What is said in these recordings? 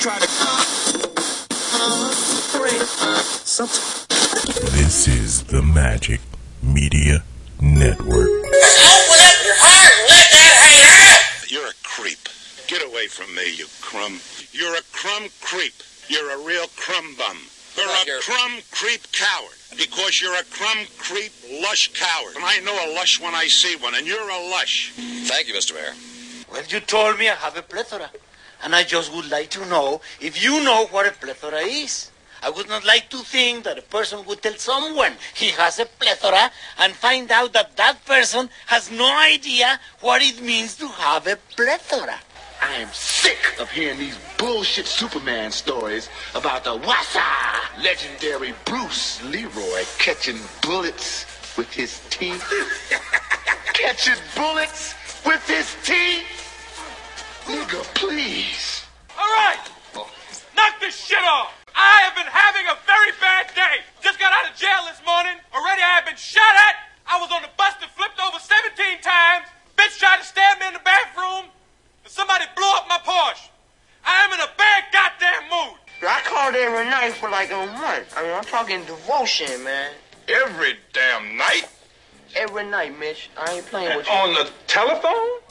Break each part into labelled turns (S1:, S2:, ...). S1: try to.
S2: This is the Magic Media Network.
S3: You're a creep. Get away from me, you crumb. You're a crumb creep. You're a real crumb bum. You're
S1: Right
S3: a
S1: here.
S3: crumb creep coward because you're a crumb creep lush coward. And I know a lush when I see one, and you're a lush.
S1: Thank you, Mr. Mayor.
S4: Well, you told me I have a plethora, and I just would like to know if you know what a plethora is. I would not like to think that a person would tell someone he has a plethora and find out that that person has no idea what it means to have a plethora.
S5: I am sick of hearing these bullshit Superman stories about the Wassa legendary Bruce Leroy catching bullets with his teeth. catching bullets with his teeth? Nigga, please.
S6: All right, knock this shit off. I have been having a very bad day. Just got out of jail this morning. Already I have been shot at. I was on the bus that flipped over 17 times. Bitch tried to stab me in the bathroom. And somebody blew up my Porsche. I am in a bad goddamn mood.
S7: I called every night for like a month. I mean, I'm talking devotion, man.
S8: Every damn night?
S7: Every night, Mitch. I ain't playing with you.
S5: Oh.
S8: On the telephone?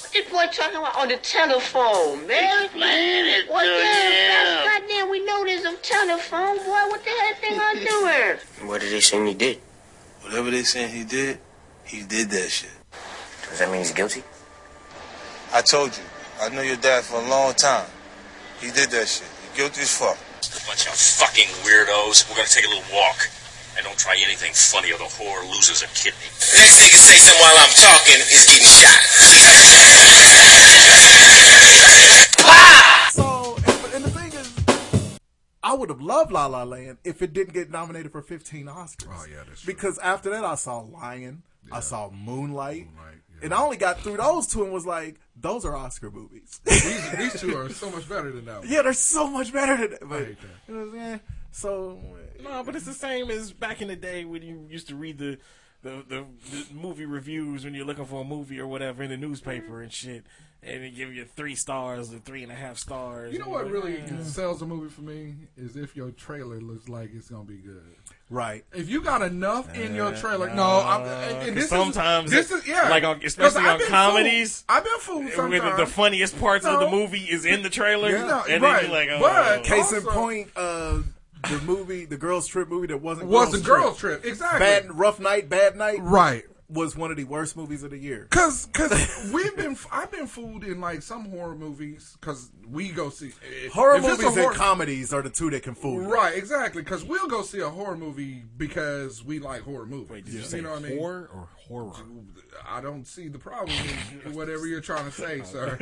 S7: What this boy talking about on the telephone, man?
S5: Explain it
S7: What
S5: to
S7: the hell?
S5: him.
S7: Goddamn, we know there's a telephone, boy. What the hell thing I doing? What did they say he did?
S9: Whatever they saying he did, he did that shit.
S7: Does that mean he's guilty?
S9: I told you, I knew your dad for a long time. He did that shit. He guilty as fuck.
S1: Bunch of fucking weirdos. We're gonna take a little walk. And don't try anything funny or the whore loses a kidney.
S10: Next nigga say something while I'm talking is getting shot.
S11: So, and, and the thing is, I would have loved La La Land if it didn't get nominated for 15 Oscars. Oh, yeah, that's Because after that, I saw Lion, I saw Moonlight, and I only got through those two and was like, those are Oscar movies.
S12: these, these two are so much better than that one.
S11: yeah, they're so much better than that.
S12: I
S11: But,
S12: hate that.
S11: you know what I'm saying? So,
S13: No, but it's the same as back in the day when you used to read the the, the, the movie reviews when you're looking for a movie or whatever in the newspaper and shit, and they give you three stars or three and a half stars.
S12: You know
S13: and
S12: what
S13: you're
S12: really
S13: like, "Eh."
S12: sells a movie for me is if your trailer looks like it's gonna be good.
S11: Right.
S12: If you got enough in your
S13: Uh,
S12: trailer, no.
S13: no,
S12: I'm, and- and
S13: 'cause
S12: this
S13: sometimes
S12: is, this
S13: it-
S12: is yeah,
S13: like on-
S12: 'Cause
S13: especially
S12: I've
S13: on
S12: been
S13: comedies,
S12: Fooled. I've been fooled
S13: where the-
S12: sometimes.
S13: the funniest parts of the movie is in the trailer,
S12: Yeah,
S13: and then
S12: right.
S13: you're like, oh.
S12: But
S11: case in
S12: also-
S11: point, uh, the movie, the girls trip movie that wasn't
S12: Was
S11: Girls
S12: a Girls Trip, exactly.
S11: Bad rough night, bad night,
S12: right?
S11: Was one of the worst movies of the year.
S12: Cause, cause we've been, I've been fooled in like some horror movies. Cause we go see if-
S11: Horror
S12: if it's a
S11: movies
S12: horror-
S11: and comedies are the two that can fool you.
S12: Right, exactly. Because we'll go see a horror movie because we like horror movies.
S13: did you say horror or horror?
S12: I don't see the problem with whatever you're trying to say, sir.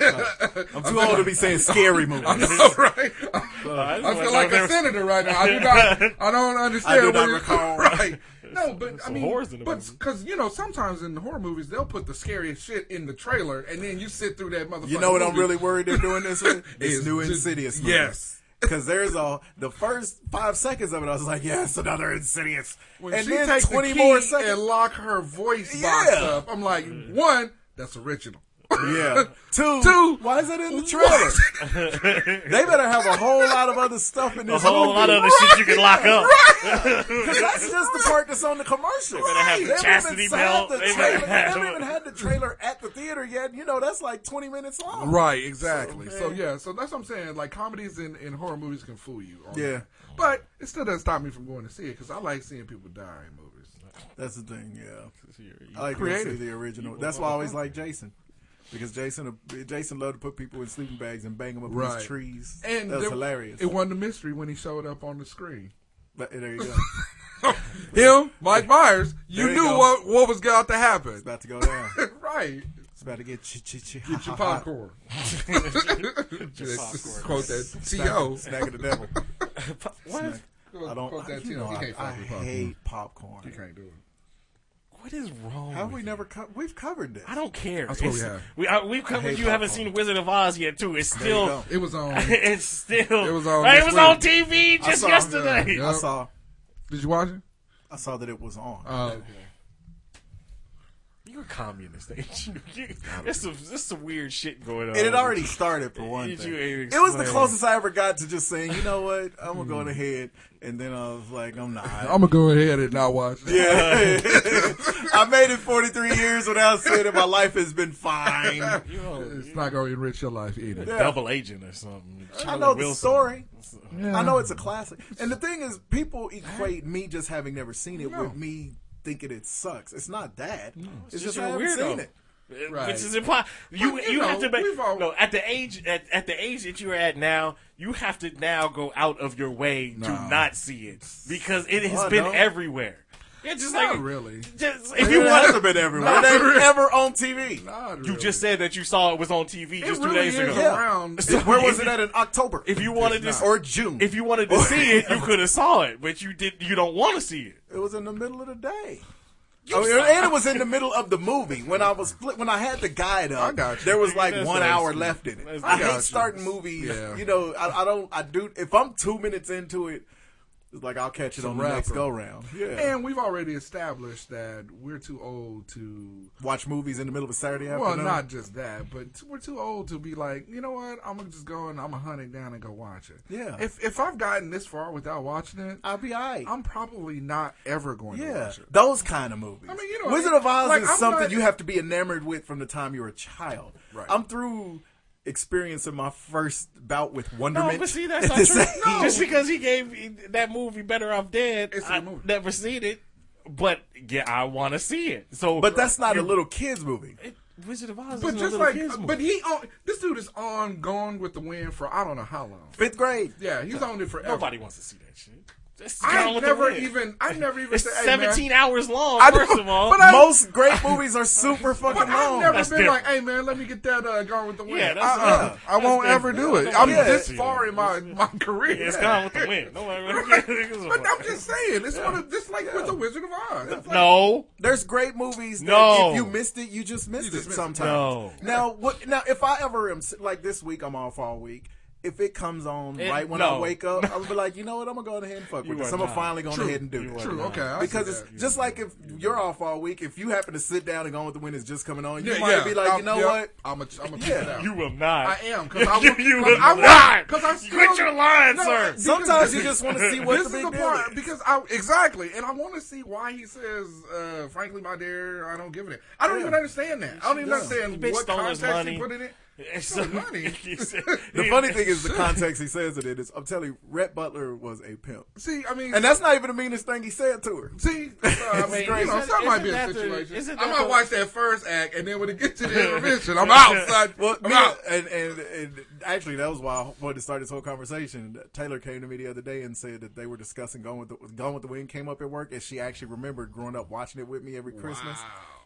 S11: I'm too old to be saying scary movies.
S12: I know, right?
S11: I
S12: I,
S11: just
S12: feel
S11: wanna
S12: like
S11: know
S12: a
S11: if-
S12: senator right now. I do not. I don't understand.
S11: I do
S12: what
S11: not
S12: you-
S11: recall.
S12: Right? No, but I
S11: Some
S12: mean,
S11: horrors in the
S12: but because you know, sometimes in the horror movies they'll put the scariest shit in the trailer, and then you sit through that motherfucker.
S11: You know what I'm
S12: movie.
S11: really worried they're doing this with? This
S12: Is
S11: new
S12: to-
S11: Insidious movie.
S12: Yes.
S11: Because there's a the first five seconds of it, I was like, yes, another Insidious.
S12: When
S11: and
S12: she
S11: then
S12: takes
S11: 20
S12: the key
S11: more seconds.
S12: and lock her voice box
S11: Yeah.
S12: up, I'm like, one, that's original.
S11: yeah. Two,
S12: Two.
S11: why is it in the trailer? they better have a whole lot of other stuff in
S13: A
S11: this
S13: whole
S11: movie.
S13: lot of other shit you can lock up.
S11: Because that's just the part that's on the commercial.
S13: Mm.
S11: They
S13: better have the
S11: haven't
S13: chastity
S11: even
S13: belt.
S11: signed The
S13: They better
S11: trailer. They
S13: have-
S11: haven't even had the trailer at the theater yet. You know, that's like 20 minutes long.
S12: Right, exactly. So,
S11: man.
S12: yeah, so that's what I'm saying. Like comedies and, and horror movies can fool you. on
S11: Yeah.
S12: that. but it still doesn't stop me from going to see it because I like seeing people die in movies.
S11: That's the thing, yeah. I like to see
S12: creative.
S11: the original. That's why I always like Jason. Because Jason Jason loved to put people in sleeping bags and bang them up in
S12: Right.
S11: these trees.
S12: And
S11: that was
S12: there-
S11: hilarious.
S12: It wasn't a mystery when he showed up on the screen.
S11: But- there you go.
S12: Him, Mike Myers, you
S11: There you
S12: knew
S11: go.
S12: what what was about to happen.
S11: It's about to go down.
S12: right.
S11: It's about to get chi chi chi.
S12: Get your popcorn. Just Quote that T.O.
S11: Snack of the devil.
S13: What?
S11: I don't.
S12: Quote
S11: I,
S12: that
S11: you
S12: T.O.
S11: know,
S12: He
S11: I,
S12: can't
S11: I
S12: fuck with popcorn.
S11: hate
S12: He
S11: popcorn.
S12: can't do it.
S13: What is wrong?
S11: How have
S13: with
S11: we
S13: you?
S11: never? Co- we've covered this.
S13: I don't care.
S12: That's what we
S13: It's-
S12: have.
S13: We, I, we've covered.
S11: hate
S13: You haven't
S11: popcorn.
S13: seen Wizard of Oz yet, too. It's
S11: There you
S13: still.
S11: go.
S12: It was on.
S13: it's still.
S12: It was on
S13: Right, it was
S12: this week.
S13: on TV just
S11: saw-
S13: yesterday.
S12: Yeah.
S11: I saw.
S12: Did you watch it?
S11: I saw that it was on.
S12: Oh, okay.
S13: You're a communist, ain't you? You- There's some, there's some weird shit going on.
S11: And it already started for one
S13: You-
S11: thing.
S13: you ain't
S11: It was the
S13: explaining.
S11: closest I ever got to just saying, you know what, I'm gonna go ahead, and then I was like, I'm not.
S12: I'm gonna go ahead and not watch.
S11: Yeah, I made it 43 years without saying it. My life has been fine.
S12: it's not gonna enrich your life either.
S11: Yeah. Double
S13: agent or something.
S11: I know the story.
S12: Yeah.
S11: I know it's a classic. And the thing is, people equate me just having never seen it
S13: No.
S11: with me thinking it sucks. It's not that. It's, just, I
S13: you're
S11: haven't seen it.
S13: Uh,
S11: Right.
S13: Which is impossible. You
S11: But,
S13: you,
S11: you
S13: have
S11: know,
S13: to make no at the age at, at the age that you're at now. You have to now go out of your way to
S12: No.
S13: not see it because it has
S11: Oh,
S13: been
S11: no.
S13: everywhere. Yeah, just like
S12: really.
S13: Just,
S11: It
S13: if you want
S11: hasn't been everywhere. It ain't ever on TV.
S13: You just said that you saw it was on TV just two
S11: really
S13: days
S11: is
S13: ago.
S11: around. Where was it at in October?
S13: If you wanted
S11: It's
S13: to,
S11: not. Or June.
S13: If you wanted to see it, you could have saw it, but you did. You don't want to see it.
S11: It was in the middle of the day. Oh, and it was in the middle of the movie when I was flip, when I had the guide up. There was like
S12: That's
S11: one
S12: nice.
S11: hour left in it.
S12: That's
S11: I
S12: nice. Got you.
S11: hate starting movies.
S12: Yeah.
S11: You know, I, I don't. I do. If I'm two minutes into it, it's like I'll catch it
S12: It's a
S11: on the next
S12: wrapper.
S11: go round. Yeah.
S12: And we've already established that we're too old to
S11: Watch movies in the middle of a Saturday
S12: Well,
S11: afternoon.
S12: not just that, but we're too old to be like, you know what? I'm gonna just go and I'm gonna hunt it down and go watch it.
S11: Yeah.
S12: If if I've gotten this far without watching it,
S11: I'll be alright.
S12: I'm probably not ever going to
S11: Yeah,
S12: watch it.
S11: those kind of movies.
S12: I mean, you know,
S11: Wizard of Oz
S12: like,
S11: is
S12: I'm
S11: something
S12: not-
S11: you have to be enamored with from the time you were a child.
S12: Right.
S11: I'm through experiencing my first bout with wonderment.
S13: No, but see,
S11: at
S13: that's not
S11: this
S13: true.
S11: age.
S13: Just because he gave that movie Better Off Dead, I never seen it, but yeah, I want to see it. So,
S11: But that's not a little kids movie.
S13: Wizard of Oz.
S12: But
S13: is
S12: just
S13: a
S12: like,
S13: little kids movie.
S12: but he on this dude is on Gone with the Wind for I don't know how long.
S11: Fifth grade.
S12: Yeah, he's on it forever.
S13: Nobody wants to see that shit. Just Gone
S12: I
S13: with the
S12: never
S13: Wind.
S12: even. I never even.
S13: It's
S12: said, hey, man.
S13: 17 hours long.
S12: I know,
S13: first of all,
S12: but I-
S11: Most great movies are super fucking
S12: But I've
S11: long.
S12: never been like, hey man, let me get that uh, Gone with the Wind.
S11: Yeah, that's-
S12: uh-uh.
S11: yeah,
S12: I won't
S11: that's
S12: ever do
S11: different.
S12: it. I'm
S11: Yeah.
S12: this far in my, my career.
S13: Yeah, it's Gone with the Wind. Nobody really cares.
S12: but I'm just saying, it's one of this like with the Wizard of Oz. It's like-
S13: no.
S11: There's great movies. That
S13: No.
S11: if you missed it, you just missed it
S12: missed it.
S11: sometimes.
S13: No.
S11: Now, what? Now, if I ever am s- like this week, I'm off all week. If it comes on
S13: It-
S11: right when I
S13: no.
S11: wake up, I'm gonna be like, you know what? I'm gonna go ahead and fuck
S13: You
S11: with this.
S13: are
S11: I'm gonna
S13: not.
S11: finally go
S12: True.
S11: ahead and do
S12: You
S11: it.
S12: are True, not. okay, I see
S11: because it's
S12: that.
S11: just like if you're off all week, if you happen to sit down and go with the wind is just coming on, you
S12: Yeah,
S11: might
S12: yeah.
S11: be like,
S12: I'm-
S11: you know
S12: yeah,
S11: what?
S12: I'm a, I'm a pick it
S11: Yeah.
S12: out.
S13: You will not.
S12: I am because I
S13: You-
S12: will.
S13: you
S12: cause
S13: will
S12: I
S13: not.
S12: Because I
S13: You
S12: still,
S13: quit your lying, sir.
S12: because-
S11: Sometimes you just wanna see what
S12: this
S11: the
S12: is
S11: big
S12: the
S11: deal
S12: part
S11: is.
S12: because I exactly, and I want to see why he says, uh, "Frankly, my dear, I don't give it." I don't
S11: Yeah.
S12: even understand that. I don't even
S11: Yeah.
S12: understand
S13: The bitch
S12: what
S13: stole his
S12: context
S13: money.
S12: he put it in.
S13: It's
S12: Stole money.
S11: The funny thing is the context he says it in is. I'm telling you, Rhett Butler was a pimp,
S12: See, I mean,
S11: and that's not even the meanest thing he said to her.
S12: See, so, I mean, you know,
S13: Isn't-
S12: that might
S13: isn't
S12: be a
S13: that the-
S12: situation.
S13: isn't
S12: I
S13: that
S12: might
S13: the-
S12: watch that first act, and then when it gets to the intermission, I'm out, son.
S11: Well,
S12: I'm
S11: me-
S12: out.
S11: And, and and actually, that was why I wanted to start this whole conversation. Taylor came to me the other day and said that they were discussing going with the Gone with the Wind came up at work, and she actually remembered growing up watching it with me every Christmas.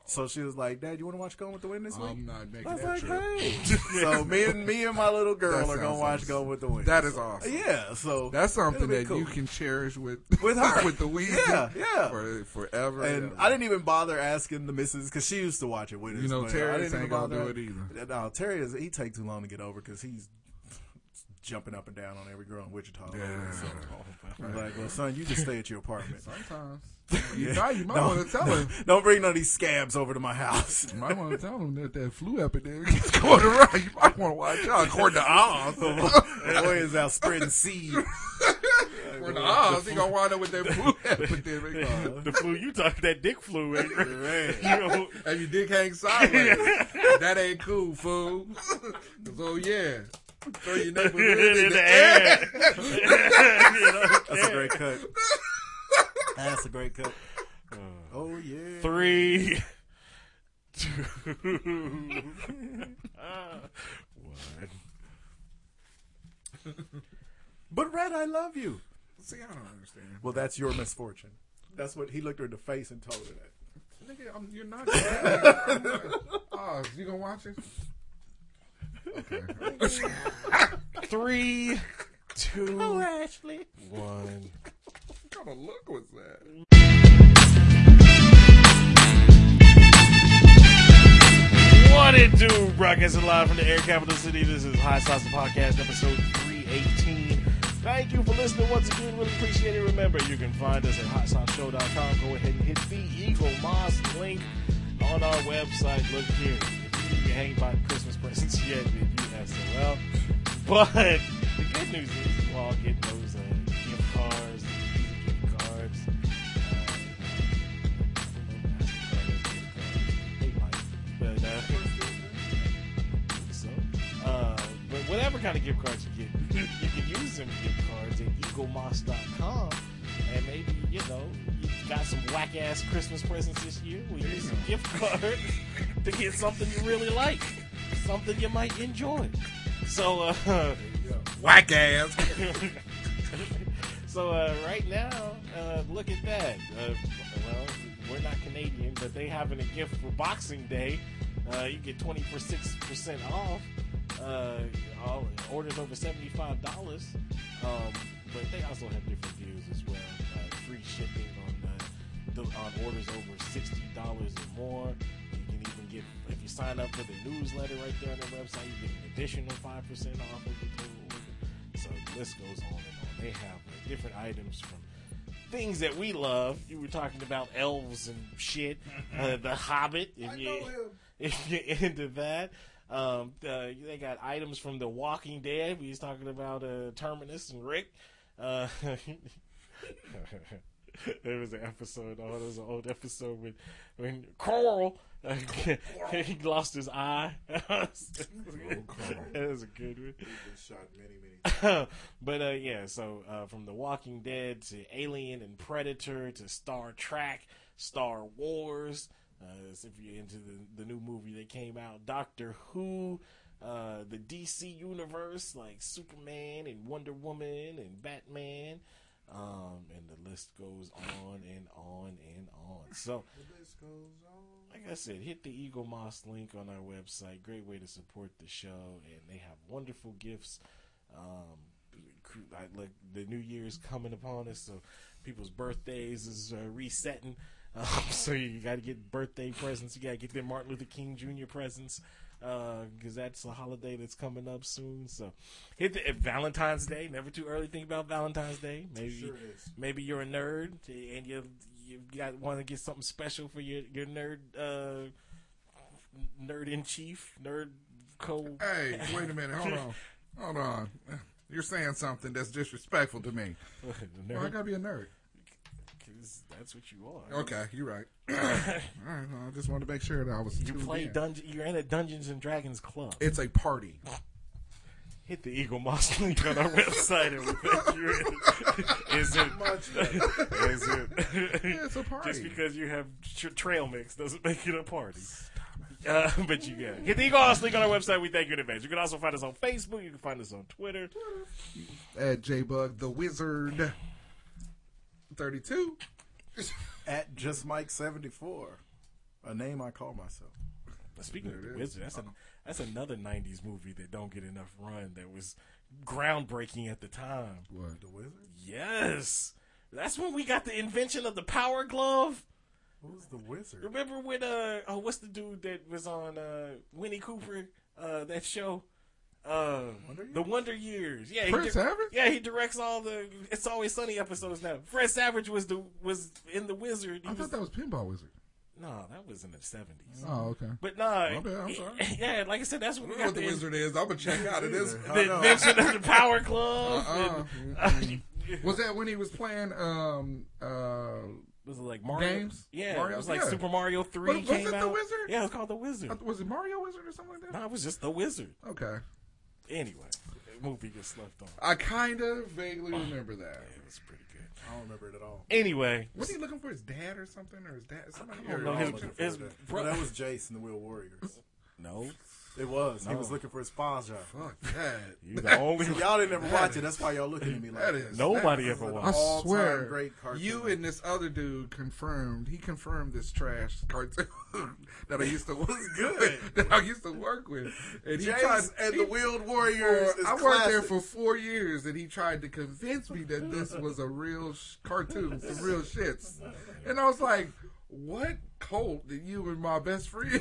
S11: So she was like, "Dad, you want to watch Gone with the Wind this week?"
S12: I'm not making
S11: I was
S12: that
S11: like,
S12: trip.
S11: "Hey!" so me and me and my little girl
S12: That
S11: are gonna
S12: sounds
S11: watch
S12: awesome.
S11: Gone with the Wind.
S12: That is
S11: So-
S12: awesome.
S11: Yeah. So
S12: That's something
S11: it'll be
S12: that
S11: cool.
S12: you can cherish with
S11: With her.
S12: with the weed.
S11: Yeah, yeah.
S12: For, forever.
S11: And I didn't even bother asking the missus because she used to watch it with us.
S12: You know,
S11: but
S12: Terrence
S11: I didn't even
S12: ain't gonna
S11: bother-
S12: do it
S11: No, Terry is he take too long to get over because he's jumping up and down on every girl in Wichita.
S12: Yeah.
S11: So, I'm like, well, son, you just stay at your apartment.
S12: sometimes you, know, you might
S11: Don't-
S12: want to tell him.
S11: Don't bring none of these scabs over to my house.
S12: You might want to tell him that that flu epidemic is going around. You might want to watch out. According to Oz,
S11: The boy- the boy is out spreading seed.
S12: according to Oz, he gonna wind up with that flu epidemic.
S13: the flu you talk that dick flu. ain't right?
S11: Man.
S13: You know,
S12: Have your dick hang sideways. that ain't cool, fool. so yeah, throw your neighborhood in the air.
S11: That's a great cut. That's a great cut. Oh yeah.
S13: Three, two, one.
S11: But Red, I love you.
S12: See, I don't understand.
S11: Well, that's your misfortune. That's what he looked her in the face and told her that.
S12: Nigga, I'm, you're not. I'm not- Oz, you gonna watch it?
S13: Three, two, one.
S12: What kind of look was that?
S13: What it do? Broadcasting live from the Air Capital City. This is High Sauce the Podcast, episode 318. Thank you for listening once again. Really appreciate it. Remember, you can find us at hotsauceshow.com. Go ahead and hit the Eagle Moss link. on our website. Look here. If you ain't bought Christmas presents yet, then you SOL. But the good news is you all get those uh, gift cards, these gift Uh, cards. But, uh, so, uh, but whatever kind of gift cards you get, you can use them gift cards at eaglemoss.com. And maybe, you know, you got some whack ass Christmas presents this year. We'll use some gift cards to get something you really like, something you might enjoy. So, uh,
S12: Whack ass.
S13: so uh, right now, uh, look at that. Uh, well, we're not Canadian, but they having a gift for Boxing Day. Uh, you get twenty for six percent off. Uh, all orders over seventy five dollars. Um, but they also have different deals as well. Uh, free shipping on uh, the, on orders over sixty dollars or more. You can even get if you sign up for the newsletter right there on their website, you get an additional five percent off of your total order. So the list goes on and on. They have uh, different items from things that we love. You were talking about elves and shit, uh, the Hobbit. If you if you're into that. Um, uh, they got items from The Walking Dead. We was talking about uh, Terminus and Rick. Uh, there was an episode. Oh, there was an old episode when when Coral uh, he lost his eye. that was a good one.
S11: shot many, many
S13: but uh, yeah, so uh, from The Walking Dead to Alien and Predator to Star Trek, Star Wars. Uh, as if you're into the, the new movie that came out, Doctor Who, uh, the DC universe like Superman and Wonder Woman and Batman, um, and the list goes on and on and on. So like I said, hit the Eagle Moss link on our website. Great way to support the show, and they have wonderful gifts. Um, cr- I- like the New Year's coming upon us, so people's birthdays is uh, resetting. Um, so you got to get birthday presents. You got to get their Martin Luther King Jr. presents because that's uh, a holiday that's coming up soon. So hit the, if Valentine's Day. Never too early. to Think about Valentine's Day. Maybe
S11: Sure is.
S13: maybe you're a nerd and you you got want to get something special for your your nerd uh, nerd in chief, nerd co.
S12: Hey, wait a minute. Hold on. Hold on. You're saying something that's disrespectful to me. Why I gotta be a nerd?
S13: Because that's what you are.
S12: Okay, you're right. All right, well, I just wanted to make sure that I was.
S13: You play dungeon. You're in a Dungeons and Dragons club.
S12: It's a party.
S13: Hit the Eagle Moss link on our website and we'll thank you. Is it? Is it?
S12: Yeah, it's a party.
S13: Just because you have tr trail mix doesn't make it a party. Uh, but you got it. Hit the Eagle Moss link on our website. We thank you in advance. You can also find us on Facebook. You can find us on Twitter.
S12: At J Bug the Wizard. Thirty-two.
S11: At just Mike seventy four, a name I call myself.
S13: Speaking of the Wizard, that's, a, that's another '90s movie that don't get enough run. That was groundbreaking at the time.
S12: What
S11: the Wizard?
S13: Yes, that's when we got the invention of the power glove.
S11: Who's the Wizard?
S13: Remember when uh oh what's the dude that was on uh Winnie Cooper uh that show? Uh, the Wonder Years. Yeah,
S12: Fred Savage?
S13: Yeah, he directs all the It's Always Sunny episodes now. Fred Savage was the was in the Wizard. He
S12: I thought that was Pinball Wizard.
S13: no, that was in the seventies.
S12: Oh, okay.
S13: But nah,
S12: My bad, I'm sorry.
S13: yeah, like I said, that's when we
S12: I don't
S13: got
S12: know what
S13: the
S12: the wizard is. I'm gonna check out of this.
S13: The invention of the power glove.
S12: Uh-uh.
S13: and-
S12: was that when he was playing? Um, uh,
S13: was it like Mario?
S12: games?
S13: Yeah,
S12: Mario?
S13: it was like
S12: Yeah.
S13: Super Mario Three
S12: But was
S13: came
S12: it
S13: out.
S12: The Wizard?
S13: Yeah, it was called the Wizard.
S12: was it Mario Wizard or something like that?
S13: No, it was just the Wizard.
S12: Okay,
S13: Anyway, the movie gets left on.
S12: I kind of vaguely remember that.
S13: It was pretty good.
S11: I don't remember it at all.
S13: Anyway,
S12: Was he looking for his dad or something, or his dad? Somebody
S13: don't know.
S11: I was
S13: His-
S11: looking for
S13: his
S11: that.
S13: bro-
S11: Well, that was Jason the Real Warriors.
S13: no,
S11: It was. He
S13: No.
S11: was looking for his sponsor.
S12: Fuck that.
S13: you the only.
S11: So y'all didn't ever watch it. That's why y'all looking at me like
S12: That is
S13: Nobody
S11: This is
S13: ever
S11: an
S12: I
S13: watched.
S11: all-time
S12: swear,
S11: great cartoon.
S12: you and this other dude confirmed. He confirmed this trash cartoon that I used to work
S11: good.
S12: that I used to work with, and he
S11: Jace
S12: tried.
S11: and
S12: he-
S11: the Wheeled Warriors.
S12: for-
S11: is
S12: I worked there
S11: classic.
S12: for four years, and he tried to convince me that this was a real sh- cartoon, some real shits, and I was like. What cult did you and my best friend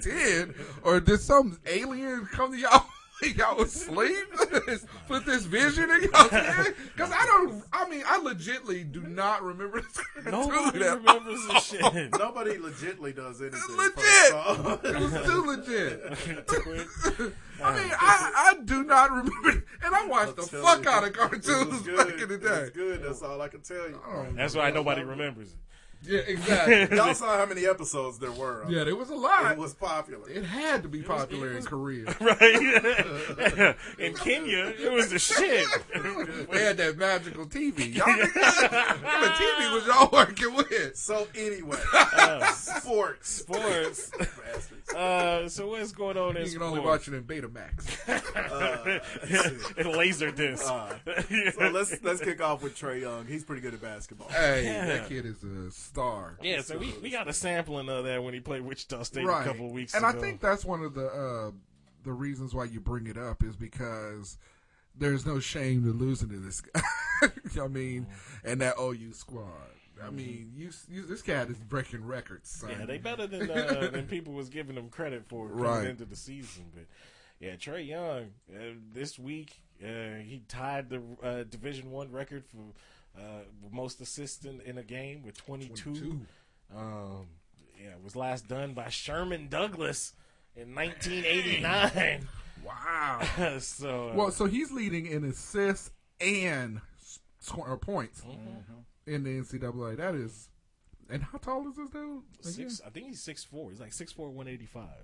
S12: did, or did some alien come to y'all y'all was asleep? Put this vision in y'all's head? Because I don't, I mean, I legitly do not remember this cartoon
S11: Nobody
S12: at
S11: remembers
S12: all.
S11: this shit. Nobody legitly does anything.
S12: Legit. it was too legit. I mean, I, I do not remember. it. And I watched the fuck out of cartoons back in the day.
S11: good. That's all I can tell you.
S13: That's why nobody remembers it.
S12: Yeah, exactly.
S11: Y'all saw how many episodes there were. of
S12: Yeah, there was a lot.
S11: It was popular.
S12: It had to be popular in Korea.
S13: right? in Kenya, it was the shit.
S12: they had that magical TV. Y'all niggas, the TV was y'all working with.
S11: So anyway, sports,
S13: sports. Uh, so what's going on in
S12: You can only
S13: sports?
S12: watch it in Betamax.
S13: and laser disc.
S11: Uh, so let's let's kick off with Trey Young. He's pretty good at basketball.
S12: Hey, that kid is a star.
S13: Yeah, so we, we got a sampling of that when he played Wichita State a couple of weeks
S12: and
S13: ago.
S12: I think that's one of the uh, the reasons why you bring it up is because there's no shame to losing to this guy. I mean, and that OU squad. I mean, you, you this cat is breaking records. Son.
S13: yeah, they better than uh, than people was giving them credit for coming
S12: Right.
S13: into the season. But yeah, Trey Young uh, this week uh, he tied the uh, Division One record for uh, most assists in, in a game with twenty two.
S12: 22.
S13: Um, yeah, it was last done by Sherman Douglas in nineteen eighty nine.
S12: Wow.
S13: so uh,
S12: Well, so he's leading in assists and s- score, or points
S11: Mm-hmm.
S12: in the NCAA. That is, and how tall is this dude?
S13: six, I think he's six four. He's like six four one eighty five.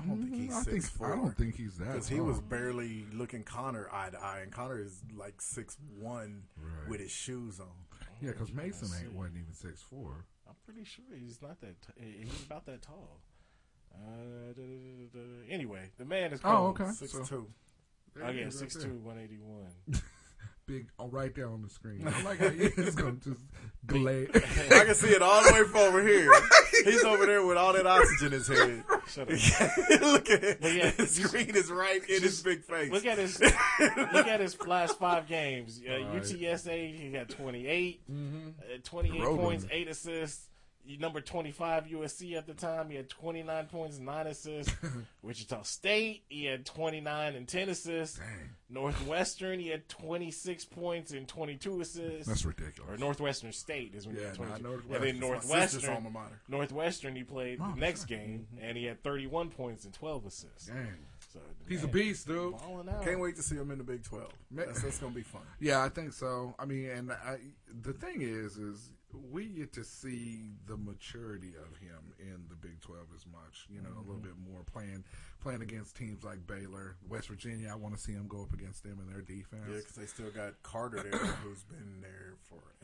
S12: I don't think
S11: He's
S12: mm-hmm, I think,
S11: 6'4".
S12: I don't think he's that.
S11: Because he
S12: tall.
S11: was barely looking Connor eye to eye, and Connor is like six one with his shoes on.
S12: Yeah, because Mason ain't wasn't even six four.
S13: I'm pretty sure he's not that. T- he's about that tall. Uh, da- da- da- da- da- Anyway, the man is
S12: Oh,
S13: cold.
S12: okay.
S11: Six
S12: So-
S11: two.
S12: There
S13: Oh
S12: it
S13: yeah,
S12: is right
S13: six two, one eighty one.
S12: Big, oh, right there on the screen. I like how he's going to just glare.
S11: I can see it all the way from over here. He's over there with all that oxygen in his head.
S13: Shut
S11: up. Look at it.
S13: But yeah,
S11: the screen is right in his big face.
S13: Look at his look at his last five games. Uh,
S11: Right.
S13: UTSA, he got 28,
S12: Mm-hmm.
S13: uh, 28
S11: Rolled
S13: points,
S11: him.
S13: eight assists. He Number twenty five USC at the time, he had twenty nine points, nine assists. Wichita State, he had twenty nine and ten assists. Northwestern, he had twenty six points and twenty two assists.
S12: That's ridiculous.
S13: Or Northwestern State is when he
S12: Yeah,
S13: had
S12: nah,
S13: twenty two.
S12: Northwestern.
S13: and then
S12: That's my sister's
S13: Northwestern,
S12: alma mater.
S13: Northwestern, he played
S12: Oh,
S13: the next
S12: sure.
S13: game and he had thirty one points and twelve assists.
S12: Dang.
S13: So,
S12: He's a
S13: man,
S12: beast, dude.
S13: balling out.
S11: Can't wait to see him in the Big Twelve.
S12: Ma-
S11: That's, that's gonna be fun.
S12: Yeah, I think so. I mean, and I, the thing is, is we get to see the maturity of him in the Big Twelve as much. You know, a
S11: Mm-hmm.
S12: little bit more playing playing against teams like Baylor, West Virginia. I want to see him go up against them in their defense.
S11: Yeah, because they still got Carter there, who's been there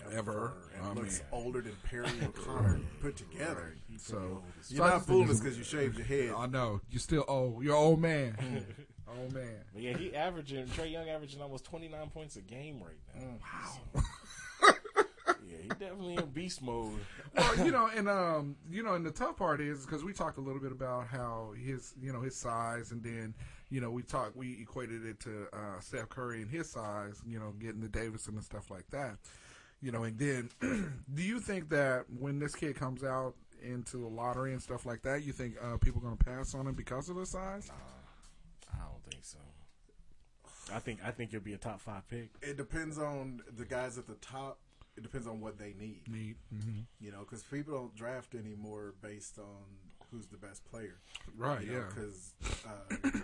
S11: forever,
S12: Ever.
S11: and
S12: I
S11: looks
S12: mean-
S11: older than Perry and Connor put together.
S12: Right. So
S11: you're not fooling us because you shaved your head.
S12: I know you're still old. You're an old man. old man.
S13: But yeah, he averaging Trey Young averaging almost twenty nine points a game right now. Mm. Wow. yeah, he definitely in beast mode.
S12: well, you know, and um, you know, and the tough part is because we talked a little bit about how his, you know, his size, and then you know, we talked, we equated it to uh, Steph Curry and his size, you know, getting to Davidson and stuff like that. You know, and then do you think that when this kid comes out into the lottery and stuff like that, you think uh, people going to pass on him because of his size?
S13: I don't think so. I think I think he'll be a top five pick.
S11: It depends on the guys at the top. It depends on what they need.
S12: Need. Mhm.
S11: You know, because people don't draft anymore based on who's the best player.
S12: Right, yeah.
S11: Because uh,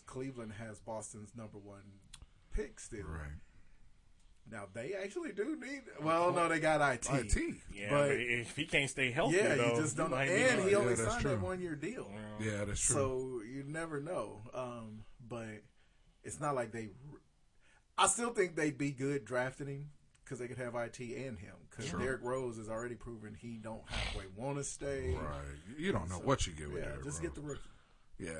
S11: Cleveland has Boston's number one pick still. Right. Now they actually do need. Well, no, they got it.
S13: Yeah, but, if he can't stay healthy,
S11: yeah,
S13: though,
S11: you just don't. know.
S13: might be
S11: And
S13: done.
S11: he only signed that one year deal.
S12: Yeah, that's true.
S11: So you never know. Um, but it's not like they. I still think they'd be good drafting him because they could have it and him because
S12: Sure.
S11: Derrick Rose has already proven he don't halfway want to stay.
S12: Right. You don't know what you get with
S11: yeah,
S12: Derrick
S11: just
S12: Rose.
S11: get the rookie.
S12: Yeah.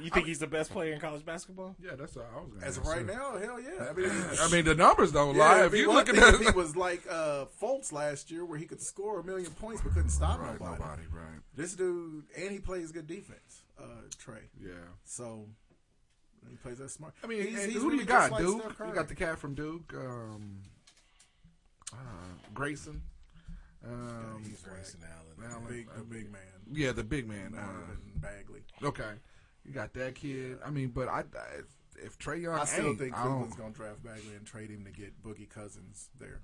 S13: You think he's the best player in college basketball?
S12: Yeah, that's what I was
S11: As of right now, hell yeah. I mean,
S12: I mean, the numbers don't lie.
S11: it'd
S12: If
S11: be
S12: you
S11: one
S12: look at
S11: thing
S12: that-
S11: if he was like uh, Fultz last year, where he could score a million points but couldn't stop
S12: Right,
S11: nobody.
S12: nobody, right.
S11: This dude, and he plays good defense, uh, Trey.
S12: Yeah.
S11: So he plays that smart.
S12: I mean,
S11: He's-
S12: and
S11: he's
S12: who do
S11: really
S12: you
S11: just
S12: got,
S11: like
S12: Duke?
S11: Steph Curry.
S12: You got the cat from Duke, um, uh, Grayson. Um,
S11: He's Grayson Allen, the
S12: Allen,
S11: big, the
S12: uh,
S11: big man.
S12: Yeah, the big man.
S11: Allen
S12: Uh,
S11: and Bagley.
S12: okay. You got that kid. I mean, but I, I- if Trey Young,
S11: I still
S12: ain't,
S11: think
S12: I
S11: Cleveland's
S12: don't-
S11: going to draft Bagley and trade him to get Boogie Cousins there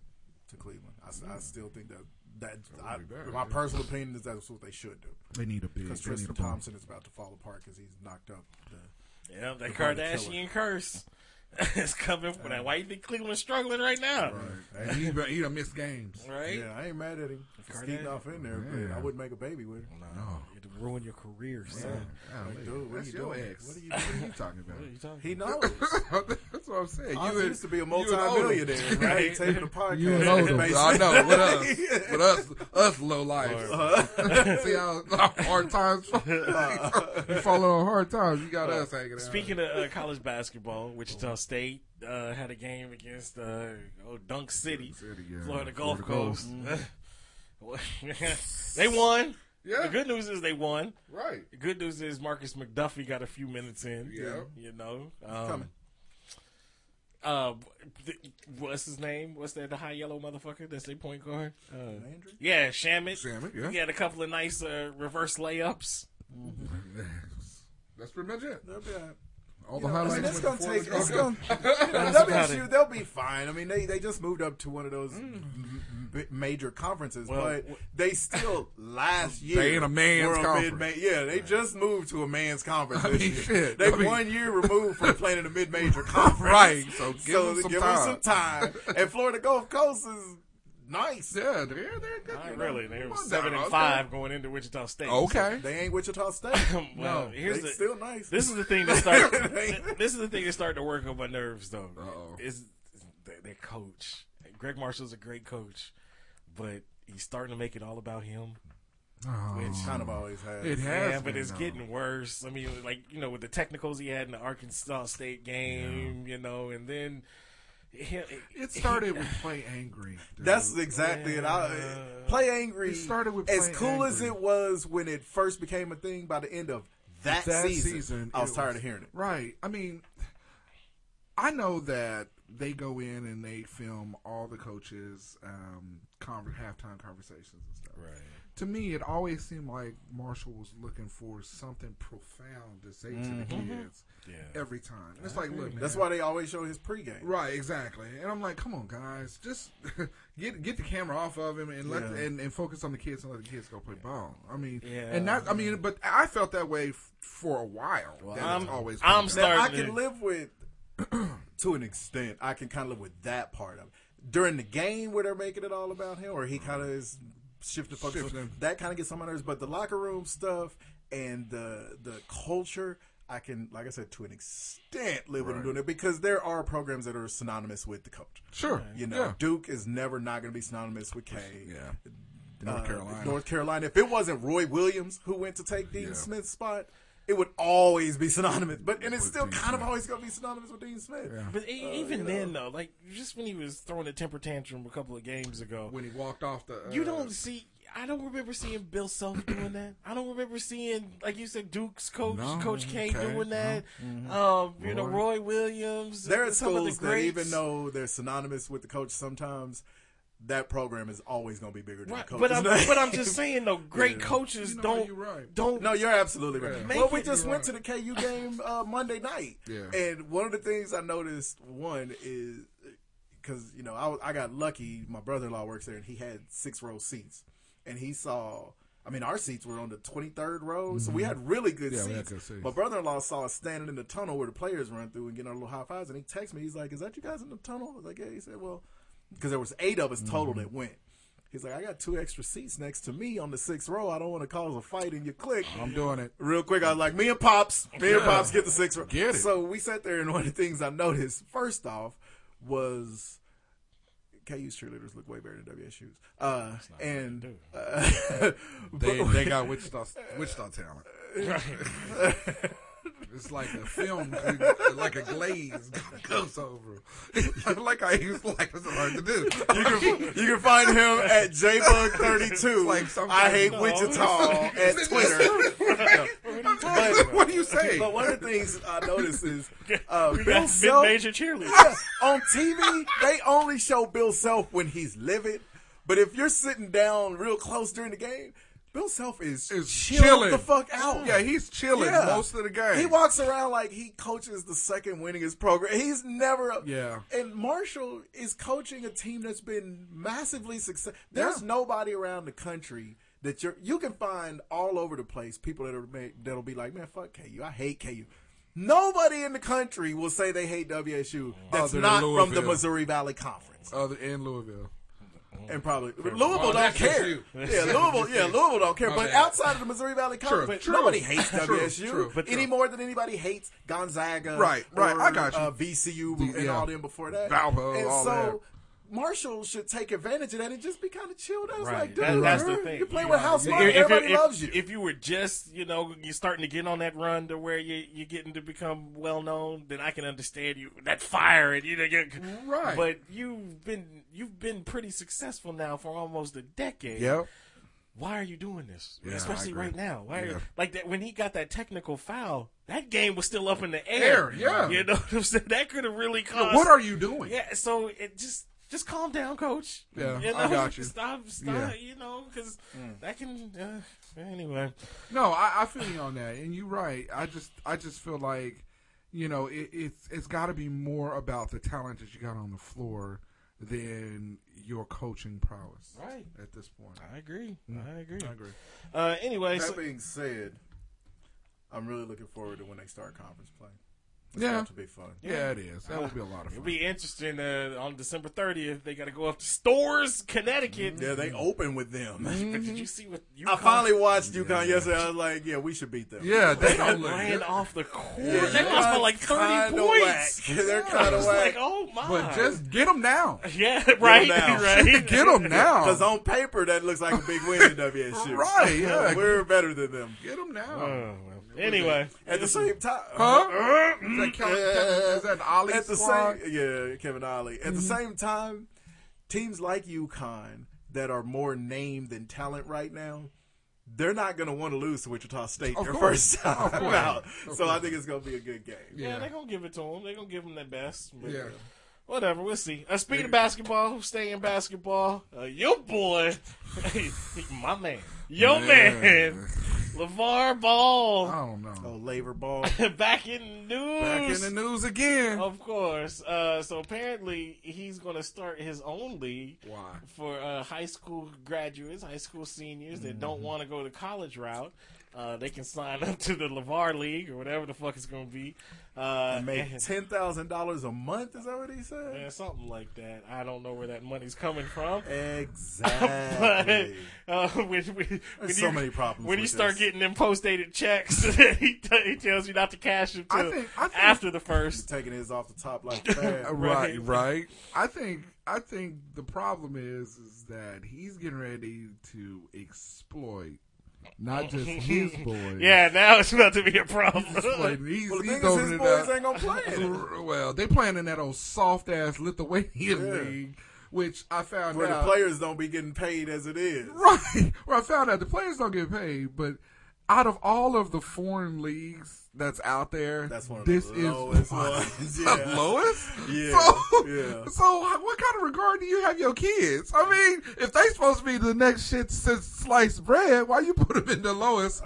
S11: to Cleveland. I, s- I
S12: Mm.
S11: still think that that
S12: That
S11: I,
S12: would be bad,
S11: my
S12: yeah.
S11: personal opinion is that's what they should do.
S14: They need a big-
S11: because
S14: they need a
S11: Tristan
S14: big-
S11: Thompson is about to fall apart because he's knocked up. The,
S13: Yeah,
S11: the
S13: that
S11: brother killer.
S13: Kardashian curse is coming from that. Why you think Cleveland's struggling right now?
S12: And he, he done missed games.
S13: Right?
S11: Yeah, I ain't mad at him.
S13: The
S11: For sneaking
S13: Kardashian-
S11: off in there, but
S12: Yeah.
S11: I wouldn't make a baby with him.
S12: No.
S13: It'd ruin your career, son.
S12: Yeah.
S11: Like, dude, what
S12: That's
S11: are you
S12: your
S11: doing?
S12: ex.
S11: What are you,
S12: What are you talking about?
S11: What are you talking
S12: He
S11: about?
S12: knows. That's what I'm saying.
S11: Oz
S12: and-
S11: used to be a
S12: you and Odom.
S11: multi-millionaire, right? Taping a podcast.
S12: You and Odom.
S11: Basically.
S12: I know. With us, with us, us low life. See how how hard times. you follow on hard times. You got
S13: Uh,
S12: us hanging out.
S13: Speaking of uh, college basketball, Wichita State uh, had a game against uh, oh, Dunk City,
S12: yeah.
S13: Florida Gulf
S12: Florida
S13: Coast. Mm-hmm.
S12: Gulf.
S13: they won.
S12: Yeah.
S13: The good news is they won.
S12: Right.
S13: The good news is Marcus McDuffie got a few minutes in.
S12: Yeah.
S13: You know. Um,
S12: coming.
S13: Uh, th- what's his name? What's that? The high yellow motherfucker? That's their point guard. Uh,
S11: Landry?
S13: Yeah, Shamit.
S12: Shamit, yeah.
S13: He had a couple of nice uh, reverse layups.
S12: That's pretty much it.
S11: They'll be all right.
S12: All
S11: You
S12: the
S11: know, I
S12: highlights.
S11: mean, it's
S12: went
S11: gonna
S12: to
S11: take.
S12: Florida
S11: It's gonna,
S12: Gulf.
S11: you know,
S13: That's about
S11: WSU,
S13: it.
S11: they'll be fine. I mean, they, they just moved up to one of those m- m- major conferences,
S12: Mm. Well,
S11: but they still last year
S12: They in a man's
S11: were
S12: conference.
S11: mid-ma- yeah, they just moved to a man's conference.
S12: I
S11: this
S12: mean,
S11: year.
S12: shit.
S11: They
S12: I mean-
S11: one year removed from playing in a mid-major conference,
S12: Right, so give them some
S11: give
S12: time.
S11: some time. and Florida Gulf Coast is nice.
S12: Yeah, they're, they're good.
S13: Not
S12: you know.
S13: really. They
S12: Come
S13: were
S12: on
S13: seven
S12: now,
S13: and
S12: okay.
S13: five going into Wichita State.
S12: Okay.
S11: They ain't Wichita State.
S13: Well,
S11: no,
S13: here's
S11: they
S13: the-
S11: still nice.
S13: This is the thing that start. this is the thing that started to work on my nerves, though. Is th- their coach Greg Marshall's a great coach, but he's starting to make it all about him.
S12: Oh.
S11: Kind of always has.
S12: It has
S13: yeah, but
S12: been,
S13: it's
S12: though.
S13: getting worse. I mean, like you know, with the technicals he had in the Arkansas State game, you know, and then he-
S12: It started with play angry. dude.
S11: That's exactly it. I, play angry.
S12: It started with
S11: as
S12: Play
S11: cool as
S12: Angry.
S11: it was when it first became a thing. By the end of that, season, I was
S12: it
S11: tired of hearing it.
S12: Right. I mean, I know that they go in and they film all the coaches' um, conver- halftime conversations and stuff. Right. To me, it always seemed like Marshall was looking for something profound to say to the
S11: Mhm.
S12: kids
S11: Yeah.
S12: every time. It's
S11: I
S12: like,
S11: agree,
S12: look,
S11: man. That's
S12: man,
S11: why they always show his pregame.
S12: Right, exactly. And I'm like, come on, guys, just get get the camera off of him and let
S11: Yeah.
S12: and, and focus on the kids and let the kids go play ball. I mean,
S13: Yeah.
S12: and that I mean, but I felt that way f- for a while. That
S13: I'm-
S12: it's always
S13: I'm
S12: been that.
S13: starting
S11: I
S13: to-
S11: can live with to an extent. I can kind of live with that part of it. During the game, where they're making it all about him, or he kind of is shifted focus.
S12: Shifting.
S11: That kind of gets on my nerves. But the locker room stuff and the the culture, I can, like I said, to an extent, live with him
S12: Right.
S11: doing it because there are programs that are synonymous with the coach.
S12: Sure,
S11: you know,
S12: yeah.
S11: Duke is never not going to be synonymous with K.
S12: Yeah. North
S11: Uh,
S12: Carolina.
S11: North Carolina. If it wasn't Roy Williams who went to take Dean
S12: Yeah.
S11: Smith's spot, it would always be synonymous. But and it's still kind of always going to be synonymous with Dean Smith.
S13: But e-
S11: Uh,
S13: even
S11: you
S13: then,
S11: know.
S13: though, like just when he was throwing a temper tantrum a couple of games ago,
S12: when he walked off the, uh,
S13: you don't see. I don't remember seeing Bill Self doing that. I don't remember seeing, like you said, Duke's coach,
S11: No,
S13: Coach K,
S11: okay,
S13: doing that.
S11: no. Mm-hmm.
S13: Um, you know,
S11: Roy.
S13: Roy Williams.
S11: there are
S13: some of
S11: schools that
S13: greats.
S11: even though they're synonymous with the coach, sometimes that program is always going to be bigger than
S13: Right,
S11: the coach.
S13: but I'm, but I'm just saying though, great coaches don't don't.
S11: No, you're absolutely right.
S13: Make
S11: Well, we
S13: it-
S11: just
S13: you're
S11: went to the KU game uh, Monday night,
S12: Yeah.
S11: and one of the things I noticed one is because you know I, was- I got lucky. My brother in law works there, and he had six row seats, and he saw. I mean, our seats were on the twenty third row, so we
S12: Mhm.
S11: had really good
S12: Yeah, we
S11: seats.
S12: had good seats.
S11: My brother in law saw us standing in the tunnel where the players run through and getting our little high fives, and he texted me. He's like, "Is that you guys in the tunnel?" I was like, "Yeah." He said, "Well." because there was eight of us total
S12: Mm-hmm.
S11: that went. He's like, I got two extra seats next to me on the sixth row. I don't want to cause a fight in your clique.
S12: I'm doing it.
S11: Real quick, I was like, me and Pops, me and
S12: Yeah.
S11: Pops get the sixth row.
S12: Get it.
S11: So we sat there, and one of the things I noticed first off was KU's cheerleaders look way better than WSU's. Uh, and uh,
S12: They,
S11: but-
S12: they got Wichita Wichita talent. it's like a film, like a glaze goes over. like I used, like it's hard to do.
S11: You can, you can find him at jbug32. I hate Wichita at Twitter.
S12: But- What do you say?
S11: But one of the things I noticed is uh,
S13: We
S11: Bill
S13: got
S11: Self
S13: mid-major cheerleaders.
S11: Yeah, on TV. They only show Bill Self when he's livid, but if you're sitting down real close during the game, Bill Self is,
S12: Is
S11: chilled
S12: chilling.
S11: the fuck out.
S12: Yeah, he's chilling most of the game.
S11: He walks around like he coaches the second winningest program. He's never.
S12: Yeah.
S11: And Marshall is coaching a team that's been massively successful. There's nobody around the country that you're you can find all over the place people that are ma- that'll be like, man, fuck KU, I hate KU. Nobody in the country will say they hate WSU. That's
S12: Other than
S11: not from the
S12: Louisville.
S11: Missouri Valley Conference
S12: Other in Louisville.
S11: and probably
S12: Fair.
S11: Louisville
S12: Well,
S11: don't
S12: that's just
S11: care.
S12: you. That's
S11: Yeah,
S12: just
S11: Louisville.
S12: you.
S11: Yeah, Louisville don't care.
S12: My
S11: but
S12: bad.
S11: outside of the Missouri Valley
S12: True,
S11: Conference,
S12: true.
S11: nobody hates
S12: True,
S11: WSU
S12: true, but true.
S11: any more than anybody hates Gonzaga.
S12: Right, right.
S11: or,
S12: I got you.
S11: Uh, VCU
S12: The-
S11: and
S12: yeah.
S11: all them before that.
S12: Valpo,
S11: and
S12: all
S11: so. Marshall should take advantage of that and just be kind of chilled. I was like, dude,
S13: That- that's the
S11: you're-
S13: thing.
S11: you play with house
S13: If-
S11: money.
S13: if-
S11: Everybody
S13: if-
S11: loves you.
S13: If you were just, you know, you're starting to get on that run to where you, you're getting to become well known, then I can understand you. That fire and you know, you're,
S12: Right.
S13: But you've been you've been pretty successful now for almost a decade.
S12: Yep.
S13: Why are you doing this?
S12: Yeah, I
S13: Especially
S12: agree.
S13: right now. Why are you-
S12: Yeah.
S13: like that when he got that technical foul, that game was still up in the air.
S12: Air, yeah.
S13: You know what I'm saying? That could have really
S11: Uh,
S13: caused
S12: what are you doing?
S13: Yeah, so it just just calm down, coach.
S12: Yeah, I got you.
S13: Stop, stop,
S12: Yeah. Mm.
S13: you know, because that can. Uh, anyway,
S12: No, I, I feel you on that, and you're right. I just I just feel like, you know, it, it's it's got to be more about the talent that you got on the floor than your coaching prowess.
S13: Right.
S12: at this point,
S13: I agree. I agree.
S12: I agree.
S13: Uh, anyway,
S11: that
S13: so-
S11: being said, I'm really looking forward to when they start conference play. It's
S12: Yeah.
S11: going to be fun.
S12: Yeah, it is. That would be a lot of
S13: It'll
S12: fun.
S13: be interesting uh, on December 30th. They got to go up to Stores, Connecticut.
S12: Mm.
S11: Yeah, they open with them.
S12: Mm-hmm.
S13: But did you see what you?
S11: I finally watched UConn yesterday. I was like, yeah, we should beat them.
S12: Yeah,
S13: They
S12: they
S13: got
S12: don't
S13: ran
S12: look.
S13: off the court.
S11: Yeah.
S13: They lost by like thirty
S11: Kinda
S13: points.
S11: whack. They're
S13: Yeah,
S11: kinda
S13: I was
S11: whack.
S13: Like, oh my!
S12: But just get them now.
S13: yeah, right,
S11: now.
S13: right.
S12: Get them now.
S11: Because on paper, that looks like a big win to WSU.
S12: Right, yeah.
S11: We're better than them.
S12: Get them now.
S13: Oh, well. Anyway,
S11: At the same time.
S12: Huh? Is that Kevin-
S11: mm, Yeah.
S12: is that an Ollie
S11: At the
S12: squad? Mm-hmm.
S11: same, yeah, Kevin Ollie. At the same time, teams like UConn that are more name than talent right now, they're not going to want to lose to Wichita State
S12: Of
S11: their
S12: course.
S11: first time
S12: Of course.
S11: out.
S12: Of
S11: so I
S12: course.
S11: think it's going to be a good game.
S13: yeah,
S12: Yeah.
S13: they're gonna give it to them. They're gonna give them their best. But,
S12: Yeah.
S13: uh, Whatever, we'll see. Uh, speaking of basketball, staying in basketball, uh, your boy, my man, your
S12: Man.
S13: man, LeVar Ball,
S12: I don't know.
S11: Oh, labor ball.
S13: back in the news.
S12: Back in the news again.
S13: Of course. Uh, so apparently, he's going to start his own league
S12: Why?
S13: for uh, high school graduates, high school seniors that
S11: Mm-hmm.
S13: don't want to go the college route. Uh, they can sign up to the LeVar League or whatever the fuck it's going to be. Uh,
S11: And make ten thousand dollars a month. Is that what he said?
S13: and something like that. I don't know where that money's coming from.
S11: Exactly.
S13: But uh, when, when, when
S11: There's so many problems
S13: When you
S11: with
S13: start
S11: this.
S13: getting them post dated checks, he, t- he tells you not to cash them
S12: I
S13: till
S12: think- I think-
S13: after the first.
S11: Taking his off the top like that.
S13: Right.
S12: right, right. I think I think the problem is is that he's getting ready to exploit not just his boys.
S13: Yeah, now it's about to be a problem.
S12: exploiting- he's,
S11: Well, the
S12: he's
S11: thing is, his
S12: opening
S11: boys
S12: up-
S11: ain't gonna play it.
S12: Well, they playing in that old soft ass Lithuanian
S11: Yeah.
S12: league, which I found
S11: Where the
S12: out.
S11: players don't be getting paid as it is.
S12: Right. Where I found out the players don't get paid, but out of all of the foreign leagues that's out there,
S11: That's one of
S12: this
S11: the
S12: is
S11: lowest
S12: one
S11: ones,
S12: of
S11: yeah.
S12: the lowest.
S11: Yeah,
S12: So,
S11: yeah.
S12: so what kind of regard do you have your kids? I mean, if they supposed to be the next shit since sliced bread, why you put them in the lowest?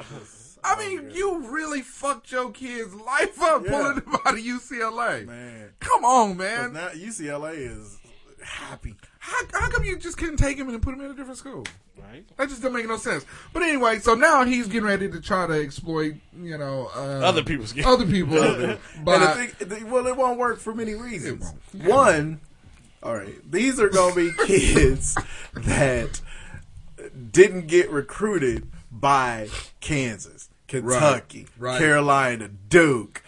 S12: I mean, you really fucked your kids' life up
S11: Yeah.
S12: pulling them out of UCLA.
S11: Man.
S12: Come on,
S11: 'Cause
S12: man.
S11: now UCLA is happy.
S12: How, how come you just couldn't take him and put him in a different school?
S13: Right.
S12: That just don't make no sense. But anyway, so now he's getting ready to try to exploit, you know, uh,
S13: Other people's games.
S12: other people.
S11: And the
S12: but
S11: thing- the- well, it won't work for many reasons.
S12: It won't.
S11: One, all right, these are gonna be kids that didn't get recruited by Kansas, Kentucky,
S12: right.
S11: Carolina, Duke.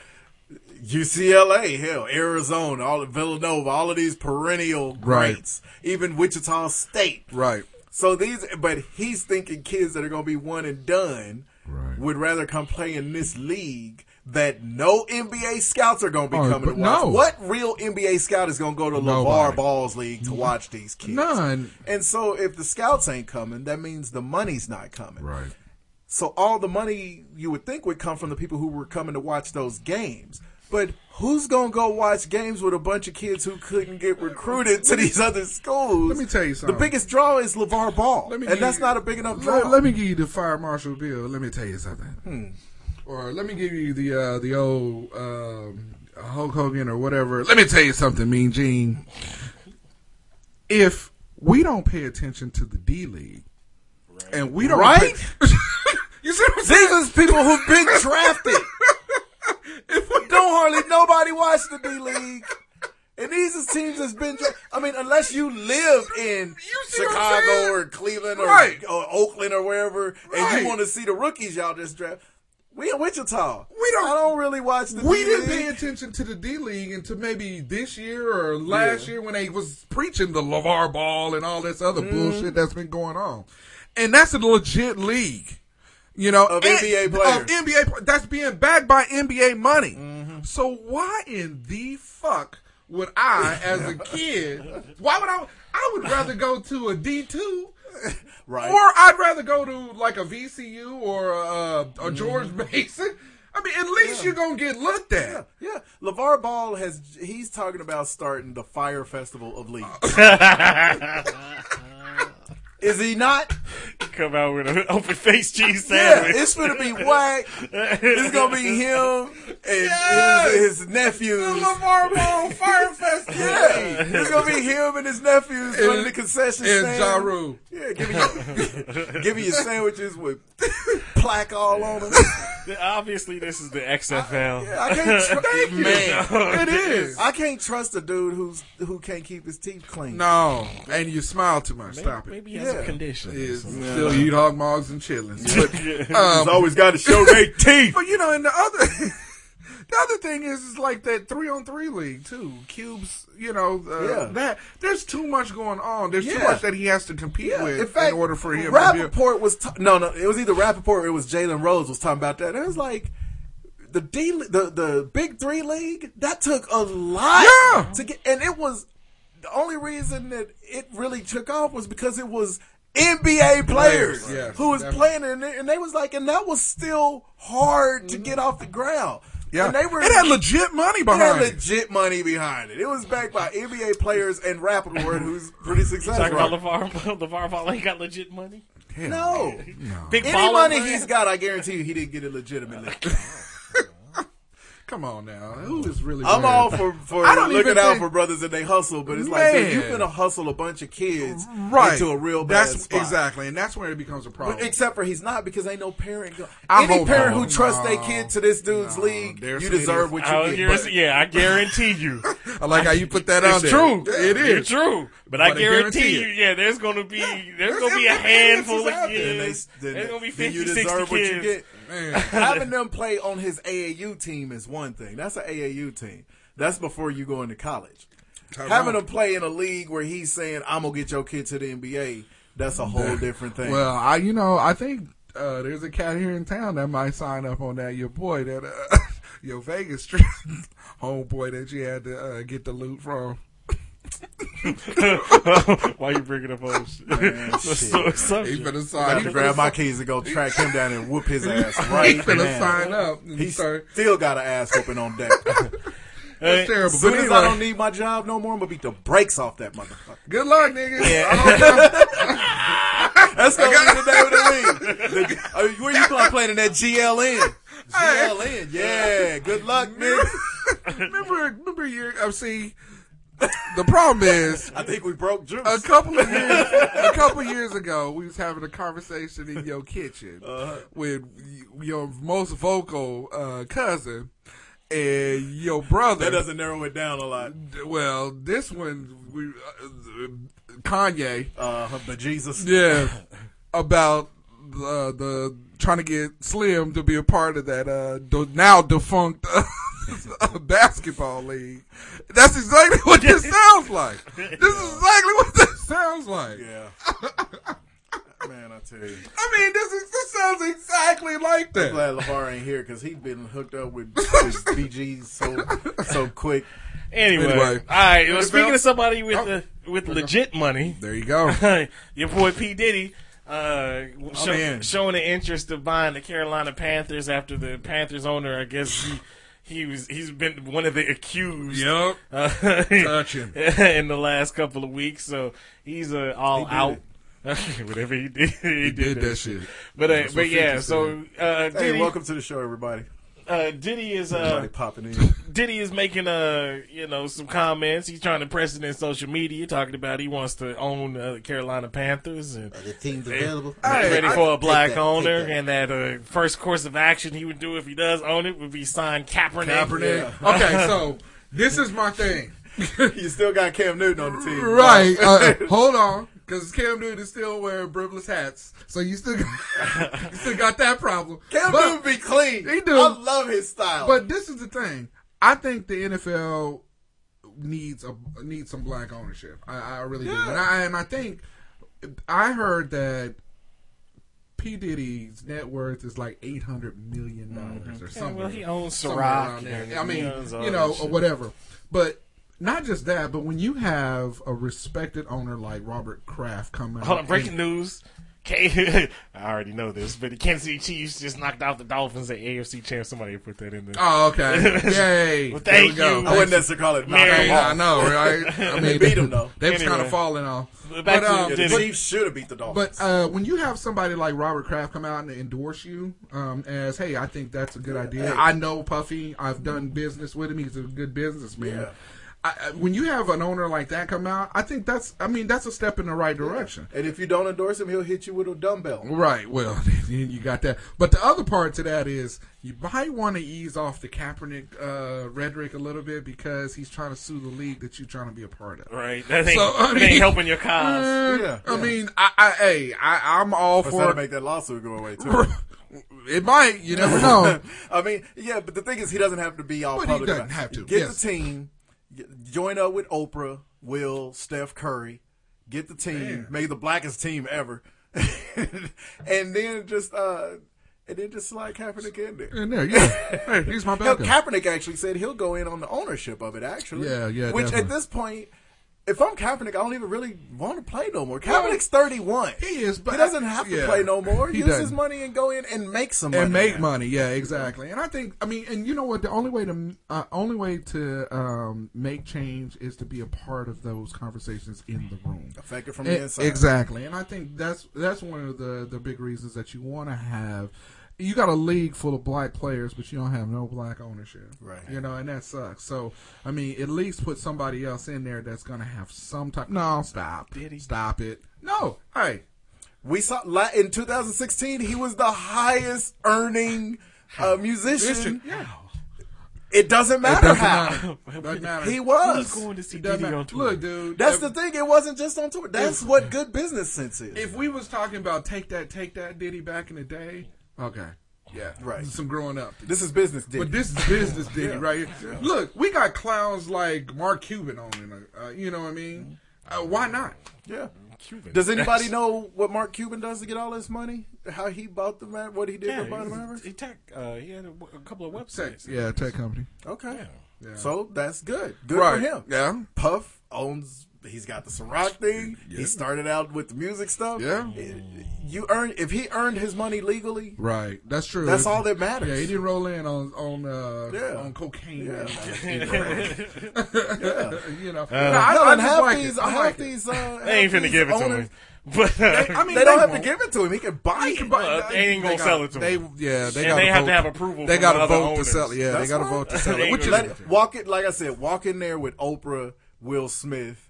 S11: UCLA, hell, Arizona, all of Villanova, all of these perennial
S12: Right.
S11: greats, even Wichita State.
S12: right,
S11: So these, but he's thinking kids that are going to be one and done
S12: Right.
S11: would rather come play in this league that no NBA scouts are going to be
S12: Oh,
S11: coming to
S12: but
S11: watch.
S12: no.
S11: What real NBA scout is going to go to
S12: Nobody.
S11: LeVar Ball's league to watch these kids?
S12: None.
S11: And so if the scouts ain't coming, that means the money's not coming.
S12: right,
S11: So all the money you would think would come from the people who were coming to watch those games. But Who's gonna go watch games with a bunch of kids who couldn't get recruited to these other schools? Let me
S12: tell you something.
S11: The biggest draw is LeVar Ball,
S12: Let me
S11: and
S12: give
S11: that's
S12: you-
S11: not a big enough draw. Hmm.
S12: Let, let me give you the fire marshal bill. Let me tell you something. Or let me give you the uh, the old um, Hulk Hogan or whatever. Let me tell you something, Mean Gene. If we don't pay attention to the D League, and we don't
S11: Right?
S12: pay- you see what I'm saying?
S11: These is people who've been drafted. Don't hardly nobody watch the D League. And these is teams that's been. dra- I mean, unless you live in
S12: see what I'm
S11: Chicago
S12: saying?
S11: or Cleveland or,
S12: Right.
S11: or Oakland or wherever, and
S12: Right.
S11: you want to see the rookies y'all just draft, we in Wichita.
S12: We don't.
S11: I don't really watch the.
S12: we
S11: D
S12: didn't
S11: League.
S12: pay attention to the D League until maybe this year or last
S11: Yeah.
S12: year when they was preaching the LeVar Ball and all this other
S11: Mm-hmm.
S12: bullshit that's been going on, and that's a legit league, you know,
S11: Of
S12: and-
S11: NBA players. Mm-hmm.
S12: of NBA pl- that's being backed by NBA money. So why in the fuck would I, as a kid, why would I? I would rather go to a D two.
S11: Right.
S12: Or I'd rather go to like a VCU or a, a
S11: Mm-hmm.
S12: George Mason. I mean, at least you're gonna get looked at.
S11: Yeah, Levar Ball has. He's talking about starting the Fire Festival of Leagues. Is he not?
S13: Come out with an open face cheese
S11: Yeah,
S13: sandwich.
S11: it's gonna be whack. It's gonna be him and his, his nephews.
S12: LeVar Ball Fire Fest.
S11: Yeah, it's gonna be him and his nephews running the concession
S12: and
S11: stand.
S12: Ja Rule.
S11: Yeah, give me your, give me your sandwiches with plaque all on them.
S13: Obviously, this is the XFL.
S11: I can't tr- Thank you.
S13: Man.
S12: It is.
S11: I can't trust a dude who's who can't keep his teeth clean.
S12: No, and you smile too much.
S11: Maybe-
S12: Stop it.
S11: maybe he has a condition.
S12: Is
S11: Yeah.
S12: still eat hog mugs and chillings. But um,
S11: He's always gotta show they teeth.
S12: But you know, and the other, the other thing is, is like that three on three league too. Cubes, you know, uh,
S11: Yeah.
S12: that there's too much going on. There's too
S11: Yeah.
S12: much that he has to compete
S11: Yeah,
S12: with
S11: in fact,
S12: in order for him. to be a-
S11: Rappaport was t- no, no. It was either Rappaport or it was Jalen Rose was talking about that. And it was like the D, the the Big Three league that took a lot
S12: Yeah.
S11: to get, and it was the only reason that it really took off was because it was NBA players,
S12: Players, yes,
S11: who was
S12: definitely.
S11: playing, and they, and they was like, and that was still hard to get off the ground.
S12: Mm-hmm. Yeah.
S11: and they were.
S12: It had legit money
S11: It had
S12: behind it.
S11: legit money behind it. It was backed by NBA players and Rappaport, who's pretty successful.
S13: Talking about LeVar, LeVar Ball ain't got legit money.
S11: No.
S13: Big
S11: Any
S13: baller
S11: money
S13: brand.
S11: he's got, I guarantee you, he didn't get it legitimately.
S12: Come on now, who is really?
S11: I'm
S12: wearing-
S11: all for, for
S12: I don't
S11: looking
S12: even
S11: out
S12: think-
S11: for brothers and they hustle, but it's like, dude,
S12: Man.
S11: you're going to hustle a bunch of kids
S12: right
S11: into a real bad
S12: That's
S11: spot.
S12: exactly, and that's where it becomes a problem.
S11: But except for he's not because ain't no parent. Go-
S12: I
S11: Any
S12: hope
S11: parent
S12: not.
S11: who trusts their
S12: No.
S11: kid to this dude's league,
S12: there's
S11: you
S12: some idiots.
S11: deserve what
S13: I
S11: you
S13: was
S11: get.
S13: guarantee-
S11: but-
S13: yeah, I guarantee you.
S12: I like how you put that out
S13: It's
S12: there.
S13: true.
S12: It is.
S13: It's true. But, I
S12: But I
S13: guarantee,
S12: guarantee
S13: you, yeah, there's gonna be there's
S12: there's
S13: gonna be a
S12: if- if parents
S13: handful
S12: is
S13: of
S12: out there, then
S13: kids.
S11: then,
S13: there's gonna be
S11: then
S13: 50,
S11: you
S13: 60
S11: deserve what you
S13: kids.
S11: get. Having them play on his AAU team is one thing. That's an AAU team. That's before you go into college. Having them play in a league where he's saying, "I'm gonna get your kid to the NBA," that's a whole different thing.
S12: Well, I you know I think uh, there's a cat here in town that might sign up on that. Your boy that uh, your Vegas trip, homeboy that you had to uh, get the loot from.
S13: Why you bringing up old shit? That's
S11: shit.
S13: so assumption.
S12: He better
S11: I
S12: sign.
S11: need
S12: He better,
S11: to grab my keys and go track him down and whoop his ass
S12: he
S11: right
S12: better
S11: now.
S12: sign up. And
S11: He's
S12: start-
S11: still got an ass whooping on deck.
S12: that's
S11: As
S12: terrible.
S11: soon
S12: But
S11: as I don't
S12: anyway,
S11: need my job no more, I'm gonna beat the brakes off that motherfucker.
S12: good luck, nigga. I hope-
S11: That's gonna be the name of the league. The- I mean, where you gonna playing in that GLN? GLN, yeah. Good luck, nigga.
S12: remember, remember your. Uh, see, the problem is
S11: I think we broke juice.
S12: a couple of years a couple of years ago we was having a conversation in your kitchen
S11: Uh-huh.
S12: with y- your most vocal uh, cousin and your brother
S11: That doesn't narrow it down a lot.
S12: well this one we uh, kanye
S11: Uh, but Jesus,
S12: yeah about uh, the trying to get slim to be a part of that uh, do, now defunct basketball league that's exactly what this sounds like this is exactly what this sounds like
S11: yeah. Man, I tell you,
S12: I mean, this is this sounds exactly like
S11: I'm
S12: that.
S11: glad Lavar ain't here because he's been hooked up with, with BGs so so quick.
S13: Anyway,
S12: Anyway.
S13: all right. Well, speaking
S12: NFL?
S13: of somebody with uh, with legit money,
S12: There you go.
S13: your boy P Diddy uh, show-
S11: man.
S13: showing an interest of buying the Carolina Panthers after the Panthers owner, I guess he he was he's been one of the accused.
S14: Yup.
S13: uh,
S14: Touch him.
S13: in the last couple of weeks. So he's uh, all
S14: He did
S13: out. Whatever he did, he,
S12: did that shit.
S13: But uh,
S11: That's what
S13: but yeah,
S11: 50
S13: so
S11: said.
S13: uh,
S11: hey,
S13: Diddy,
S11: welcome to the show, everybody.
S13: uh, Diddy is
S11: Everybody
S13: uh,
S11: popping in.
S13: Diddy is making uh you know some comments. He's trying to press it in social media, talking about he wants to own uh, the Carolina Panthers and the team's
S15: available.
S13: Ready,
S15: Hey, I-
S13: for a
S15: take
S13: black
S15: that,
S13: owner,
S15: take that.
S13: and that uh, first course of action he would do if he does own it would be sign Kaepernick.
S12: Kaepernick.
S13: Yeah.
S12: Okay, so this is my thing.
S11: you still got Cam Newton on the team,
S12: right? Uh, hold on, because Cam Newton is still wearing brimless hats, so you still got, you still got that problem.
S11: Cam Newton be clean.
S12: He do.
S11: I love his style.
S12: But this is the thing. I think the NFL needs a needs some black ownership. I, I really do,
S11: Yeah.
S12: and I and I think I heard that P Diddy's net worth is like eight hundred million dollars
S13: Mm-hmm.
S12: or
S13: Yeah,
S12: something.
S13: well, he owns
S12: somewhere
S13: Ciroc
S12: around there.
S13: and
S12: I
S13: he
S12: mean,
S13: owns all
S12: you know,
S13: that
S12: or
S13: shit.
S12: whatever. But not just that, but when you have a respected owner like Robert Kraft come out,
S13: Hold on, breaking
S12: and-
S13: news. K- I already know this, but the Kansas City Chiefs just knocked out the Dolphins at AFC champ. Somebody put that in there.
S12: Oh, okay. Yay.
S13: well,
S12: There we
S13: thank
S12: go.
S13: you.
S12: I wouldn't necessarily call it knock
S13: Mary.
S12: them off. I know, right? I mean, They beat 'em, though. they was kinda falling off.
S13: Back
S12: But,
S13: to
S12: um,
S13: the
S12: Yeah, the
S13: Diddy.
S12: Chiefs shoulda
S11: beat the
S12: But uh, when you have somebody like Robert Kraft come out and endorse you um, as, hey, I think that's a good idea.
S11: hey.
S12: I know Puffy. I've done business with him. He's a good businessman.
S11: Yeah.
S12: I, I- when you have an owner like that come out, I think that's, I mean, that's a step in the right direction.
S11: and if you don't endorse him, he'll hit you with a dumbbell.
S12: Right. Well, then you got that. But the other part to that is you might want to ease off the Kaepernick uh, rhetoric a little bit because he's trying to sue the league that you're trying to be a part of.
S13: Right. That ain't- that ain't helping your cause.
S12: uh,
S13: Yeah,
S12: I
S13: yeah.
S12: mean, I, I hey, I, I'm all
S11: Or
S12: for
S11: that'll make that lawsuit go away too.
S12: It might. You never know.
S11: I mean, yeah, but the thing is, he doesn't have to be all
S12: But he
S11: public.
S12: doesn't
S11: about it.
S12: have to,
S11: Get
S12: yes.
S11: the team. get- Join up with Oprah, Will, Steph Curry. Get the team.
S12: Man.
S11: Make it the blackest team ever. and then just uh, and then just slide Kaepernick in there.
S12: In there, yeah. Hey, here's my
S11: Hell,
S12: backup.
S11: Kaepernick actually said he'll go in on the ownership of it. Actually,
S12: Yeah, yeah,
S11: Which at
S12: definitely.
S11: this point. If I'm Kaepernick, I don't even really want to play no more. Kaepernick's 31. He
S12: is, but
S11: he doesn't have to
S12: yeah.
S11: play no more.
S12: He
S11: Use his
S12: doesn't.
S11: money and go in and make some money.
S12: and make money. Yeah, exactly. And I think I mean, and you know what? The only way to uh, only way to um, make change is to be a part of those conversations in the room,
S11: Affect it from the
S12: E-
S11: inside.
S12: Exactly. And I think that's that's one of the the big reasons that you want to have. You got a league full of black players, but you don't have no black ownership.
S11: Right.
S12: You know, and that sucks. So, I mean, at least put somebody else in there that's going to have some type. No, stop. Stop it. No. Hey.
S11: We saw la- in 2016 he was the highest earning uh, musician. It doesn't matter
S12: doesn't
S11: how.
S12: matter. Doesn't matter.
S11: He was.
S12: Who's going to see It doesn't Diddy matter. on tour? Look, dude,
S11: That's
S12: if-
S11: the thing. It wasn't just on tour. That's what good business sense is.
S12: If we was talking about take that, take that Diddy back in the day, okay. Yeah.
S11: Right.
S12: Some growing up.
S11: This is business Diddy.
S12: But this is business Diddy
S11: Yeah.
S12: right here.
S11: Yeah.
S12: Look, we got clowns like Mark Cuban on it. Uh, you know what I mean? Uh, why not?
S11: Yeah. Does anybody know what Mark Cuban does to get all this money? How he bought the man? What he did
S13: Yeah,
S11: with buying the
S13: he was-
S11: Mavericks?
S13: He tech, uh, he had a, w- a couple of websites.
S12: Yeah, tech company.
S11: Okay.
S12: Yeah. Yeah.
S11: So that's good. Good
S12: Right.
S11: for him.
S12: Yeah.
S11: Puff owns. He's got the Ciroc thing. He started out with the music stuff.
S12: Yeah.
S11: You earn if he earned his money legally.
S12: Right. That's true.
S11: That's all that matters.
S12: Yeah, he didn't roll in on on uh,
S11: Yeah.
S12: on cocaine.
S11: Yeah.
S12: you know, No,
S11: Uh,
S12: I,
S11: no,
S12: I
S11: and
S12: just
S11: half
S12: like
S11: these,
S12: it. I
S11: half
S12: like it.
S11: these, uh,
S13: They ain't
S11: half
S13: finna
S11: these
S13: give it to
S11: owners-
S13: him. But uh,
S11: They, I mean, they, don't have to give it to him. He can buy it.
S13: Well, they ain't gonna
S12: got-
S13: sell it to him.
S12: they- yeah, they
S13: and
S12: gotta
S13: they have
S12: vote.
S13: to have approval.
S12: They
S13: from
S12: gotta
S13: the other
S12: vote to
S13: owners.
S12: sell it, yeah, they
S11: That's
S12: gotta
S11: fine.
S12: vote to sell it,
S13: They
S12: which
S13: ain't
S11: Let
S13: gonna-
S11: it- walk it, like I said, walk in there with Oprah, Will Smith,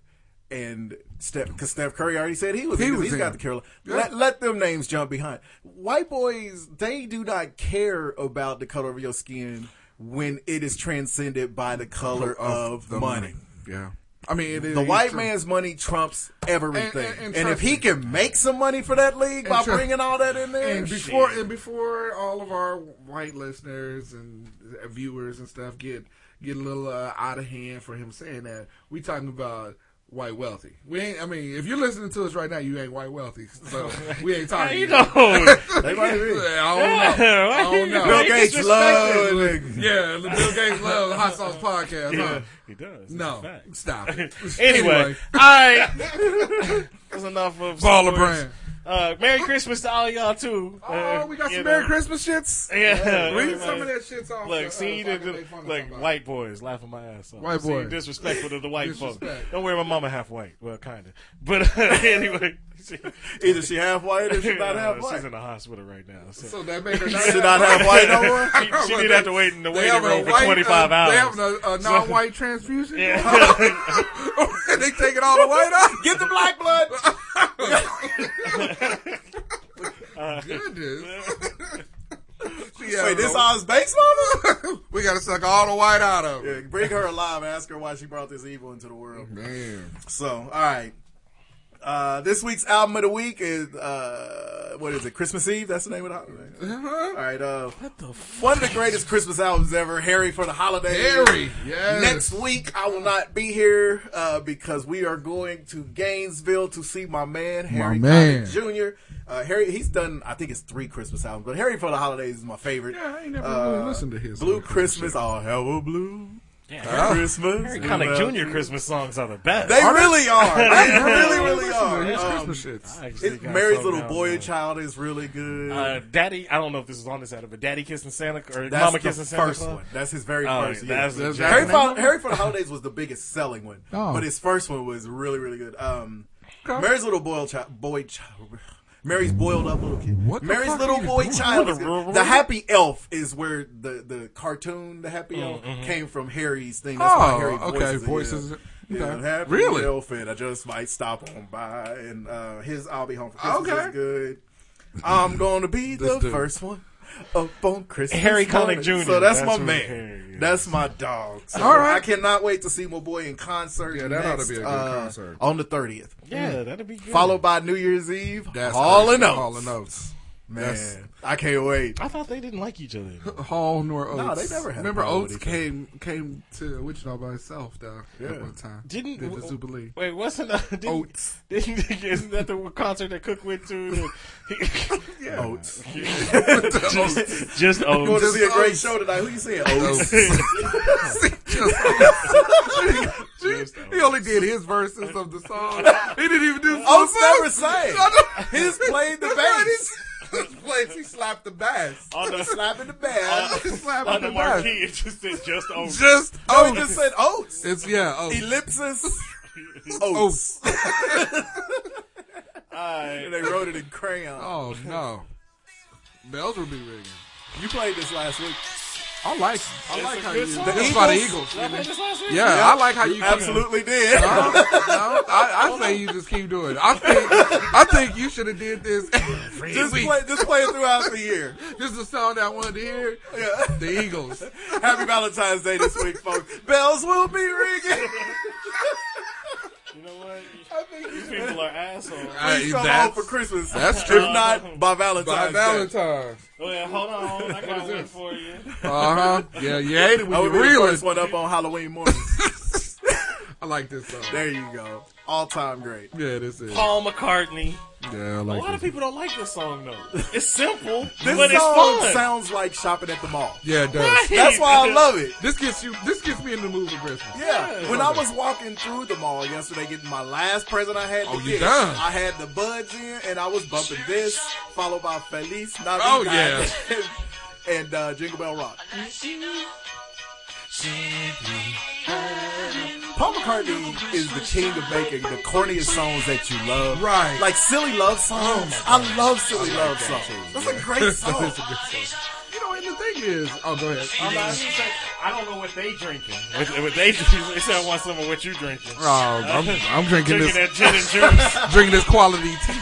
S11: and Steph, because Steph Curry already said he was.
S12: He
S11: He
S12: was
S11: has
S12: in.
S11: got the Carolina.
S12: Yeah.
S11: Let, let them names jump behind. White boys, they do not care about the color of your skin when it is transcended by the color of,
S12: the
S11: money.
S12: Yeah, I mean, it,
S11: The
S12: it-
S11: white
S12: it's true.
S11: man's money trumps everything,
S12: And-
S11: and,
S12: and- and
S11: if
S12: trust
S11: he
S12: me.
S11: can make some money for that league
S12: And
S11: by
S12: trust-
S11: bringing all that in there,
S12: And before and before all of our white listeners and uh, viewers and stuff get get a little uh, out of hand for him saying that, we talking about white wealthy. We ain't. I mean, if you're listening to us right now, you ain't white wealthy, so we ain't
S13: How
S12: talking.
S13: you
S12: to
S13: know?
S11: They might be.
S12: I don't know. I don't know.
S11: Bill Gates love.
S12: Yeah, the Bill Gates love the Hot Sauce Podcast. huh?
S13: Yeah, he does.
S12: No,
S13: That's a fact.
S12: stop it.
S13: anyway, all right. That's enough of
S12: Baller
S13: sports.
S12: brand.
S13: Uh, Merry Christmas to all y'all too. Oh,
S12: we got some Merry Christmas shits?
S13: Yeah,
S12: Yeah, read some of that shits off
S13: Look,
S12: the,
S13: see,
S12: uh,
S13: the-
S12: so I can
S13: the-
S12: make fun of
S13: look,
S12: somebody.
S13: white boys laughing my ass off.
S12: White
S13: See,
S12: boy.
S13: disrespectful to the white folks.
S12: Disrespect.
S13: Don't worry, my mama half white. Well, kinda, but uh, anyway, she-
S11: Either she half white or she not
S13: No,
S11: half
S13: She's
S11: white.
S13: in the hospital right now. So,
S12: So that made her not
S11: She not half white no more?
S13: she she didn't have to wait in the
S12: They
S13: waiting
S12: have a
S13: room for
S12: white, uh,
S13: twenty five hours.
S12: They have a, a
S13: So-
S12: non-white transfusion.
S11: they take it all the white out. Get the black blood.
S12: Goodness.
S11: Wait, this all is based on
S12: her? we gotta suck all the white out of her.
S11: Yeah, bring her alive. Ask her why she brought this evil into the world.
S12: Man.
S11: So, all right. Uh, this week's album of the week is uh, what is it? Christmas Eve. That's the name of the album. right?
S12: Uh-huh.
S11: All right. Uh, what the one of the greatest Christmas albums ever. Harry for the holidays.
S12: Harry, yes.
S11: Next week I will not be here uh, because we are going to Gainesville to see my man Harry
S12: man.
S11: Connick Jr. Uh, Harry, he's done I think it's three Christmas albums, but Harry for the holidays is my favorite.
S12: Yeah, I ain't never
S11: Uh,
S12: really listened to his.
S11: Blue Christmas, all hell will blue.
S13: Harry-
S11: Christmas,
S13: Harry Connick Jr. Christmas songs are the best.
S11: They really are. They
S13: Yeah.
S11: really, really are.
S13: His Christmas shits. I
S11: shit.
S13: actually got
S11: Mary's
S13: some
S11: little
S13: down
S11: boy
S13: there.
S11: child is really good.
S13: Uh, Daddy, I don't know if this is on this album, but Daddy kissing Santa or
S11: that's
S13: Mama
S11: the
S13: kissing Santa.
S11: first
S13: Claus?
S11: one. That's his very
S13: Oh,
S11: first. yeah.
S13: That's, that's
S11: Harry, for, Harry for the holidays was the biggest selling one,
S13: Oh.
S11: but his first one was really, really good. Um,
S13: Okay.
S11: Mary's little boy child, boy child. Mary's boiled up little kid.
S12: What the
S11: Mary's
S12: fuck
S11: little
S12: are you
S11: boy
S12: doing?
S11: child.
S12: What
S11: is
S12: the-
S11: good. The Happy Elf is where the, the cartoon, the Happy
S12: Mm,
S11: Elf,
S12: mhm.
S11: came from Harry's thing. That's why
S12: Oh,
S11: Harry
S12: okay,
S11: voices it,
S12: voices
S11: yeah.
S12: it.
S11: Yeah,
S12: Okay.
S11: Happy
S12: Really?
S11: Elf, and I just might stop on by. And uh, his I'll be home for Christmas
S12: Okay.
S11: is good. I'm gonna be
S12: This
S11: the
S12: dude.
S11: first one up on Christmas.
S13: Harry Connick
S11: morning.
S13: Jr.
S11: So that's,
S13: That's
S11: my
S13: who
S11: man.
S13: Harry is.
S11: That's my dog. So
S13: All right.
S11: I cannot wait to see my boy in concert.
S12: Yeah, that ought to
S11: next,
S12: be a good
S11: uh,
S12: concert.
S11: on the thirtieth.
S13: Yeah, that'd be good.
S11: Followed by New Year's Eve.
S12: That's
S11: Hall
S12: crazy.
S11: and Oates.
S12: Hall and Oates.
S11: Man,
S12: That's-
S11: I can't wait.
S13: I thought they didn't like each other.
S12: Hall nor Oates.
S11: No, they never had a
S12: Remember,
S11: problem with
S12: Oates
S11: each other.
S12: came came to Wichita by himself though.
S11: Yeah.
S12: At one time,
S13: Didn't
S12: did the Jubilee?
S13: Wait, wasn't uh, didn't,
S12: Oats.
S13: Didn't, isn't that the concert that Cook went to?
S12: Yeah.
S11: Oats.
S13: just, just
S11: You want to
S13: oats.
S11: see a great show tonight? Who you seeing? Oates.
S12: He only did his verses of the song. He didn't even do.
S11: Oates
S12: full
S11: never
S12: verse.
S11: sang. He just played the
S12: That's right,
S11: bass.
S12: he- He played- he slapped the bass.
S13: On the-
S11: slapping the bass.
S12: He slapped
S13: on the
S12: the bass.
S13: marquee, it just said just oats.
S12: Just
S11: No, he
S12: Oates.
S11: just said Oates.
S12: It's yeah. Oates.
S11: Ellipsis. Oates. and they wrote it in crayon.
S12: Oh no, bells will be ringing.
S11: You played this last week.
S12: I like. I like how you.
S11: The
S12: This is by the
S11: Eagles?
S12: Eagles.
S13: Did I play this last week?
S12: Yeah, I like how you
S11: absolutely did.
S12: Keep, no, no, I, I say you just keep doing it. I think I think you should have did this every
S11: just
S12: week.
S11: play, just play it throughout the year.
S12: This is a song that I wanted to hear.
S11: Yeah.
S12: The Eagles.
S11: Happy Valentine's Day this week, folks. Bells will be ringing.
S13: You know what?
S12: I think you
S13: These people are assholes.
S11: Please come home
S12: that's-
S11: for Christmas.
S12: that's true.
S11: If not,
S12: by
S11: by Valentine's Day.
S12: Valentine's.
S13: Well, hold on, I got one for you.
S12: Uh huh. Yeah, you ate it
S11: I
S12: when
S11: would
S12: you
S11: be the
S12: real
S11: first one up on Halloween morning.
S12: I like this song.
S11: there you go. All time great.
S12: Yeah, this is.
S13: Paul McCartney.
S12: Yeah, I
S13: A
S12: like
S13: lot of
S12: this.
S13: people don't like this song though. It's simple,
S11: This
S13: but it's
S11: song
S13: fun.
S11: sounds like shopping at the mall.
S12: Yeah, it does.
S13: Right.
S11: That's why I love it.
S12: This gets you. This gets me in the mood for Christmas.
S11: Yeah. When I was walking through the mall yesterday getting my last present I had to
S12: Oh, you
S11: get,
S12: done.
S11: I had the buds in and I was bumping this, followed by Feliz Navidad.
S12: Oh, yeah.
S11: and uh, Jingle Bell Rock. Paul McCartney is the king of making the corniest songs that you love.
S12: Right. Oh,
S11: Like silly love songs. I love silly love songs. That's a great song.
S12: That is a good song. You know, and the thing is, oh, go ahead.
S13: I'm not- I don't know what they drinking. What, what they they said I want some of what you drinking.
S12: Oh, I'm, I'm drinking
S13: Drinking
S12: this,
S13: that gin and juice.
S12: drinking this quality tea.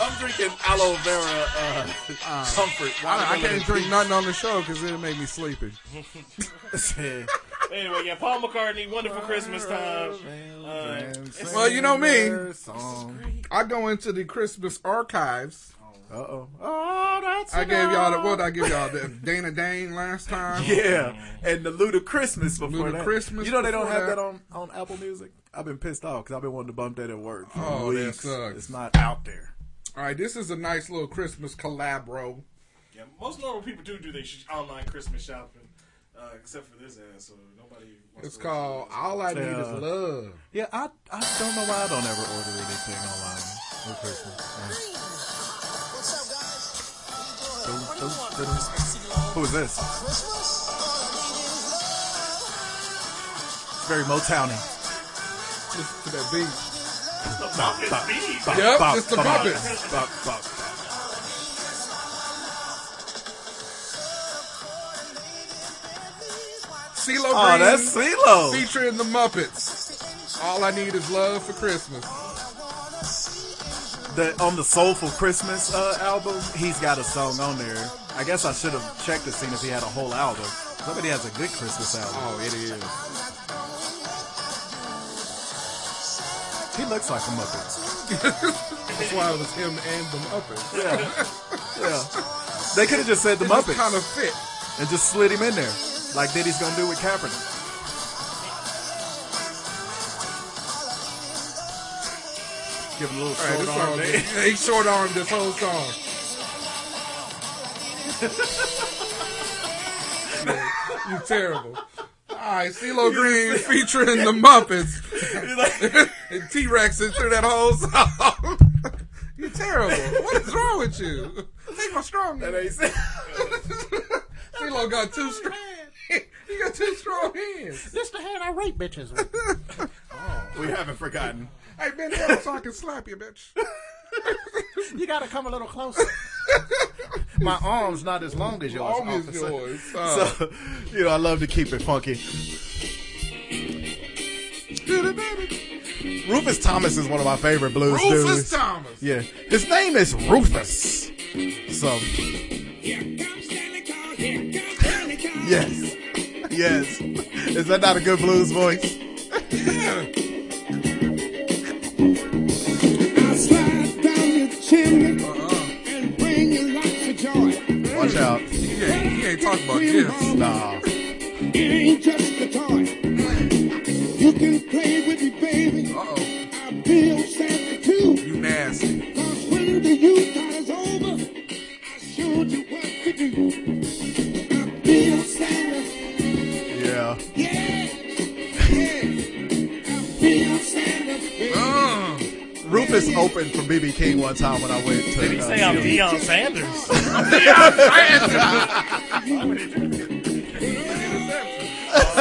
S11: I'm drinking aloe vera uh, comfort.
S12: I, I can't drink nothing on the show because it'll make me sleepy.
S11: nothing.
S13: Anyway, yeah, Paul McCartney, wonderful Christmas time. Uh,
S12: Well, you know me. I go into the Christmas archives.
S11: Uh oh. Oh, that's.
S12: I gave y'all the what? I give y'all the Dana Dane last time.
S11: Yeah, and the Luda Christmas before
S12: Luda
S11: that.
S12: Christmas
S11: You know they don't
S12: before
S11: have that
S12: that.
S11: on, on Apple Music. I've been pissed off because I've been wanting to bump that at work. for
S12: Oh, that
S11: weeks.
S12: sucks.
S11: It's not out there.
S12: All right, this is a nice little Christmas collabro.
S13: yeah, most normal people do do their sh- online Christmas shopping, uh, except for this ass. So nobody. Wants
S12: It's
S13: to-
S12: called All I Need Is
S11: Yeah.
S12: Love.
S11: Yeah, I I don't know why I don't ever order anything online. Merry Christmas. Who is this? It's very Motowny.
S12: to that beat.
S11: Bop, bop, bop,
S12: Yep,
S11: bop,
S12: it's the
S11: bop, bop,
S12: puppets.
S11: bop, bop.
S12: CeeLo
S11: Oh,
S12: Green
S11: that's CeeLo.
S12: featuring the Muppets. All I need is love for Christmas.
S11: The, on the Soulful Christmas uh, album, he's got a song on there. I guess I should have checked to see if he had a whole album. Somebody has a good Christmas album.
S12: Oh, it is.
S11: He looks like a Muppet.
S12: That's why it was him and the Muppets.
S11: Yeah. Yeah. They could have just said the
S12: It just
S11: Muppets.
S12: kind of fit.
S11: And just slid him in there, like Diddy's gonna do with Kaepernick. Give him a little
S12: All right,
S11: short
S12: this song,
S11: arm.
S12: he short armed this whole song. you, you terrible. All right, CeeLo Green featuring the Muppets and T Rex through that whole song. you terrible. What is wrong with you? Take my strong. That ain't CeeLo got two strong. he got two strong hands.
S14: This the hand I rape bitches with.
S11: We haven't forgotten.
S12: Hey, man, hell, so I can slap you, bitch.
S14: you gotta come a little closer. My arm's not as long as yours.
S12: Arm is
S14: officer.
S12: yours. Uh,
S11: So, you know, I love to keep it funky. Rufus Thomas is one of my favorite blues
S12: Rufus
S11: dudes.
S12: Thomas.
S11: Yeah, his name is Rufus. So, yes, yes. Is that not a good blues voice? Watch out.
S12: He ain't, he ain't talking about gifts.
S11: Nah.
S15: It ain't just a toy. You can play with me, baby.
S12: Uh-oh.
S15: I feel sad too.
S12: You nasty.
S15: Cause when the youth time is over, I showed you what to do. I feel sad.
S11: Yeah.
S15: Yeah. Yeah. I feel sad.
S11: Rufus opened for BB King one time when I went to. uh,
S13: Did he say I'm
S11: Chile.
S13: Deion Sanders?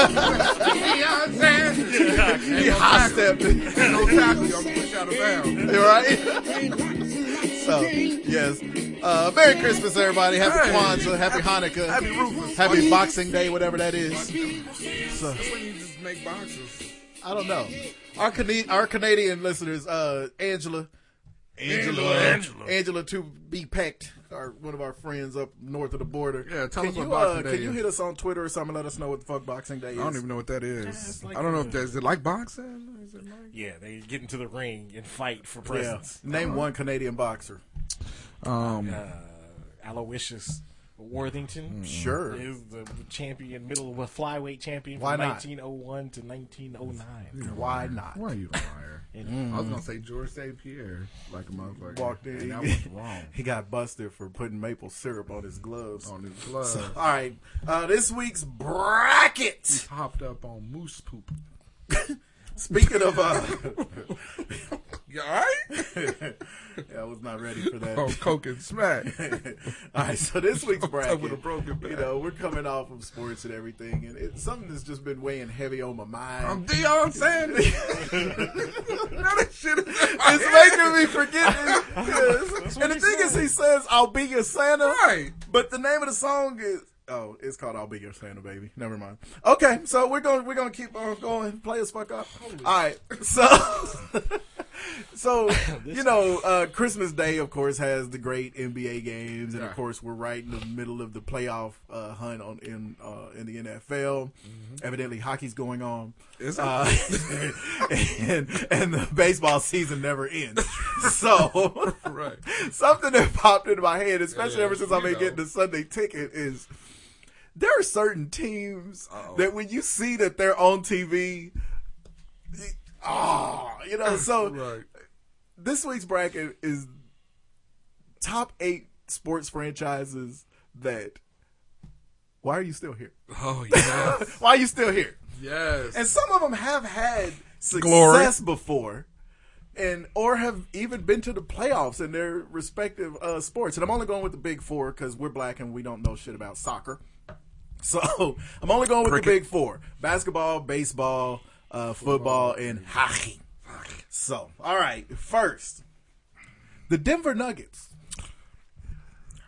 S12: Deion Sanders.
S11: he high stepped it.
S12: No tackle, you. I'm gonna push you out of bounds.
S11: You right? so, yes. Uh, Merry Christmas, everybody. Happy
S12: Hey.
S11: Kwanzaa. Happy Hanukkah.
S12: Happy Rufus.
S11: Happy Boxing Day, whatever that is. So,
S12: That's when you just make boxes.
S11: I don't know. Our, Cana- our Canadian listeners, uh, Angela.
S12: Angela.
S11: Angela. Angela to be packed. Our, one of our friends up north of the border.
S12: Yeah, tell
S11: can
S12: us
S11: you,
S12: what Boxing
S11: uh,
S12: Day
S11: Can you
S12: is.
S11: hit us on Twitter or something? Let us know what the fuck Boxing Day
S12: I
S11: is.
S12: don't even know what that is. I don't know if that's is it like boxing. Is it like
S13: yeah, they get into the ring and fight for presents.
S11: Yeah. Name one Canadian boxer.
S12: Um,
S13: Uh, Aloysius Worthington.
S11: Mm. Sure.
S13: Is the champion, middle flyweight champion
S11: Why
S13: from
S11: not? Hmm.
S13: 1901 to 1909.
S11: Why not? Mm.
S12: Why are you a liar? I was gonna say George St. Pierre, like a motherfucker.
S11: Walked
S12: And
S11: in.
S12: that
S11: he-
S12: was wrong.
S11: He got busted for putting maple syrup on his gloves.
S12: On his gloves.
S11: all right. Uh, this week's bracket.
S12: He's hopped up on moose poop.
S11: Speaking of, uh,
S12: You all right?
S11: yeah, I was not ready for that.
S12: Oh, coke and smack.
S11: all right, so this week's bracket,
S12: with a broken
S11: you
S12: back.
S11: know, we're coming off of sports and everything, and it's something that's just been weighing heavy on my mind.
S12: I'm Deion Sanders. now that shit is in my
S11: It's
S12: head.
S11: making me forget this. and the thing is, he says, I'll be your Santa.
S12: Right.
S11: But the name of the song is. Oh, it's called "I'll Be Your Santa, Baby." Never mind. Okay, so we're going. to We're going to keep on going. Play us fuck up. All right. So, so you know, uh, Christmas Day, of course, has the great NBA games, and of
S12: Right.
S11: course, we're right in the middle of the playoff uh, hunt on in uh, in the NFL. Evidently, hockey's going on.
S12: Mm-hmm. Is it?
S11: Uh, and, and the baseball season never ends. So,
S12: Right.
S11: something that popped into my head, especially
S12: Yeah,
S11: ever since I've
S12: you
S11: been
S12: know.
S11: getting the Sunday ticket, is there are certain teams that when you see that they're on TV, ah, you know. So
S12: Right.
S11: this week's bracket is top eight sports franchises that. Why are you still here?
S12: Oh yes.
S11: Why are you still here?
S12: yes.
S11: And some of them have had success
S12: Glory.
S11: before. and or have even been to the playoffs in their respective uh, sports. And I'm only going with the big four because we're black and we don't know shit about soccer. So I'm only going with the
S14: Cricket.
S11: big four: basketball, baseball, uh, football, and hockey. So, all right, first, the Denver Nuggets.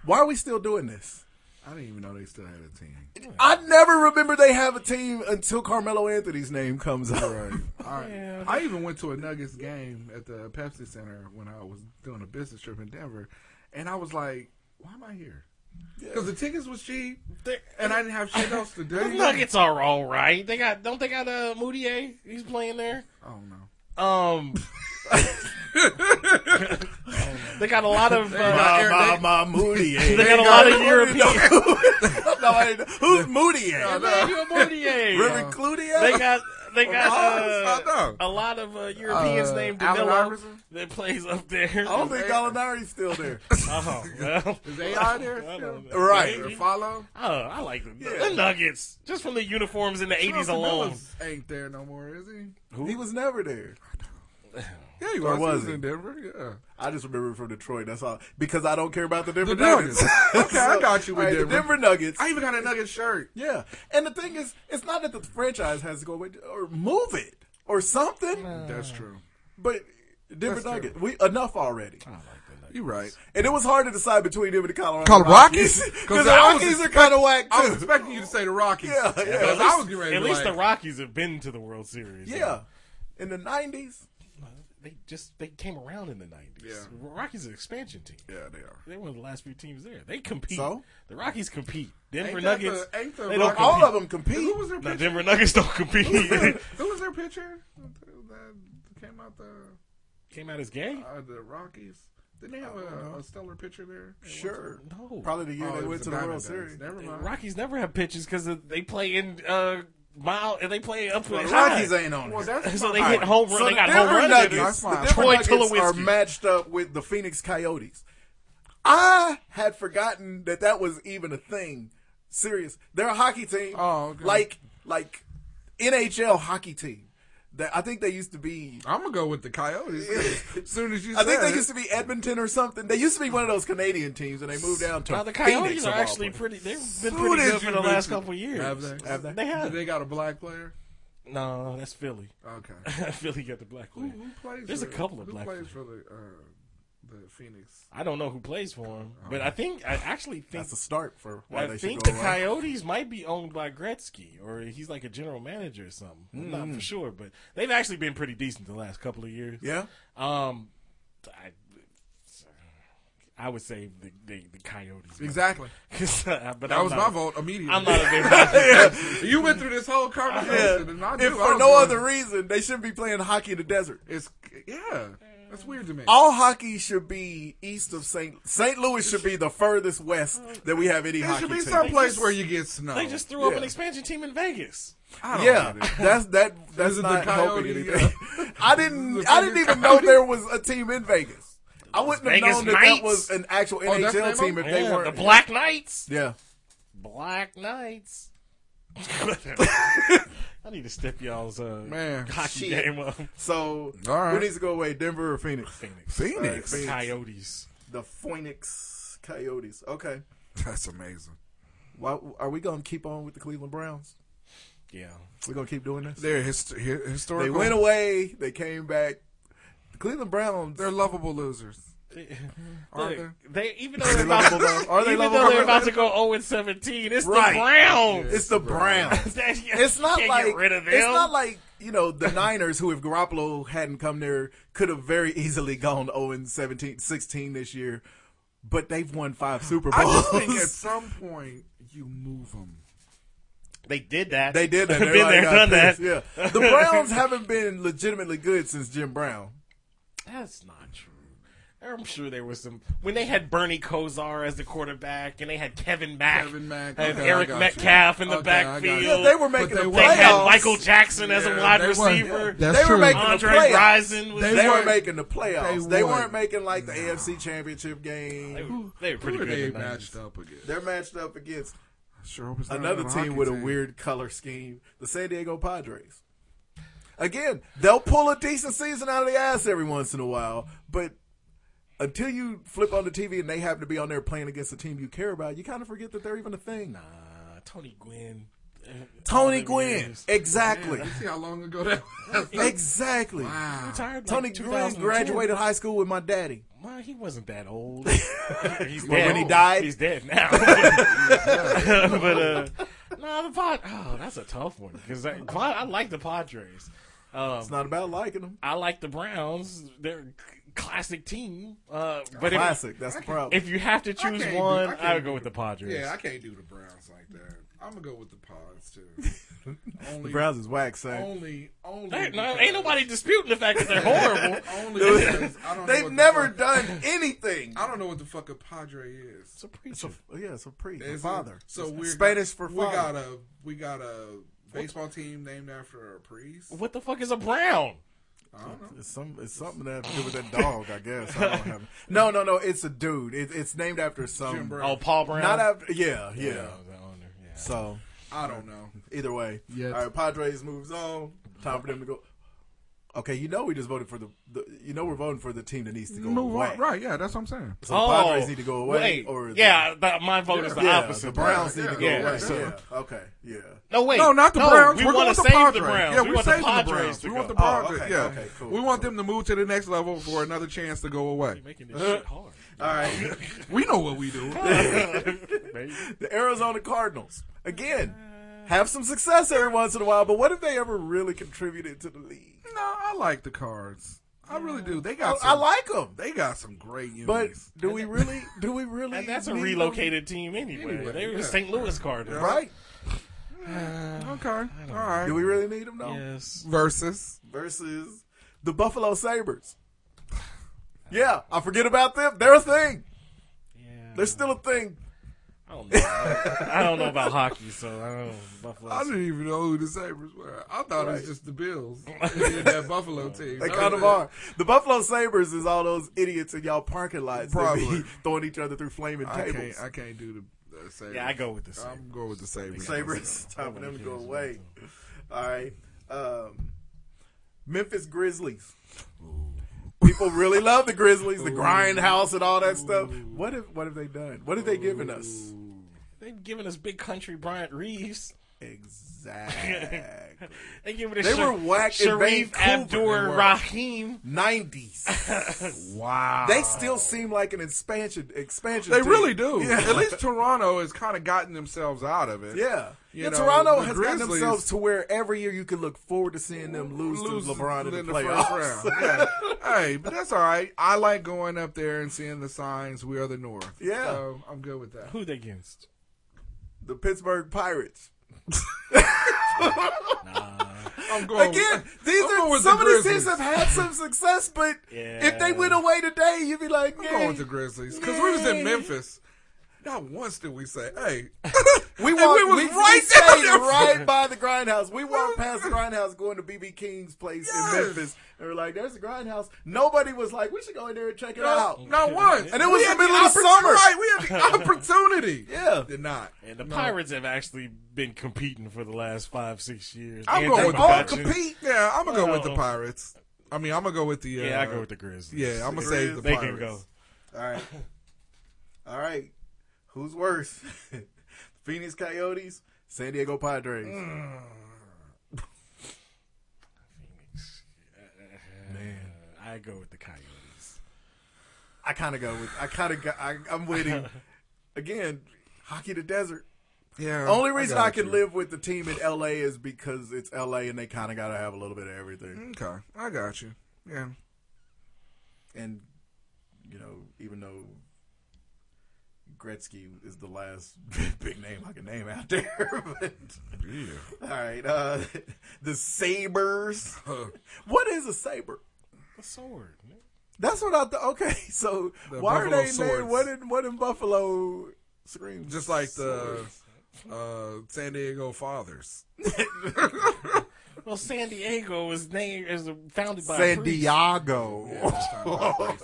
S11: Why are we still doing this?
S12: I didn't even know they still had a team.
S11: I never remember they have a team until Carmelo Anthony's name comes up.
S12: All right. I even went to a Nuggets game at the Pepsi Center when I was doing a business trip in Denver, and I was like, "Why am I here?" Because the tickets was cheap, and I didn't have shit else to do.
S13: The Nuggets are all right. They got don't they got uh Moutier? He's playing there.
S12: Oh no.
S13: Um, they got a lot of uh,
S11: Ma, ma, ma, Moody.
S13: They got a lot of European.
S11: no, I didn't- who's Moody?
S13: Emmanuel uh, Moutier.
S11: River Cloutier?
S13: They got they got
S11: Oh,
S13: uh, a lot of uh, Europeans
S11: Uh,
S13: named
S11: Allen
S13: Danilo
S11: Iverson?
S13: that plays up there.
S11: I don't think Gallinari's still there.
S13: Oh, well.
S12: Oh. Is they out there
S13: I don't know.
S12: still?
S11: Right.
S12: Or follow?
S13: Oh, I like them.
S12: Yeah.
S13: The Nuggets, just from the uniforms in the '80s alone.
S12: Miller ain't there no more, is he?
S11: He was never there.
S12: Yeah, he
S11: Or
S12: was. He
S11: was
S12: was
S11: he?
S12: in Denver.
S11: I just remember from Detroit. That's all. Because I don't care about the Denver
S12: The
S11: Nuggets.
S12: Nuggets. Okay, I got you with
S11: all The
S12: Denver.
S11: Denver Nuggets.
S12: I even got a Nuggets shirt.
S11: Yeah. And the thing is, it's not that the franchise has to go away or move it or something.
S12: Yeah, that's true.
S11: But Denver
S12: That's true.
S11: Nuggets, we enough already.
S12: You're right.
S11: And it was hard to decide between them and the Colorado,
S12: Colorado Rockies?
S11: Because the
S12: I was
S11: Rockies are
S12: expect-
S11: kind of whack
S12: I was
S11: too.
S12: expecting you to say the Rockies.
S11: Yeah, yeah.
S13: But at
S12: Because I
S13: least,
S12: was getting ready.
S13: at
S12: to
S13: least
S12: like,
S13: the Rockies have been to the World Series.
S11: Yeah. In the 90s.
S13: they just they came around in the nineties.
S12: Yeah.
S13: The Rockies are an expansion team.
S12: Yeah, they are.
S13: They were one of the last few teams there. They compete.
S11: So?
S13: The Rockies compete. Denver
S12: Ain't that
S13: Nuggets.
S12: the- ain't the
S13: they don't
S12: Rockies-
S13: compete.
S11: All of them compete.
S12: Who was their
S13: No,
S12: pitcher?
S13: Denver Nuggets don't compete.
S12: Who was their pitcher that came out the
S13: Came out as gay.
S12: uh, the Rockies? Didn't they have a, a stellar pitcher there? at one
S11: Sure.
S12: time?
S13: No.
S11: Probably the year
S12: Oh, it
S11: they
S12: was
S11: went to the World Series.
S12: Never
S13: The
S12: mind.
S13: Rockies never have pitches because they play in uh, mile and they play up
S11: The
S13: high.
S11: Rockies ain't on
S12: Well,
S11: it.
S12: that's
S13: So
S12: my-
S13: they
S12: all
S13: hit
S12: right.
S13: home run.
S11: So
S13: they
S11: the
S13: got home
S11: Denver
S13: run.
S11: Nuggets,
S13: Nuggets,
S11: the Denver
S13: Troy
S11: Nuggets are
S13: Tulowitzki.
S11: matched up with the Phoenix Coyotes. I had forgotten that that was even a thing. Serious, they're a hockey team.
S12: Oh, okay.
S11: like like NHL hockey team. That I think they used to be.
S12: I'm gonna go with the Coyotes. as soon as you,
S11: I think
S12: said
S11: they
S12: it.
S11: used to be Edmonton or something. They used to be one of those Canadian teams, and they moved down to
S13: Now the
S11: Phoenix
S13: Coyotes
S11: of
S13: are
S11: all
S13: actually
S11: places.
S13: pretty. They've been
S12: Who
S13: pretty
S12: did
S13: good
S12: you
S13: for the last
S12: mention?
S13: couple of years.
S12: Have they?
S11: Have they?
S13: They
S12: Did
S13: have.
S12: they got a black player?
S13: No, that's Philly.
S12: Okay.
S13: Philly got the black
S12: Who,
S13: player.
S12: who plays?
S13: There's
S12: for,
S13: a couple of
S12: who
S13: black
S12: plays
S13: players.
S12: for the uh, the Phoenix.
S13: I don't know who plays for him, but I think I actually think
S11: Oh. That's a start for why
S13: I
S11: they
S13: think the
S11: should go. around.
S13: Coyotes might be owned by Gretzky, or he's like a general manager or something. I'm Not for sure, but they've actually been pretty decent the last couple of years.
S11: Mm. yeah,
S13: Um, I, I would say the the, the Coyotes.
S12: Exactly.
S13: 'Cause, uh, but
S12: That
S13: I'm
S12: was
S13: not-
S12: my vote immediately.
S13: I'm not a big. yeah.
S12: you went through this whole
S11: yeah.
S12: conversation, and I
S11: If
S12: knew I
S11: for
S12: was
S11: no
S12: going-
S11: other reason, they shouldn't be playing hockey in the desert.
S12: it's yeah, that's weird to me.
S11: All hockey should be east of St. St. Louis should be the furthest west that we have any
S12: There
S11: hockey
S12: should be
S11: team.
S12: some
S13: They
S12: place
S13: just-
S12: where you get snow.
S13: They just threw up
S11: Yeah.
S13: an expansion team in Vegas.
S12: I don't
S11: yeah,
S12: get it.
S11: that's that. That's
S12: Is it the
S11: not helping
S12: Coyote,
S11: anything. I
S12: Is it
S11: didn't.
S12: the
S11: I didn't
S12: Vegas
S11: even know
S12: Coyote?
S11: there was a team in Vegas. I wouldn't have
S13: Vegas
S11: known that that
S13: Knights?
S11: was an actual
S12: that's the name
S11: NHL
S12: of
S11: team if
S12: them?
S11: Oh, they
S13: Yeah, the
S11: weren't.
S13: Black Knights.
S11: yeah,
S13: Black Knights. I need to step y'all's uh,
S12: Man,
S13: hockey
S11: shit.
S13: game up.
S11: so
S12: All right.
S11: who needs to go away? Denver or Phoenix?
S13: Phoenix.
S12: Phoenix.
S13: The Coyotes.
S11: The Phoenix Coyotes. Okay,
S12: That's amazing.
S11: Why, are we gonna keep on with the Cleveland Browns?
S13: Yeah.
S11: We're gonna keep doing this.
S12: They're hist- hi-
S11: They
S12: historical.
S11: went away. They came back. The Cleveland Browns.
S12: They're lovable losers. Aren't
S13: Look, they even though
S11: They
S13: they're about,
S11: lovable, though. Are they
S13: even
S11: lovable?
S13: though they're about to go 0 and 17, it's
S11: Right.
S13: the Browns.
S11: It's the Browns.
S13: That- you
S11: It's not
S13: can't
S11: like
S13: get rid of them.
S11: it's not like you know the Niners, who if Garoppolo hadn't come there, could have very easily gone 0 and 17, 16 this year. But they've won five Super
S12: I
S11: Bowls.
S12: just think at some point you move them.
S13: they did that.
S11: they did that. They're
S13: Been
S11: like,
S13: there,
S11: "God,
S13: done that.
S11: please." Yeah, the Browns haven't been legitimately good since Jim Brown.
S13: That's not true. I'm sure there was some when they had Bernie Kosar as the quarterback, and they had Kevin Mack,
S12: Kevin Mack.
S13: and
S12: Okay, I
S13: Eric
S12: got you.
S13: Metcalf in the
S12: Okay, I got you.
S13: backfield.
S11: Yeah, they were making
S12: they
S11: the
S12: were-
S13: They had
S11: playoffs.
S13: Michael Jackson as a
S12: Yeah,
S13: wide
S12: they won.
S13: receiver.
S12: Yeah,
S11: they were making the
S13: Andre
S11: playoffs.
S13: Rison was
S11: They,
S13: there.
S11: weren't making the playoffs. They,
S12: They
S11: weren't
S12: won.
S11: making like the AFC Championship
S13: They
S11: game.
S13: were, they were pretty
S12: Who are
S13: good.
S12: they
S13: in the 90s.
S12: matched up against?
S11: They're matched up against
S12: Sure was not
S11: another
S12: a
S11: team
S12: hockey
S11: with a
S12: team.
S11: weird color scheme, the San Diego Padres. Again, they'll pull a decent season out of the ass every once in a while, but until you flip on the TV and they happen to be on there playing against a team you care about, you kind of forget that they're even a thing. Nah,
S13: Tony Gwynn. Uh,
S11: Tony Gwynn, exactly.
S12: Man, you see how long ago that was?
S11: exactly.
S12: Wow. He
S13: retired, like,
S11: Tony Gwynn
S13: 2002.
S11: graduated high school with my daddy.
S13: Well, he wasn't that old. He's
S11: But
S13: dead.
S11: when he died?
S13: he's dead now. but uh, no, the pod. Oh, that's a tough one because I, Pod- I like the Padres. Um, it's
S11: not about liking them.
S13: I like the Browns. They're a classic team. Uh, but if-
S11: Classic, that's the problem.
S13: If you have to choose
S12: can't do-
S13: one,
S12: I can't
S13: I would
S12: do
S13: go with the Padres.
S12: Yeah, I can't do the Browns like that. I'm gonna go with the Pods too.
S11: The Browns is whack, son.
S12: Only, only.
S13: They- no,
S12: because-
S13: ain't nobody disputing the fact that they're horrible.
S12: only because I don't know
S11: They've
S12: what the
S11: never
S12: fuck-
S11: done anything.
S12: I don't know what the fuck a padre is. It's
S13: a
S11: It's a, yeah, it's a priest, a
S12: Is it?
S11: father.
S12: So we're
S11: Spanish for
S12: we
S11: father.
S12: got a we got a baseball team named after a priest.
S13: What the fuck is a Brown?
S12: I don't know.
S11: It's some it's something that has to do with that dog, I guess. I don't have no, no, no. It's a dude. It, it's named after some.
S12: Jim Brown.
S13: Oh, Paul Brown.
S11: Not after. Yeah, yeah.
S13: I wonder, yeah.
S11: So
S12: I don't know.
S11: either way,
S12: Yes.
S11: all right. Padres moves on. Time for them to go. Okay, you know we just voted for the, the you know we're voting for the team that needs to go
S12: Move
S11: away.
S12: on. Right? Yeah, that's what I'm saying.
S11: So the Padres need to go away,
S13: Oh, wait,
S11: or the-
S13: yeah, the, my vote is the
S11: Yeah,
S13: opposite.
S11: The Browns need to go
S13: Yeah,
S11: away.
S13: so-
S11: yeah. Okay. Yeah.
S13: No, wait.
S12: No, not the
S13: No,
S12: Browns.
S13: we
S12: We're going
S13: wanna
S12: with the
S13: save the
S12: Padres.
S13: Browns.
S12: Yeah,
S13: We
S12: we're
S13: want the
S12: saving the
S13: Padres
S12: Browns.
S13: to
S12: We want
S13: go.
S12: the Padres.
S11: Oh, okay,
S12: yeah.
S11: okay, cool.
S12: We want them to move to the next level for another chance to go away.
S13: Making this shit hard.
S11: All right.
S12: We know what we do.
S11: the Arizona Cardinals again have some success every once in a while, but what if they ever really contributed to the league? Oh,
S12: No, I like the cards. I really do. They got.
S11: I, I
S12: some-
S11: like them,
S12: They got some great unis.
S11: but do we really? Do we really?
S13: And that's a
S11: need 'em?
S13: relocated team anyway.
S12: Anyway,
S13: they were
S12: yeah.
S13: St. Louis Cardinals.
S11: right?
S12: okay, all right.
S11: Do we really need them though?
S13: Yes.
S12: Versus
S11: Versus the Buffalo Sabers. Yeah, I forget about them. They're a thing.
S13: Yeah.
S11: They're still a thing.
S13: I don't know. I don't know about hockey, so I don't know. Buffalo.
S12: I didn't even know who the Sabres were. I thought it
S11: Right.
S12: was just the Bills and that Buffalo team.
S11: They
S12: That
S11: kind
S12: was
S11: of
S12: it.
S11: are. The Buffalo Sabers is all those idiots in y'all parking lots, that be
S12: Probably.
S11: throwing each other through flaming
S12: I
S11: tables.
S12: can't. I can't do the, the Sabres.
S13: Yeah, I go with the Sabres.
S12: I'm going with the Sabres.
S11: Sabres, time for them to go away. All right. Um, Memphis Grizzlies. People really love the Grizzlies, the grindhouse and all that stuff. What if what have they done? What have they given us?
S13: They've given us big country Bryant Reeves.
S11: Exactly.
S13: They giving us
S11: They
S13: Sha-
S11: were whack in
S13: Sharif
S11: Vancouver.
S13: Abdul
S11: They were.
S13: Rahim.
S11: Nineties.
S12: Wow.
S11: They still seem like an expansion expansion.
S12: They
S11: team.
S12: really do.
S11: Yeah.
S12: At least Toronto has kind of gotten themselves out of it.
S11: Yeah.
S12: You
S11: yeah,
S12: know,
S11: Toronto
S12: the
S11: has gotten
S12: Grizzlies-
S11: themselves to where every year you can look forward to seeing them lose,
S12: Loses
S11: to LeBron in the,
S12: first
S11: playoffs.
S12: round. Yeah. hey, but that's all right. I like going up there and seeing the signs. We are the North.
S11: Yeah.
S12: So I'm good with that.
S13: Who they against?
S11: the Pittsburgh Pirates.
S12: I'm going
S11: Again, these
S12: I'm going
S11: are
S12: with
S11: some
S12: the
S11: of these teams
S12: Grizzlies.
S11: have had some success, but
S13: Yeah.
S11: if they went away today, you'd be like,
S12: I'm going with
S11: "Yay."
S12: the Grizzlies because we was
S11: Yay.
S12: in Memphis. Not once did we say, "Hey,
S11: We
S12: And
S11: walked,
S12: we
S11: we,
S12: was
S11: we
S12: right
S11: stayed
S12: down there.
S11: right by the grindhouse. We walked past the grindhouse going to BB King's place
S12: Yes.
S11: in Memphis, and we're like, "There's a grindhouse." Nobody was like, "We should go in there and check it out."
S12: not once."
S11: And it was
S12: We
S11: the
S12: had
S11: middle of the
S12: oppor-
S11: summer.
S12: Right, we had the opportunity.
S11: Yeah.
S12: did not.
S13: And the
S12: No.
S13: Pirates have actually been competing for the last five, six years.
S12: I'm
S13: And
S12: going
S13: they
S12: with the
S11: All
S13: got
S12: Pirates.
S13: you.
S11: compete.
S12: Yeah, I'm gonna go with the
S13: Well.
S12: Pirates. I mean, I'm gonna go with the. Uh,
S13: Yeah, I go with the Grizzlies.
S12: Yeah, I'm gonna save the
S13: They
S12: Pirates.
S13: can go.
S11: All right, all right. Who's worse, Phoenix Coyotes, San Diego Padres?
S13: Man, I go with the Coyotes.
S11: I kind of go with. I kind of. I, I'm waiting. Again, hockey the desert.
S12: Yeah.
S11: Only reason
S12: got
S11: I, can
S12: you.
S11: live with the team in LA is because it's LA and they kind of got to have a little bit of everything.
S12: Okay, I got you. Yeah.
S11: And you know, even though Gretzky is the last big name I can name out there, but all right, uh, the Sabers. What is a saber?
S13: The sword. man.
S11: That's what I thought. Okay, so
S12: The
S11: why are
S12: Buffalo
S11: they named
S12: Swords.
S11: what in what in Buffalo? Scream
S12: Just like the uh, San Diego Fathers.
S13: Well, San Diego is named is founded by
S11: San
S13: a priest.
S11: Diego.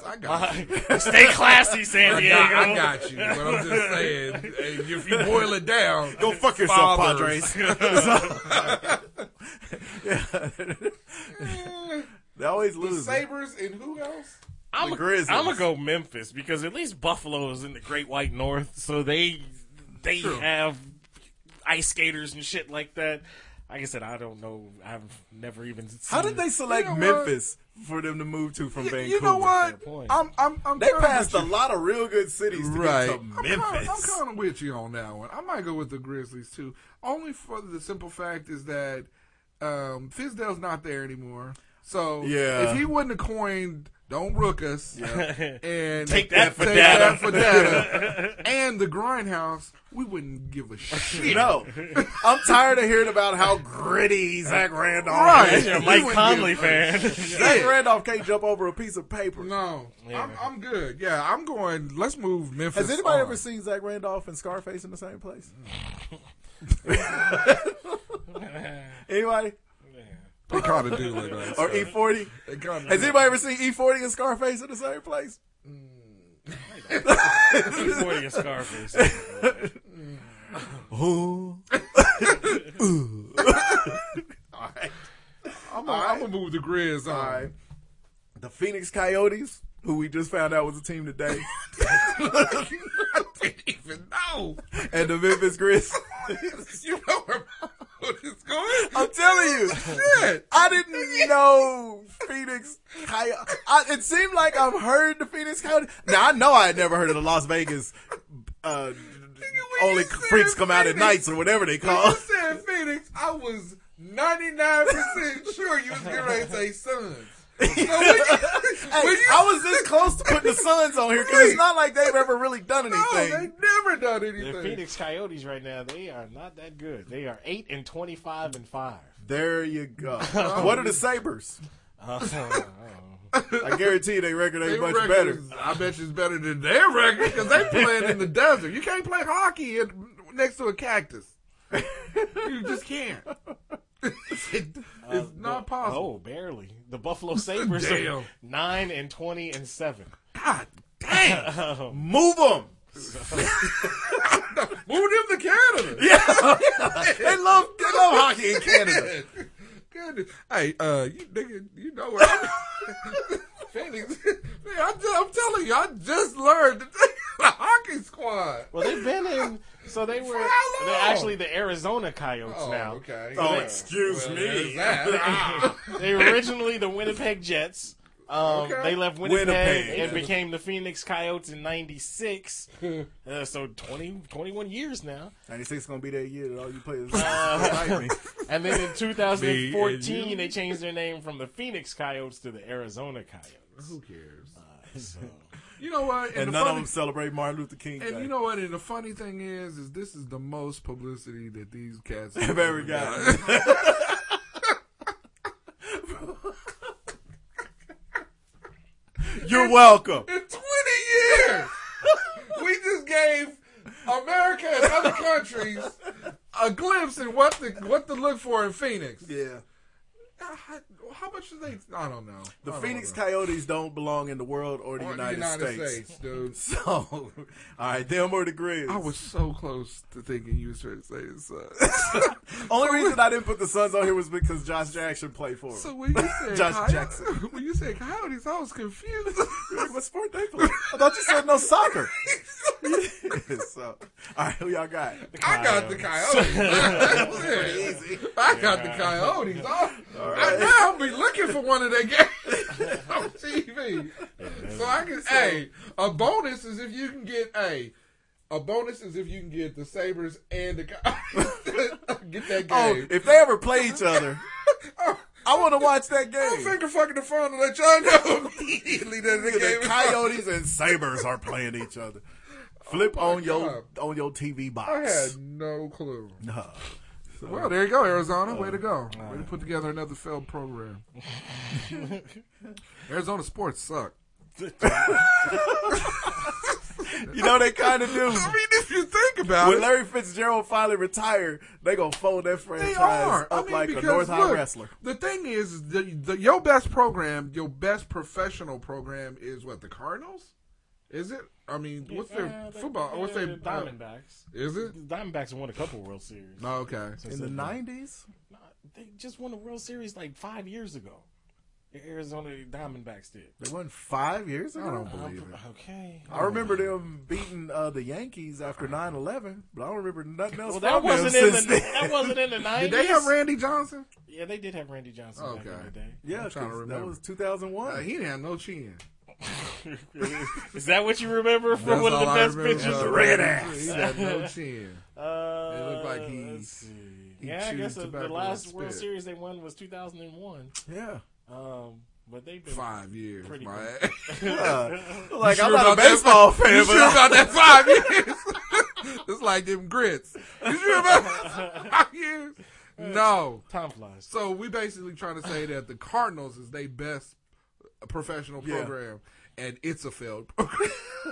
S12: I got you.
S13: Stay classy, San
S12: I
S13: Diego.
S12: got, I got you. But I'm just saying, if you- if you boil it down,
S11: Go fuck yourself,
S12: fathers.
S11: Padres. yeah. always
S12: The
S11: losing.
S12: Sabres and who else?
S13: I'm
S11: The Grizzlies.
S13: gonna go Memphis because at least Buffalo is in the Great White North, so they they
S11: True.
S13: have ice skaters and shit like that. Like I said, I don't know. I've never even. Seen
S11: How did they select
S13: You know what?
S11: Memphis for them to move to from Vancouver?
S12: You know what? I'm, I'm, I'm
S11: they
S12: kinda
S11: passed a
S12: with you.
S11: lot of real good cities to
S12: right.
S11: get to
S12: I'm kind,
S11: Memphis.
S12: of, I'm kind of with you on that one. I might go with the Grizzlies too, Oh, only for the simple fact is that um, Fisdale's not there anymore. So
S11: Yeah.
S12: if he wouldn't have coined "Don't Rook Us"
S11: Yeah.
S12: and
S11: Take that for
S12: take
S11: data.
S12: that for data, and the Grindhouse, we wouldn't give a shit.
S11: No. I'm tired of hearing about how gritty Zach
S13: Oh,
S11: Randolph
S12: Right.
S11: is.
S12: You're a Mike
S11: You wouldn't
S12: Conley
S11: give a
S12: fan.
S11: shit.
S12: Yeah.
S11: Zach Randolph can't jump over a piece of paper.
S12: No.
S11: Yeah.
S12: I'm, I'm good. Yeah, I'm going. Let's move Memphis.
S11: Has anybody
S12: on.
S11: ever seen Zach Randolph and Scarface in the same place? anybody?
S12: They kinda do look like
S11: Or
S12: Scarface.
S11: E40?
S12: They kinda
S11: Has
S12: do.
S11: anybody ever seen E40 and Scarface in the same place?
S13: E40 and Scarface.
S11: Ooh. Ooh. All right.
S12: I'm gonna- I'm gonna move the Grizz.
S11: All right. The Phoenix Coyotes, who we just found out was a team today,
S12: Even know.
S11: and the Memphis Grizzlies.
S12: You know where it's going?
S11: I'm telling you,
S12: Shit.
S11: I didn't know Phoenix Coyote. I, it seemed like I've heard the Phoenix Coyote. Now I know I had never heard of the Las Vegas. Uh, only freaks come out at nights or whatever they
S12: When
S11: call.
S12: you said Phoenix, I was 99% sure you was getting ready to say Suns.
S11: Hey, I was this close to putting the Suns on here because it's not like they've ever really done anything.
S12: they never done
S13: The Phoenix Coyotes right now, they are not that good. They are eight and twenty-five and five.
S11: There you go. what are the Sabers? I guarantee you, they record ain't
S12: Their
S11: much
S12: record
S11: better.
S12: is- I bet you it's better than their record because they playing in the desert. You can't play hockey in, next to a cactus. You just can't. It- it's not
S13: Oh,
S12: possible.
S13: barely. The Buffalo Sabres
S12: Damn.
S13: are nine and twenty and seven.
S12: Oh.
S11: Damn. Ah, Move them.
S12: Move them to Canada.
S11: Yeah. they love they love hockey in Canada.
S12: Goodness. Hey, uh, you nigga, you know what? I'm- Phoenix, man, I'm, just, I'm telling you, I just learned that they got a hockey squad.
S13: Well, they've been in. So they were.
S12: how
S13: They're
S12: long?
S13: actually the Arizona Coyotes
S12: Oh,
S13: now.
S12: okay.
S13: So
S12: Oh,
S13: they-
S11: excuse
S12: Well,
S11: me.
S12: there's that. Ah.
S13: they were originally the Winnipeg Jets. Um,
S12: Okay.
S13: They left Winnipeg,
S11: Winnipeg.
S13: and became the Phoenix Coyotes in '96. uh, so 20, 21 years now.
S11: Ninety six gonna be that year that all you players
S13: Uh,
S11: like me.
S13: And then in
S11: Me and you.
S13: 2014, they changed their name from the Phoenix Coyotes to the Arizona Coyotes.
S12: Who cares?
S13: So,
S12: You know what?
S11: And
S12: the
S11: none of
S12: funny-
S11: them celebrate Martin Luther King Day.
S12: And you know what? And the funny thing is, is this is the most publicity that these cats
S11: I've ever gotten. You're welcome.
S12: In 20 years, we just gave America and other countries a glimpse in what to, what to look for in Phoenix.
S11: Yeah.
S12: How, how much do they? I don't know.
S11: The
S12: I don't
S11: Phoenix
S12: know.
S11: Coyotes don't belong in the world or the
S12: Or
S11: United, States.
S12: dude.
S11: So, all right, them or the Grizz.
S12: I was so close to thinking you was trying to say this.
S11: Only reason I didn't put the Suns on here was because Josh Jackson played for them.
S12: so when you said
S11: Josh
S12: coy-
S11: Jackson.
S12: when you said coyotes, I was confused.
S11: what sport they play? I thought you said no soccer. so, all right, who y'all got?
S12: I got the coyotes.
S11: Pretty easy.
S12: I got the coyotes. I, I now I'll be looking for one of their games on TV. So I can hey, a bonus is if you can get a a bonus is if you can get the Sabres and the Coyotes. get that
S11: Oh,
S12: game. Oh.
S11: if they ever play each other, I want to watch that
S12: I'm
S11: game.
S12: finger fucking the phone to let y'all know immediately that the
S11: The
S12: game is
S11: Coyotes and Sabers are playing each other. Flip
S12: Oh my
S11: on your on your TV box.
S12: I had no clue.
S11: No. So-
S12: Well, there you go, Arizona. Way to go. Way to put together another failed program. Arizona sports suck.
S11: you know they kind of do.
S12: I mean, if you think about
S11: When
S12: it,
S11: Larry Fitzgerald finally retired, they gonna fold that
S12: they
S11: franchise
S12: are.
S11: up
S12: I mean,
S11: like a
S12: because
S11: North High
S12: look,
S11: wrestler.
S12: The thing is, is the, the, your best program, your best professional program is what the Cardinals. Is it? I mean, what's their
S13: Uh, they-
S12: football? what's their
S13: they're the Diamondbacks?
S12: uh, Is it?
S13: uh, Diamondbacks won a couple World Series.
S12: Oh, okay.
S13: Since
S11: In the
S13: they've been-
S11: nineties,
S13: Nah, They just won a World Series like five years ago. The Arizona Diamondbacks did.
S11: They won five years ago.
S13: I don't believe it. Okay.
S11: I remember them beating uh, the Yankees after 9-11, but I don't remember nothing else.
S13: Well,
S11: from
S13: that wasn't
S11: them
S13: in
S11: since
S13: the
S11: then.
S13: that wasn't in the nineties.
S12: Did they have Randy Johnson?
S13: Yeah, they did have Randy Johnson. Okay. Back in the day.
S11: Yeah,
S12: I'm trying to
S11: 'cause
S12: remember.
S11: that was 2001.
S12: he didn't have no chin.
S13: Is that what you remember from one of the best pictures?
S12: The red ass. He had no chin.
S13: Uh,
S12: it looked like he.
S13: let's
S12: he
S13: yeah, I
S12: chewed
S13: guess the, the
S12: tobacco
S13: last
S12: and
S13: World
S12: spit.
S13: Series they won was 2001.
S11: Yeah.
S13: Um, but they've been
S12: Five years,
S13: pretty
S12: my
S13: good.
S12: ass.
S11: Yeah. Like, I'm not a baseball
S12: that,
S11: fan,
S12: You
S11: but-
S12: sure about that five years? it's like them grits. You sure about that five years? No.
S13: Time flies.
S12: So we basically trying to say that the Cardinals is their best professional
S13: Yeah.
S12: program, and it's a failed program.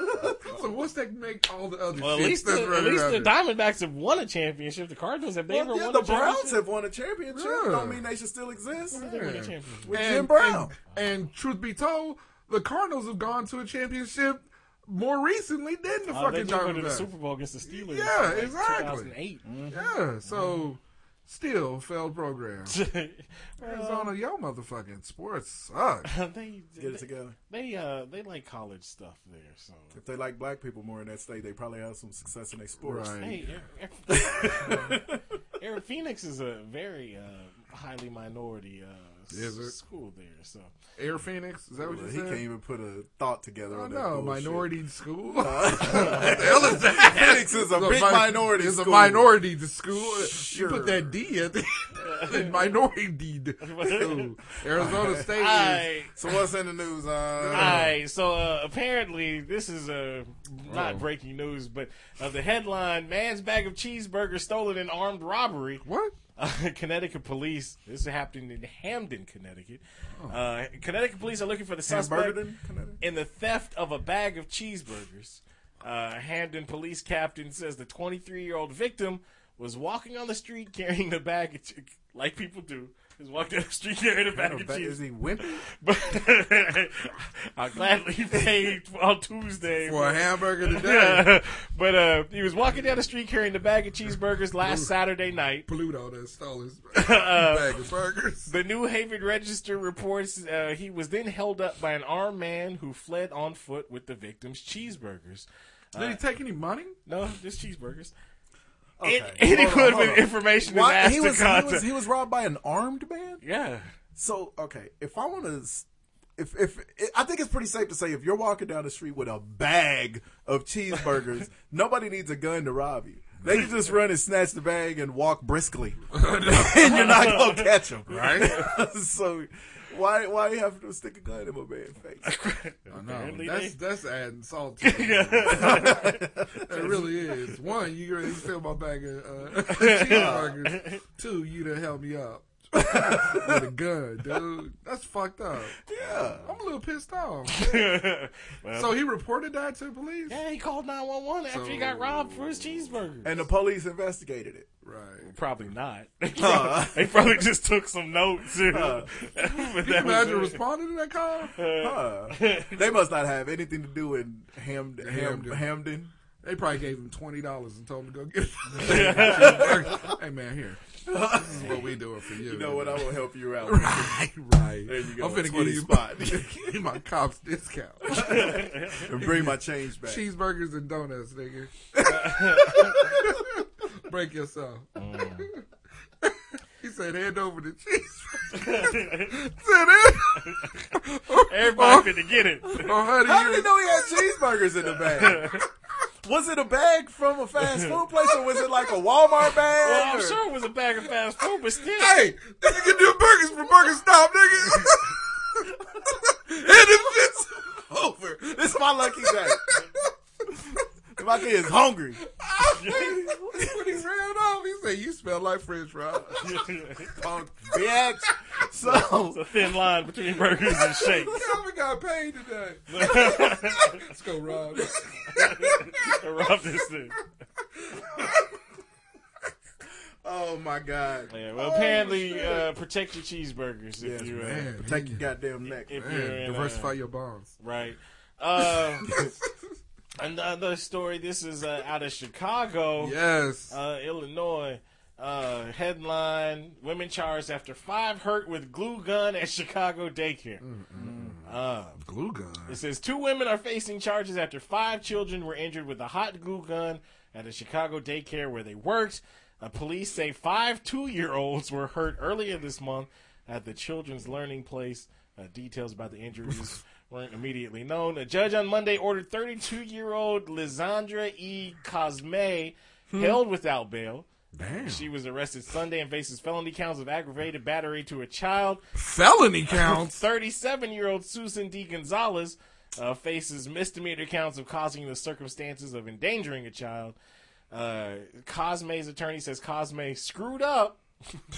S12: so what's that make all the other
S13: Well, at
S12: shits
S13: least
S12: that's
S13: the, at
S12: running
S13: least
S12: out
S13: the
S12: there?
S13: Diamondbacks have won a championship. The Cardinals have they
S11: Well,
S13: ever
S11: yeah,
S13: won
S11: the
S13: a championship?
S11: Browns have won a championship.
S12: Yeah.
S11: Don't mean they should still exist.
S13: they win a
S12: Yeah.
S13: championship?
S11: With
S12: and,
S11: Jim Brown.
S12: And, and truth be told, the Cardinals have gone to a championship more recently than the
S13: Uh, they
S12: fucking
S13: did go to the
S12: Diamondbacks.
S13: Super Bowl against the Steelers.
S12: Yeah,
S13: in, like,
S12: exactly.
S13: 2008.
S12: yeah, so still failed program. Arizona, your motherfucking sports suck.
S13: they
S11: Get it
S13: they-
S11: together.
S13: They uh they like college stuff there, so
S11: If they like black people more in that state, they probably have some success in their sports.
S12: Right.
S13: hey, Eric, Eric, Eric Phoenix is a very uh, highly minority uh, s-
S12: Is it?
S13: school there, so
S12: Air Phoenix, is that what you
S11: he
S12: said?
S11: can't even put a thought together
S12: I
S11: on that.
S12: know,
S11: bullshit.
S12: minority school.
S11: Uh,
S12: what the hell is that?
S11: Phoenix is a
S12: It's
S11: big
S12: mi-
S11: minority
S12: It's
S11: school.
S12: a minority d- school.
S11: Sure.
S12: You put that D at the end. minority d- school. Arizona State is.
S13: I,
S11: So what's in the news? Uh,
S13: I so uh, apparently this is uh, not
S12: Oh.
S13: breaking news, but uh, the headline: Man's bag of cheeseburgers stolen in armed robbery.
S12: What?
S13: Uh, Connecticut police. This happened in Hamden, Connecticut. Uh, Connecticut police are looking for the suspect
S11: Hamburgerton, Connecticut?
S13: in the theft of a bag of cheeseburgers. Uh, Hamden police captain says the 23 year old victim was walking on the street carrying the bag, of che- like people do. Is walking down the street carrying a bag
S11: Kind
S13: of
S11: of ba-
S13: cheese.
S11: is he wimpy?
S13: But I gladly paid on Tuesday
S12: For a hamburger today.
S13: Yeah, but uh, he was walking down the street carrying the bag of cheeseburgers last Saturday night.
S12: Pluto that stole his
S13: Uh,
S12: bag of burgers.
S13: The New Haven Register reports uh, he was then held up by an armed man who fled on foot with the victim's cheeseburgers. Uh,
S12: Did he take any money?
S13: No, just cheeseburgers.
S11: Okay.
S13: An- Any
S11: Hold on,
S13: good
S11: hold
S13: with
S11: on.
S13: information is
S11: Why-
S13: asked
S11: he,
S13: to
S11: was, he
S13: contact.
S11: was he was robbed by an armed man.
S13: yeah.
S11: So okay, if I want to, if if I think it's pretty safe to say if you're walking down the street with a bag of cheeseburgers, nobody needs a gun to rob you. They can just run and snatch the bag and walk briskly, and you're not gonna catch them, right? so why why you have to stick a gun in my man's face?
S12: I know.
S13: Apparently
S12: That's,
S13: they-
S12: that's adding salt to it. It really is. One, you already steal my bag of uh, cheeseburgers. Two, you done help me up with a gun, dude. That's fucked up.
S11: Yeah,
S12: I'm a little pissed off.
S13: Well,
S12: So he reported that to the police?
S13: yeah, he called 911 after he got robbed for his cheeseburgers.
S11: and the police investigated it.
S12: Right.
S13: Probably not. They probably, they probably just took some notes. you know. but
S12: Can you
S13: that was
S12: imagine
S13: it.
S12: responding to that call?
S11: Huh. they must not have anything to do with Ham, Ham,
S12: Hamden.
S11: Hamden.
S12: They probably gave him twenty dollars and told him to go get. it. hey man, here. This is what we doing for you.
S11: You know what? I will help you out.
S12: Right, right.
S11: There you go,
S12: I'm finna
S11: 20
S12: give you
S11: spot.
S12: give you my cops discount.
S11: and bring my change back.
S12: Cheeseburgers and donuts, nigga. Break yourself.
S13: Mm.
S12: he said, hand over the cheese. said, hand.
S13: Everybody finna get it.
S12: Oh, honey,
S11: How
S12: you-
S11: did he know he had cheeseburgers in the bag? Was it a bag from a fast food place or was it like a Walmart bag?
S13: Well, I'm
S11: or-
S13: sure it was a bag of fast food, but still.
S12: Hey, you can do burgers from Burger Stop, nigga. and if it's over,
S11: This is my lucky day. If my kid is hungry.
S12: when he ran off, he said, "You smell like French fries."
S11: Punk bitch. So,
S13: It's a thin line between burgers and shakes.
S12: Calvin got paid today. Let's go, Rob.
S13: I robbed this thing.
S11: oh my God.
S13: Yeah, well, apparently, uh, protect your cheeseburgers if
S11: Yes,
S13: you, uh,
S12: man.
S11: Protect your goddamn neck.
S13: if you're
S12: Man,
S13: in, uh,
S12: diversify your bonds.
S13: right. Uh, another story. This is uh, out of Chicago,
S12: Yes.
S13: uh, Illinois. Uh, headline: Women charged after five hurt with glue gun at Chicago daycare. Uh,
S11: glue gun.
S13: It says two women are facing charges after five children were injured with a hot glue gun at a Chicago daycare where they worked. Uh, police say five two-year-olds were hurt earlier this month at the children's learning place. Uh, details about the injuries weren't immediately known. A judge on Monday ordered 32-year-old Lisandra E. Cosme
S16: Hmm.
S13: held without bail.
S11: Damn.
S13: She was arrested Sunday and faces felony counts of aggravated battery to a child.
S11: Felony counts?
S13: 37 year old Susan D. Gonzalez uh, faces misdemeanor counts of causing the circumstances of endangering a child. Uh, Cosme's attorney says Cosme screwed up.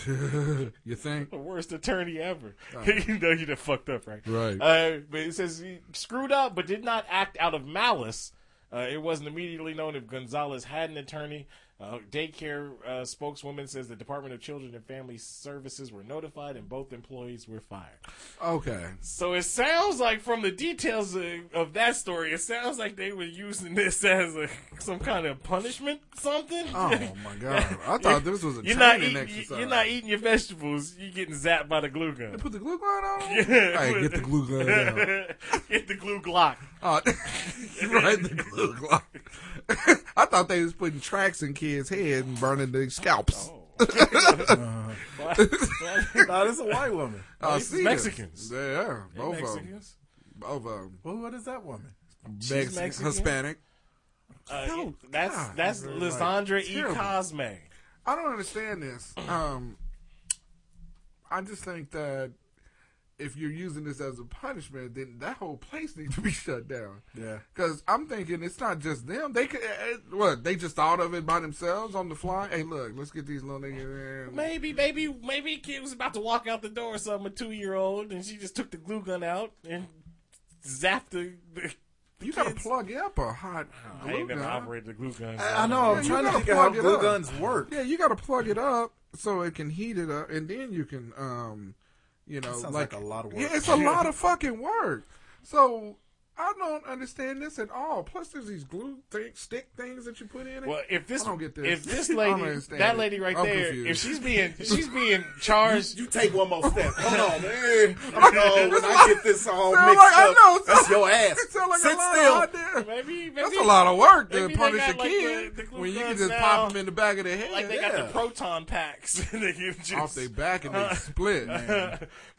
S11: you think?
S13: The worst attorney ever.
S11: Oh.
S13: you know you done fucked up, right?
S11: Right.
S13: Uh, but it says he screwed up, but did not act out of malice. Uh, it wasn't immediately known if Gonzalez had an attorney. Uh, daycare uh, spokeswoman says the Department of Children and Family Services were notified and both employees were fired.
S11: Okay.
S13: So it sounds like from the details of, of that story, it sounds like they were using this as a, some kind of punishment, something.
S11: Oh, my God. I thought this was a
S13: you're not
S11: training
S13: eating,
S11: exercise.
S13: You're not eating your vegetables. You're getting zapped by the glue gun.
S11: put the glue gun on?
S13: Yeah.
S11: Hey, get the glue gun down.
S13: get the glue glock.
S11: Oh, right, the glue clock. I thought they was putting tracks in kids' head and burning their scalps.
S13: Oh. Why-
S17: Nah, this is a white woman.
S11: I
S17: These
S11: see this.
S17: Mexicans.
S11: Yeah, yeah,
S17: They
S11: both of them.
S17: Mexicans?
S11: Both of them.
S17: Well, what is that woman?
S11: She's Mex- Mexican? Hispanic.
S13: Uh,
S11: No,
S13: that's
S11: God.
S13: that's
S11: Like,
S13: Lisandra E.
S11: terrible.
S13: Cosme.
S11: I don't understand this. Um, I just think that if you're using this as a punishment, then that whole place needs to be shut down.
S17: Yeah.
S11: Because I'm thinking it's not just them. They could, eh, eh, what? They just thought of it by themselves on the fly. Hey, look, let's get these little niggas in.
S13: Maybe, maybe, maybe kid was about to walk out the door or something, a two year old, and she just took the glue gun out and zapped the. the
S11: You gotta plug up a hot.
S13: I
S11: glue
S13: ain't never
S11: gun.
S13: operated a glue gun. so
S17: I know.
S13: don't
S17: I'm
S11: you
S17: trying to figure
S11: gotta
S17: out
S11: plug it
S17: how glue
S11: up.
S17: guns work.
S11: Yeah, you got to plug it up so it can heat it up, and then you can, um, you know,
S17: That sounds like a lot of work.
S11: Yeah, it's a lot of fucking work. So I don't understand this at all. Plus, there's these glue thing, stick things that you put in it.
S13: Well, if this,
S11: I don't get this.
S13: if this
S11: I don't
S13: lady,
S11: understand
S13: that
S11: it.
S13: lady right
S11: I'm
S13: there, if
S11: confused.
S13: she's being, she's being charged.
S18: You take one more step. Hold on, man. I know when I get this all
S11: Sound
S18: mixed
S11: like- I
S18: up,
S11: know.
S18: that's your ass.
S11: It sound like a
S18: Sit
S11: lot
S18: still.
S11: of idea.
S13: Maybe, maybe
S11: That's a lot of work to
S13: maybe they
S11: punish
S13: got,
S11: a
S13: like,
S11: kid
S13: the- the glue
S11: when you can
S13: guns
S11: just
S13: now.
S11: pop them in the back of the head.
S13: Like they got the proton packs. they can just,
S11: off their back and
S18: Uh-huh.
S11: they split.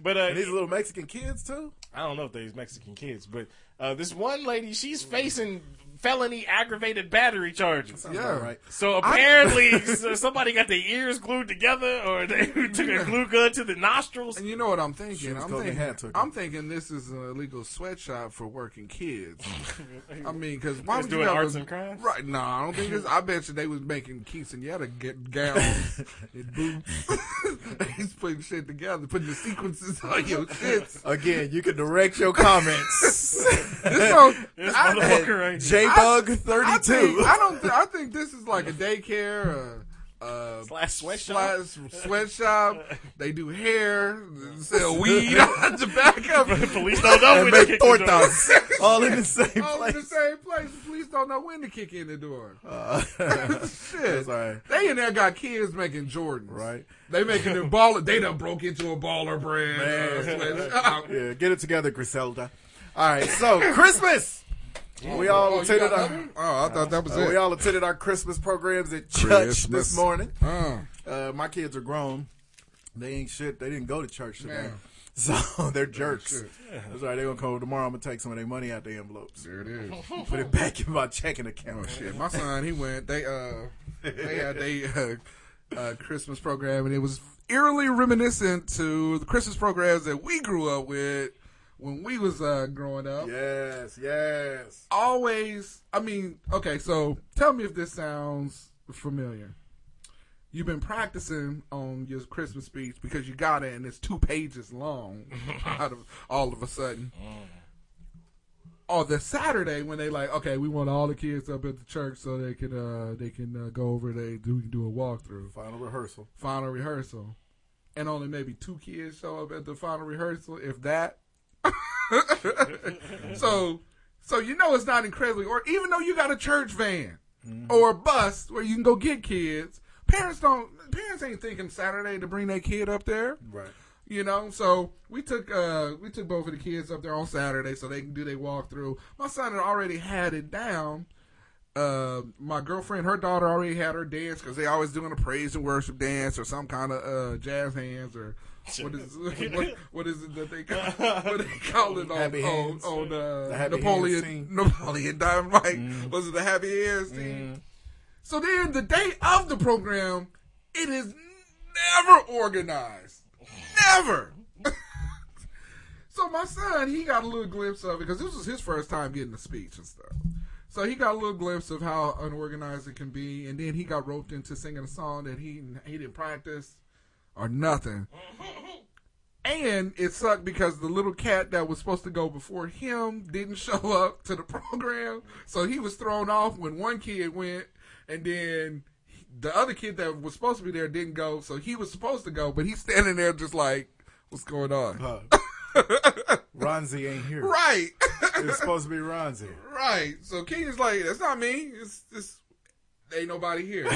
S13: But uh,
S17: these little Mexican kids too.
S13: I don't know if they're Mexican kids, but uh, this one lady, she's facing felony aggravated battery charges.
S17: sounds Yeah. about right.
S13: So
S17: I-
S13: apparently, so somebody got their ears glued together, or they took a glue gun to the nostrils.
S11: And you know what I'm
S17: She
S11: thinking?
S17: was
S11: I'm
S17: cooking hand
S11: thinking,
S17: cooking.
S11: I'm thinking this is an illegal sweatshop for working kids. I mean, because why
S13: Just
S11: would you
S13: doing
S11: have
S13: arts
S11: a-
S13: and crafts?
S11: Right? No, I don't think this. I bet you they was making quinceanera get gowns and boots. He's putting shit together, putting the sequences on your shits.
S18: Again, you can direct your comments.
S11: This so,
S18: This
S11: I-
S18: motherfucker right here. J-Bug
S11: I-
S18: 32.
S11: I, think, I don't. Th- I think this is like a daycare. Uh, uh,
S13: slash sweatshop.
S11: slash sweatshop. they do hair. Sell weed on the back of it.
S13: Police don't know
S18: And
S13: when to
S18: make
S13: kick the door.
S18: tortas all in the same
S11: All in the
S18: place.
S11: same place. The police don't know when to kick in the door.
S18: Uh,
S11: Shit.
S18: that's all right.
S11: They in there got kids making Jordans.
S18: Right.
S11: They making them baller. They done broke into a baller brand. uh, sweatshop.
S18: yeah, get it together, Griselda. All right, so Christmas. We all
S11: Oh, you
S18: attended
S11: got
S18: our.
S11: another one? Oh, I thought that was
S18: Uh,
S11: it.
S18: We all attended our Christmas programs at church
S11: Christmas.
S18: this morning.
S11: Uh.
S18: Uh, my kids are grown. They ain't shit. They didn't go to church today.
S11: Man.
S18: So they're jerks.
S11: shit.
S18: That's right. They're going to come over tomorrow. I'm going to take some of their money out their envelopes.
S11: There it is.
S18: Put it back in my checking account.
S11: Oh shit! My son, he went. They uh, they had they uh, uh, Christmas program, and it was eerily reminiscent to the Christmas programs that we grew up with when we was uh, growing up.
S18: Yes, yes.
S11: Always, I mean, okay. So tell me if this sounds familiar. You've been practicing on your Christmas speech because you got it, and it's two pages long. out of all of a sudden on the Saturday when they like, okay, we want all the kids up at the church so they can uh they can uh, go over they do we can do a walkthrough,
S18: Final rehearsal.
S11: final rehearsal, and only maybe two kids show up at the final rehearsal, if that. so, so you know it's not incredibly, or even though you got a church van or a bus where you can go get kids, parents don't parents ain't thinking Saturday to bring their kid up there.
S13: Right.
S11: You know, so we took uh we took both of the kids up there on Saturday so they can do their walkthrough. My son had already had it down. Uh, my girlfriend, her daughter already had her dance because they always doing a praise and worship dance or some kind of uh, jazz hands or what is what, what is it that they call, what they call it on
S13: Happy
S11: on,
S13: hands.
S11: on
S13: The
S11: uh,
S13: happy hands
S11: Napoleon
S13: scene. Mm-hmm.
S11: Napoleon Dynamite was it the happy hands scene? So then the day of the program, it is never organized, never. So my son, he got a little glimpse of it because this was his first time getting a speech and stuff. So he got a little glimpse of how unorganized it can be, and then he got roped into singing a song that he he didn't practice or nothing. And it sucked because the little cat that was supposed to go before him didn't show up to the program, so he was thrown off when one kid went, and then the other kid that was supposed to be there didn't go, so he was supposed to go, but he's standing there just like, "What's going on?"
S13: Ronzi ain't here.
S11: Right.
S13: It's supposed to be Ronzi.
S11: Right. So Kenya's like, that's not me. It's it's ain't nobody here.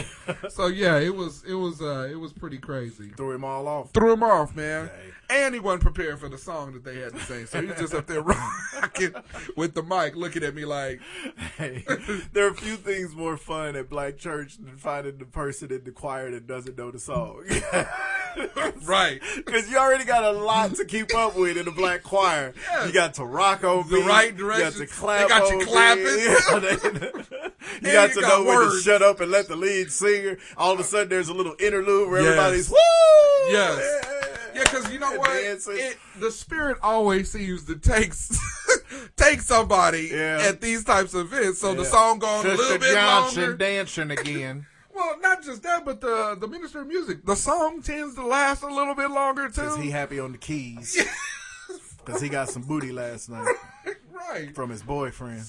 S11: so yeah, it was it was uh it was pretty crazy.
S13: Threw him all off.
S11: Threw him off, man. And he wasn't prepared for the song that they had to sing. So he was just up there rocking with the mic, looking at me like
S13: Hey, there are few things more fun at black church than finding the person in the choir that doesn't know the song.
S11: right.
S13: Because you already got a lot to keep up with in the black choir. You got to rock over
S11: The right
S13: You
S11: direction.
S13: got to clap.
S11: They got you
S13: over
S11: clapping.
S13: it. Yeah, they- you got
S11: you
S13: to
S11: got
S13: know when to
S11: words.
S13: shut up and let the lead singer. All of a sudden, there's a little interlude where
S11: Yes.
S13: everybody's woo.
S11: Yes. Yeah, because you know what? It, the spirit always seems to take s- take somebody at these types of events. So the
S19: Yeah.
S11: song gone a
S19: Sister
S11: little bit
S19: Johnson
S11: longer.
S19: dancing again.
S11: Well, not just that, but the the minister of music, the song tends to last a little bit longer too.
S13: Cause he happy on the keys. Cause he got some booty last night
S11: right?
S13: from his boyfriend.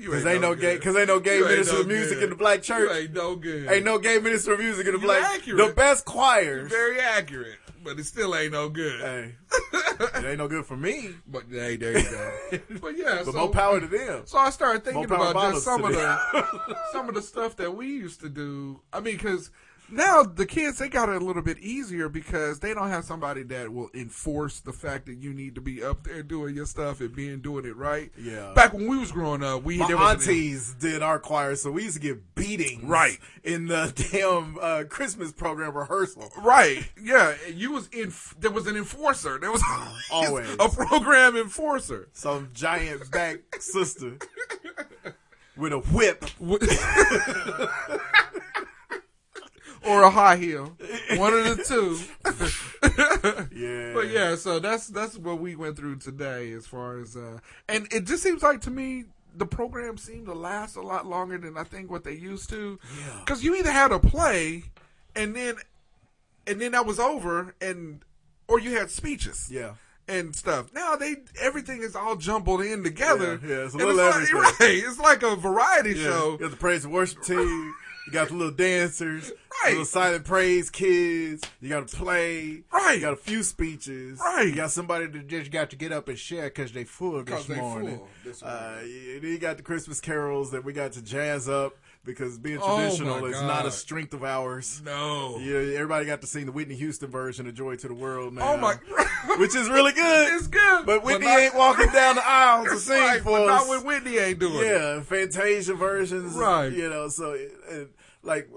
S11: You
S13: Cause ain't no gay. Cause ain't no gay
S11: You ain't
S13: minister
S11: no
S13: of music
S11: good.
S13: in the black church.
S11: You ain't no good.
S13: Ain't no gay minister of music in the
S11: You
S13: black.
S11: accurate.
S13: The best choirs.
S11: Very accurate, but it still ain't no good.
S13: Hey, it ain't no good for me.
S11: But hey, there you go. but yeah,
S13: But
S11: so,
S13: more power to them.
S11: So I started
S13: More
S11: thinking
S13: power
S11: about
S13: bottles
S11: just some
S13: to
S11: of
S13: them.
S11: the some of the stuff that we used to do. I mean, because now the kids they got it a little bit easier because they don't have somebody that will enforce the fact that you need to be up there doing your stuff and being doing it right.
S13: Yeah.
S11: Back when we was growing up, we
S13: My
S11: there was an-
S13: aunties did our choir, so we used to get beatings
S11: Right.
S13: in the damn uh, Christmas program rehearsal.
S11: Right. Yeah. You was in. There was an enforcer. There was
S13: Always.
S11: a program enforcer.
S13: Some giant back sister with a whip.
S11: or a high heel. One of the two.
S13: Yeah.
S11: But yeah, so that's that's what we went through today as far as uh and it just seems like to me the program seemed to last a lot longer than I think what they used to.
S13: Yeah.
S11: Cuz you either had a play and then and then that was over and or you had speeches.
S13: Yeah.
S11: And stuff. Now they everything is all jumbled in together.
S13: Yeah, yeah, it's a
S11: And
S13: little
S11: like,
S13: everything.
S11: Right, it's like a variety
S13: Yeah.
S11: show.
S13: You got the praise and worship team. You got the little dancers.
S11: Right.
S13: The little silent praise kids. You got to play.
S11: Right.
S13: You got a few speeches.
S11: Right.
S13: You got somebody that just got to get up and share because they full this
S11: 'Cause they
S13: morning.
S11: full this
S13: Uh, yeah, then you got the Christmas carols that we got to jazz up because being
S11: Oh, my
S13: traditional is not a
S11: God.
S13: strength of ours.
S11: No.
S13: Yeah, everybody got to sing the Whitney Houston version of Joy to the World now.
S11: Oh my
S13: Which is really good.
S11: It's good.
S13: But Whitney
S11: not-
S13: ain't walking down the aisle to sing
S11: Right,
S13: for
S11: but
S13: us.
S11: not when Whitney ain't doing it.
S13: Yeah, Fantasia versions,
S11: Right.
S13: You know, so it, it, like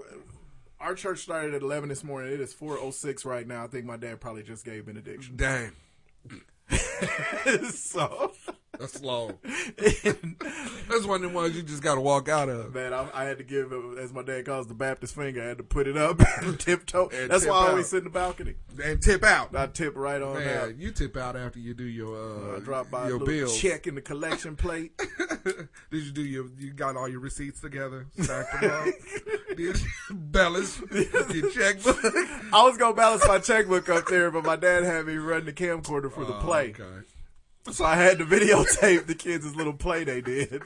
S13: our church started at eleven this morning. It is four oh six right now. I think my dad probably just gave benediction.
S11: Dang.
S13: so
S11: That's long. That's one of the ones you just got to walk out of.
S13: man, I, I had to give uh, as my dad calls the Baptist finger. I had to put it up and tiptoe.
S11: And
S13: That's
S11: tip
S13: why I always
S11: out.
S13: sit in the balcony.
S11: And tip out.
S13: I tip right on
S11: Man,
S13: out.
S11: you tip out after you do your uh,
S13: I drop by
S11: your
S13: a little
S11: bills.
S13: check in the collection plate.
S11: Did you do your? You got all your receipts together, stacked them up. Did you balance your checkbook?
S13: I was gonna balance my checkbook up there, but my dad had me run the camcorder for the play.
S11: Oh, Okay.
S13: So I had to videotape the kids' little play they did.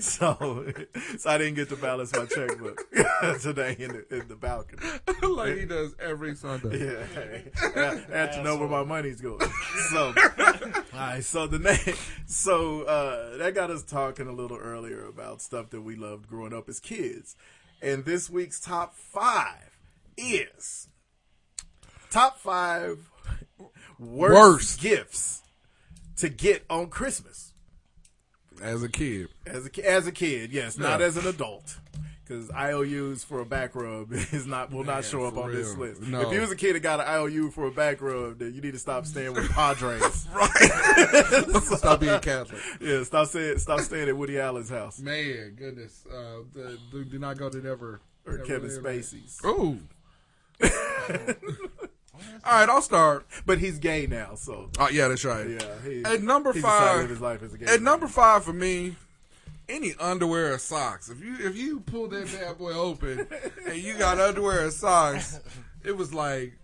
S13: So, Oh, so I didn't get to balance my checkbook today in the, in the balcony.
S11: like he does every Sunday.
S13: Yeah, I had to know where my money's going. So, all right. So the name, so uh, that got us talking a little earlier about stuff that we loved growing up as kids,
S20: And this week's top five is top five worst,
S11: Worst.
S20: gifts to get on Christmas
S11: as a kid.
S20: as a ki- as a kid. Yes, not
S11: Yeah.
S20: as an adult. Because IOUs for a back rub is not will not
S11: Man,
S20: show up
S11: for
S20: on this
S11: real.
S20: list.
S11: No.
S20: If you
S13: Oh.
S20: was a kid that got an IOU for a back rub, then you need to stop staying with Padres.
S11: Stop being Catholic.
S20: Yeah, stop saying stop staying at Woody Allen's house.
S11: Man, goodness. Uh, the, do, do not go to never.
S20: Or
S11: never
S20: Kevin
S11: Live.
S20: Spacey's.
S11: Ooh. Oh. All right, I'll start.
S20: But he's gay now, so.
S11: Oh yeah, that's right.
S20: Yeah, he-
S11: at number
S20: he's decided to
S11: five,
S20: live his life as a gay
S11: at
S20: man.
S11: number five for me, any underwear or socks. If you if you pull that bad boy open and you got underwear or socks, it was like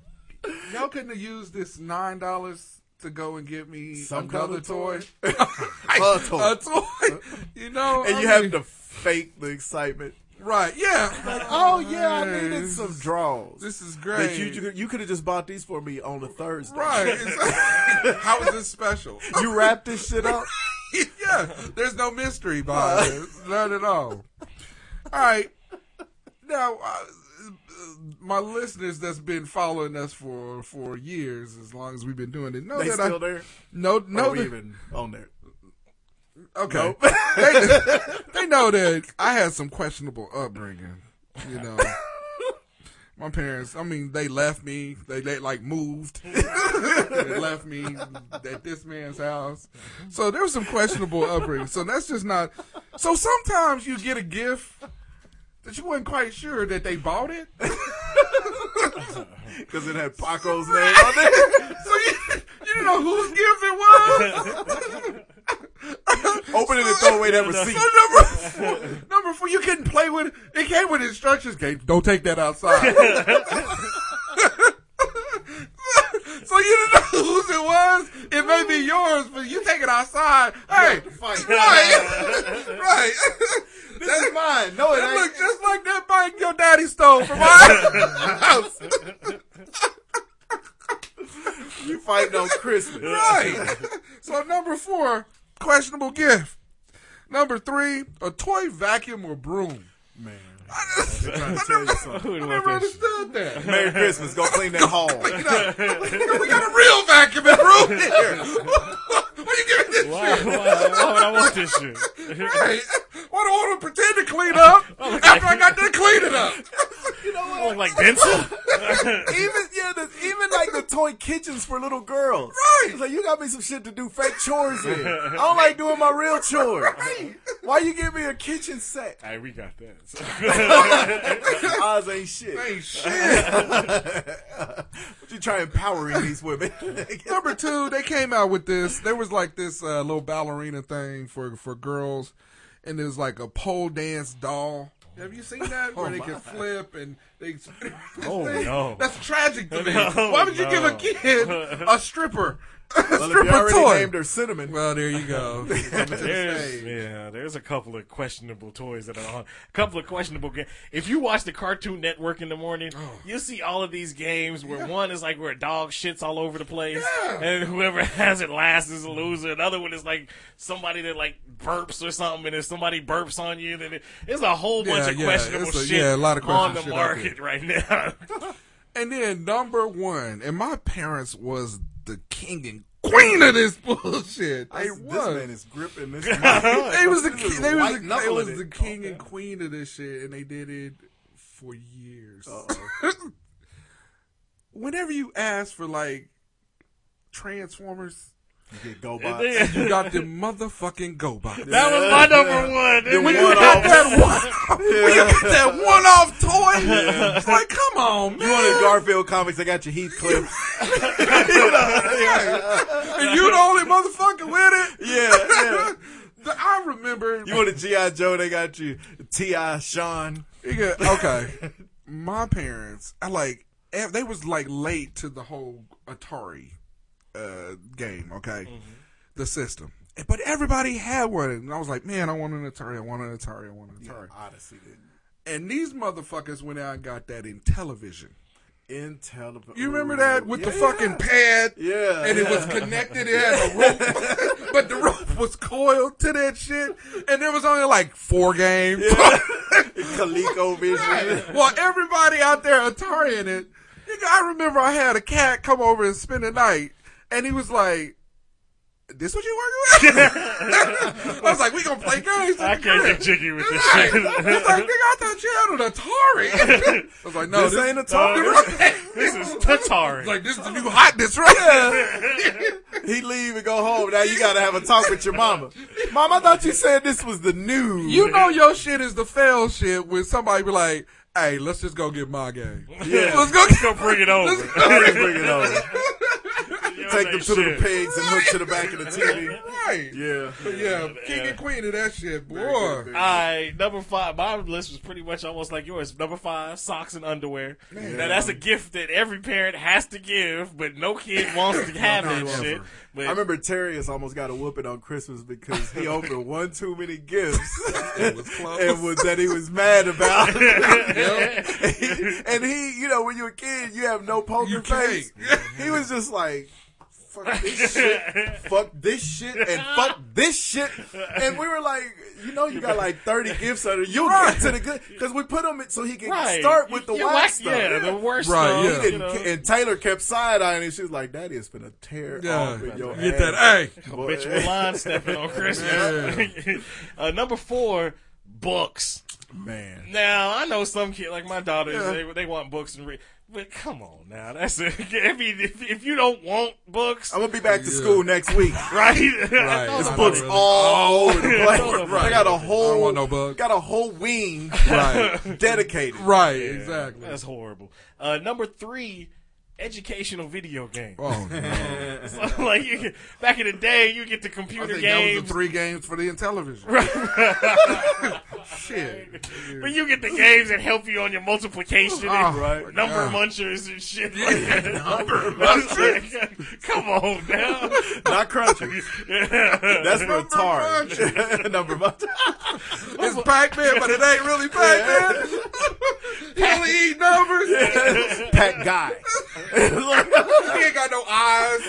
S11: y'all couldn't have used this nine dollars to go and get me
S20: Some kind
S11: another
S20: of toy?
S11: toy.
S20: A toy.
S11: a toy. You know,
S20: and
S11: I
S20: you have
S11: mean-
S20: to fake the excitement.
S11: right? Yeah.
S20: Like, oh yeah, I needed some draws.
S11: This is
S20: Like you,
S11: great.
S20: you, you could have just bought these for me on a Thursday.
S11: Right. Exactly. How is this special?
S20: you wrap this shit up.
S11: yeah, there's no mystery behind it. None at all. All right. Now, uh, my listeners that's been following us for for years, as long as we've been doing it, know
S20: They
S11: that
S20: still
S11: I,
S20: there?
S11: No,
S20: Or
S11: no,
S20: we
S11: that-
S20: even on there.
S11: Okay.
S20: Nope.
S11: they, they know that I had some questionable upbringing. You know, my parents. I mean, they left me. They they like moved. they left me at this man's house. So there was some questionable upbringing. So that's just not. So sometimes you get a gift that you wasn't quite sure that they bought it.
S20: Because it had Paco's name on it.
S11: So you, you didn't know whose gift it was.
S20: Open it and throw away that receipt.
S11: So number four, number four, you couldn't play with it. It came with instructions. Okay, don't take that outside. so you didn't know whose it was. It may be yours, but you take it outside. Hey,
S20: Fight.
S11: right, right.
S20: This is mine. No, it
S11: It
S20: ain't.
S11: looked just like that bike your daddy stole from my house.
S20: You fighting on Christmas.
S11: Right. so number four, questionable gift. Number three, a toy vacuum or broom.
S20: Man.
S11: I
S20: Trying to tell you something.
S13: Who would want
S11: never
S13: that shit?
S11: understood that.
S20: Merry Christmas. Go clean that hall.
S11: we got a real vacuum and broom here. Why you giving this
S13: Why,
S11: shit?
S13: why, why would I want this shit?
S11: Right. Why do I want to pretend to clean up after I got done cleaning up?
S20: Oh You know
S13: I
S20: what?
S13: look like Benson?
S20: Even yeah, the, even like the toy kitchens for little girls.
S11: Right.
S20: It's like you got me some shit to do fake chores in. I don't like doing my real chores. Why you give me a kitchen set?
S13: Hey, we got that. So.
S20: Oz ain't shit.
S11: Ain't shit.
S20: What you try empowering these women?
S11: Number two, they came out with this. There was like this uh, little ballerina thing for for girls, and it was like a pole dance doll. Have you seen that?
S20: Oh,
S11: Where they can flip and they.
S13: Oh, no.
S11: That's tragic to me.
S13: No,
S11: Why would you give a
S13: no.
S11: kid a stripper? A
S20: Oh, well, if you
S11: stripper
S20: already
S11: toy.
S20: named her cinnamon.
S11: Well, there you go.
S13: There's, yeah, there's a couple of questionable toys that are on. A couple of questionable games. If you watch the Cartoon Network in the morning,
S11: Oh.
S13: you'll see all of these games where one is like where a dog shits all over the place, and whoever has it last is a loser. Another one is like somebody that like burps or something, and if somebody burps on you, then it, it's a whole bunch
S11: Yeah,
S13: of
S11: yeah,
S13: questionable
S11: it's a-
S13: shit
S11: yeah, a lot of
S13: on
S11: questionable
S13: the
S11: shit
S13: market
S11: out
S13: right now.
S11: And then number one, and my parents was the king and queen of this bullshit. They
S20: This, this
S11: was.
S20: man is gripping this. mic.
S11: they was the
S20: This is
S11: ki- they was
S20: white
S11: the, they
S20: knuckling
S11: was
S20: it.
S11: the king and queen of this shit, and they did it for years. Whenever you ask for like Transformers,
S20: You get GoBots.
S13: that
S11: you got the motherfucking GoBot.
S13: was my number one.
S20: The
S11: when you
S20: one
S11: got
S20: off.
S11: that one, when you got that one-off toy, it's like come on, man.
S20: You wanted Garfield comics? I got you Heathcliff.
S11: and you the only motherfucker with it.
S20: yeah, yeah.
S11: The- I remember.
S20: You wanted GI Joe? They got you Ti Sean.
S11: Nigga, okay. My parents, I like, eh, they was like late to the whole Atari uh, game, okay?
S20: Mm-hmm.
S11: The system. But everybody had one. And I was like, man, I want an Atari. I want an Atari. I want an Atari.
S20: Odyssey did.
S11: And these motherfuckers went out and got that in television.
S20: In television.
S11: You remember that with the
S20: Yeah.
S11: fucking pad?
S20: Yeah.
S11: and it was connected. It had a rope, but the rope was coiled to that shit, and there was only like four games. ColecoVision.
S12: well, everybody out there Atari in it. Nigga, I remember I had a cat come over and spend the night, and he was like, "This what you working with?" I was like, "We gonna play games." I
S13: can't get jiggy with this
S12: Right.
S13: shit.
S12: He's like, nigga, I thought you had an Atari. I was like, no,
S13: This ain't Atari.
S12: this
S13: is Tatari.
S12: Like, this is the new hotness, right?
S11: he leave and go home. Now you gotta have a talk with your mama. Mom, I thought you said this was the news.
S12: You know your shit is the fail shit when somebody be like, hey, let's just go get my game.
S11: Yeah.
S12: Let's go,
S13: go bring it over.
S11: Let's bring it over. Take them
S12: ain't
S11: to the
S12: shit.
S11: pegs and hook to the back of the TV.
S12: Right.
S11: Yeah.
S12: But yeah, king and queen of that shit, boy.
S13: All right, number five. My list was pretty much almost like yours. Number five, socks and underwear.
S12: Man.
S13: Now that's a gift that every parent has to give, but no kid wants to have that shit. But
S11: I remember Terrius almost got a whooping on Christmas because he opened one too many gifts and was, that he was mad about. and, he, and he, you know, when you're a kid, you have no poker face. He was just like, fuck this shit, fuck this shit, and fuck this shit. And we were like, you know, you got like 30 gifts under you get to the good because we put him in so he can
S13: Right.
S11: start with the
S13: Yeah,
S11: whack
S13: whack-
S11: stuff.
S13: yeah, the worst
S11: Right,
S13: stuff,
S11: yeah.
S13: you
S11: He didn't-
S13: know.
S11: And Taylor kept side eyeing and she was like, Daddy is gonna tear
S12: Yeah.
S11: off in your
S12: Get
S11: ass.
S12: that A.
S11: Boy.
S13: Habitual line stepping on Christmas. uh, number four, books.
S11: Man.
S13: Now I know some kid like my daughters
S12: Yeah.
S13: they, they want books and read, but come on now, that's it. I mean, if, if you don't want books,
S11: I'm gonna be back to school next week.
S13: right? I
S11: Oh, Right.
S13: know
S11: It's
S13: the
S11: books
S13: book.
S11: all over the
S13: I
S11: place.
S13: know the
S11: I got a
S13: book.
S11: whole
S12: want no bug.
S11: got a whole wing
S12: Right.
S11: dedicated.
S12: Right,
S13: Yeah,
S12: exactly.
S13: That's horrible. Uh, number three, educational video game.
S12: Oh, no.
S13: so, like you get, back in the day, you get the
S12: I
S13: computer
S12: think that was
S13: games.
S12: the three games for the television. Shit.
S13: But you get the games that help you on your multiplication and
S12: Oh, right.
S13: number
S12: Yeah.
S13: munchers and shit. Like that.
S12: number
S13: munchers. Come on now.
S11: Not crunchers. That's for
S12: crunchers.
S11: Atari. Number munch-
S12: It's Pac-Man, but it ain't really Pac-Man. he only eat numbers.
S11: Pack guy.
S12: he ain't got no eyes.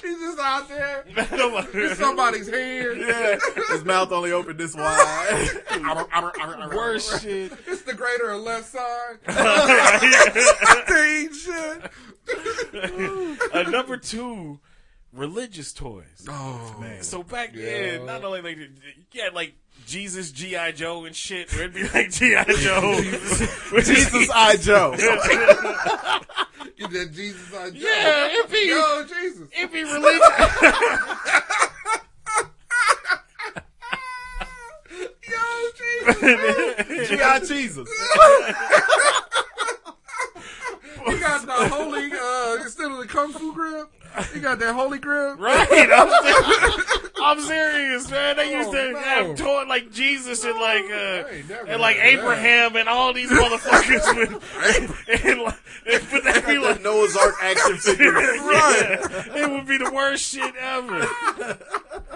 S12: He's just out there. It's somebody's hand.
S11: Yeah. His mouth only opened this wide.
S13: Worst shit.
S12: It's the greater or less side. They eat shit.
S13: uh, number two, religious toys.
S12: Oh, man.
S13: So back then, not only like you had like Jesus, GI Joe, and shit. Where it'd be like GI Joe, which is-
S11: Jesus I Joe.
S12: You did Jesus on Joe.
S13: Yeah, it'd be-
S12: Yo, Jesus.
S13: it'd be religious.
S12: Yo, Jesus.
S11: G.I. Jesus.
S12: He got the holy, uh, instead of the kung fu grip, he got that holy grip.
S13: Right, I'm, ser- I'm serious, man. They used to
S12: Oh, no.
S13: have toy like Jesus and like uh,
S12: I ain't never
S13: and like
S12: heard of that.
S13: Abraham and all these motherfuckers with and, like, and but they'd be
S11: That
S13: like,
S11: Noah's Ark action figure.
S13: yeah, it would be the worst shit ever.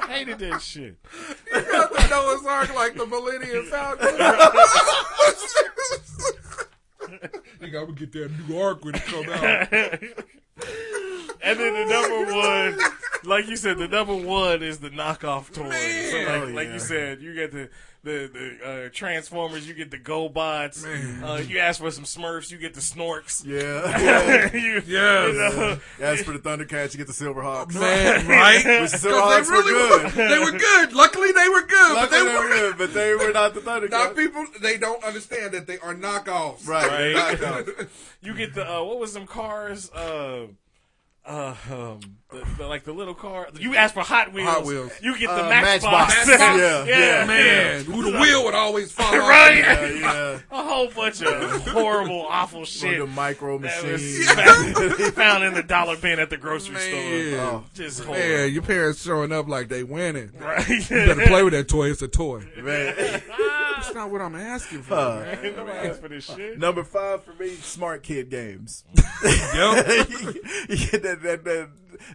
S13: I hated that shit.
S12: He got the Noah's Ark like the Millennium Falcon. Nigga, I'm gonna get that new ark when it come out.
S13: And then the number one, like you said, the number one is the knockoff toys. So like, like you said, you get the the, the uh, Transformers, you get the GoBots. Uh, you ask for some Smurfs, you get the Snorks.
S11: Yeah.
S13: you,
S12: Yes.
S13: you know,
S11: As for the Thundercats, you get the Silverhawks.
S12: Man, right?
S11: Which
S12: 'Cause
S11: Silverhawks
S12: they really
S11: were
S12: were
S11: "Oh, good.
S12: They were good. Luckily, they were good, but
S11: Luckily
S12: they
S11: they were
S12: were.
S11: good, but they were not the Thundercats.
S12: Now, people, they don't understand that they are knockoffs.
S11: Right. they're
S13: Right.
S11: not dumb.
S13: you get the uh, what was them cars? Uh, uh, um, the, the, like the little car. You ask for Hot Wheels.
S12: Hot Wheels.
S13: You get the
S11: Uh,
S13: Matchbox.
S11: Matchbox. Yeah, yeah,
S12: Man, who the wheel would always fall off.
S13: Right.
S11: yeah, yeah.
S13: A whole bunch of horrible, awful shit.
S11: Or the micro
S13: That was
S11: machine.
S13: found, found in the dollar bin at the grocery
S12: Man.
S13: store.
S12: Oh.
S13: Just horrible.
S12: Man, your parents showing up like they winning.
S13: Right?
S12: You better play with that toy. It's a toy.
S11: Man.
S12: That's not what I'm asking for.
S11: Uh,
S13: Nobody asked for this shit.
S11: number five for me, smart kid games.
S12: Yep.
S11: you get that, that, that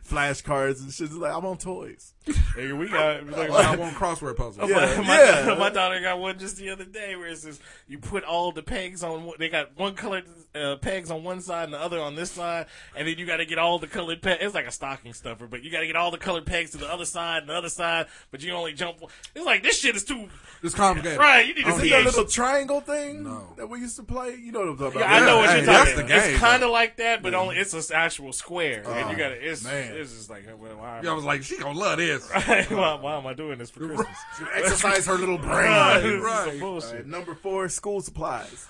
S11: flashcards and shit. It's like I'm on toys.
S13: Hey, we got like,
S12: I want crossword puzzles.
S11: Yeah,
S13: my,
S11: yeah.
S13: my daughter got one just the other day where it says you put all the pegs on. one- They got one colored uh, pegs on one side and the other on this side, and then you got to get all the colored pegs. It's like a stocking stuffer, but you got to get all the colored pegs to the other side and the other side, but you only jump. one- It's like this shit is too.
S12: It's complicated.
S13: Right, you need to
S11: Is it
S13: see
S11: Oh, that
S13: it.
S11: little triangle thing that we used to play? You know what I'm talking
S13: Yeah,
S11: about?
S13: I know what
S11: Hey,
S13: you're
S11: that's
S13: talking about.
S11: the game,
S13: it's kind of like that, but only it's an actual square, and you got
S11: Oh,
S13: to. It's
S11: man.
S13: it's just like well, why am
S12: Yeah, I was like, she gonna love this.
S13: Right, why, why am I doing this for Christmas?
S11: Exercise her little brain.
S13: Right, this is
S11: Right.
S13: some bullshit.
S11: Uh, number four, school supplies.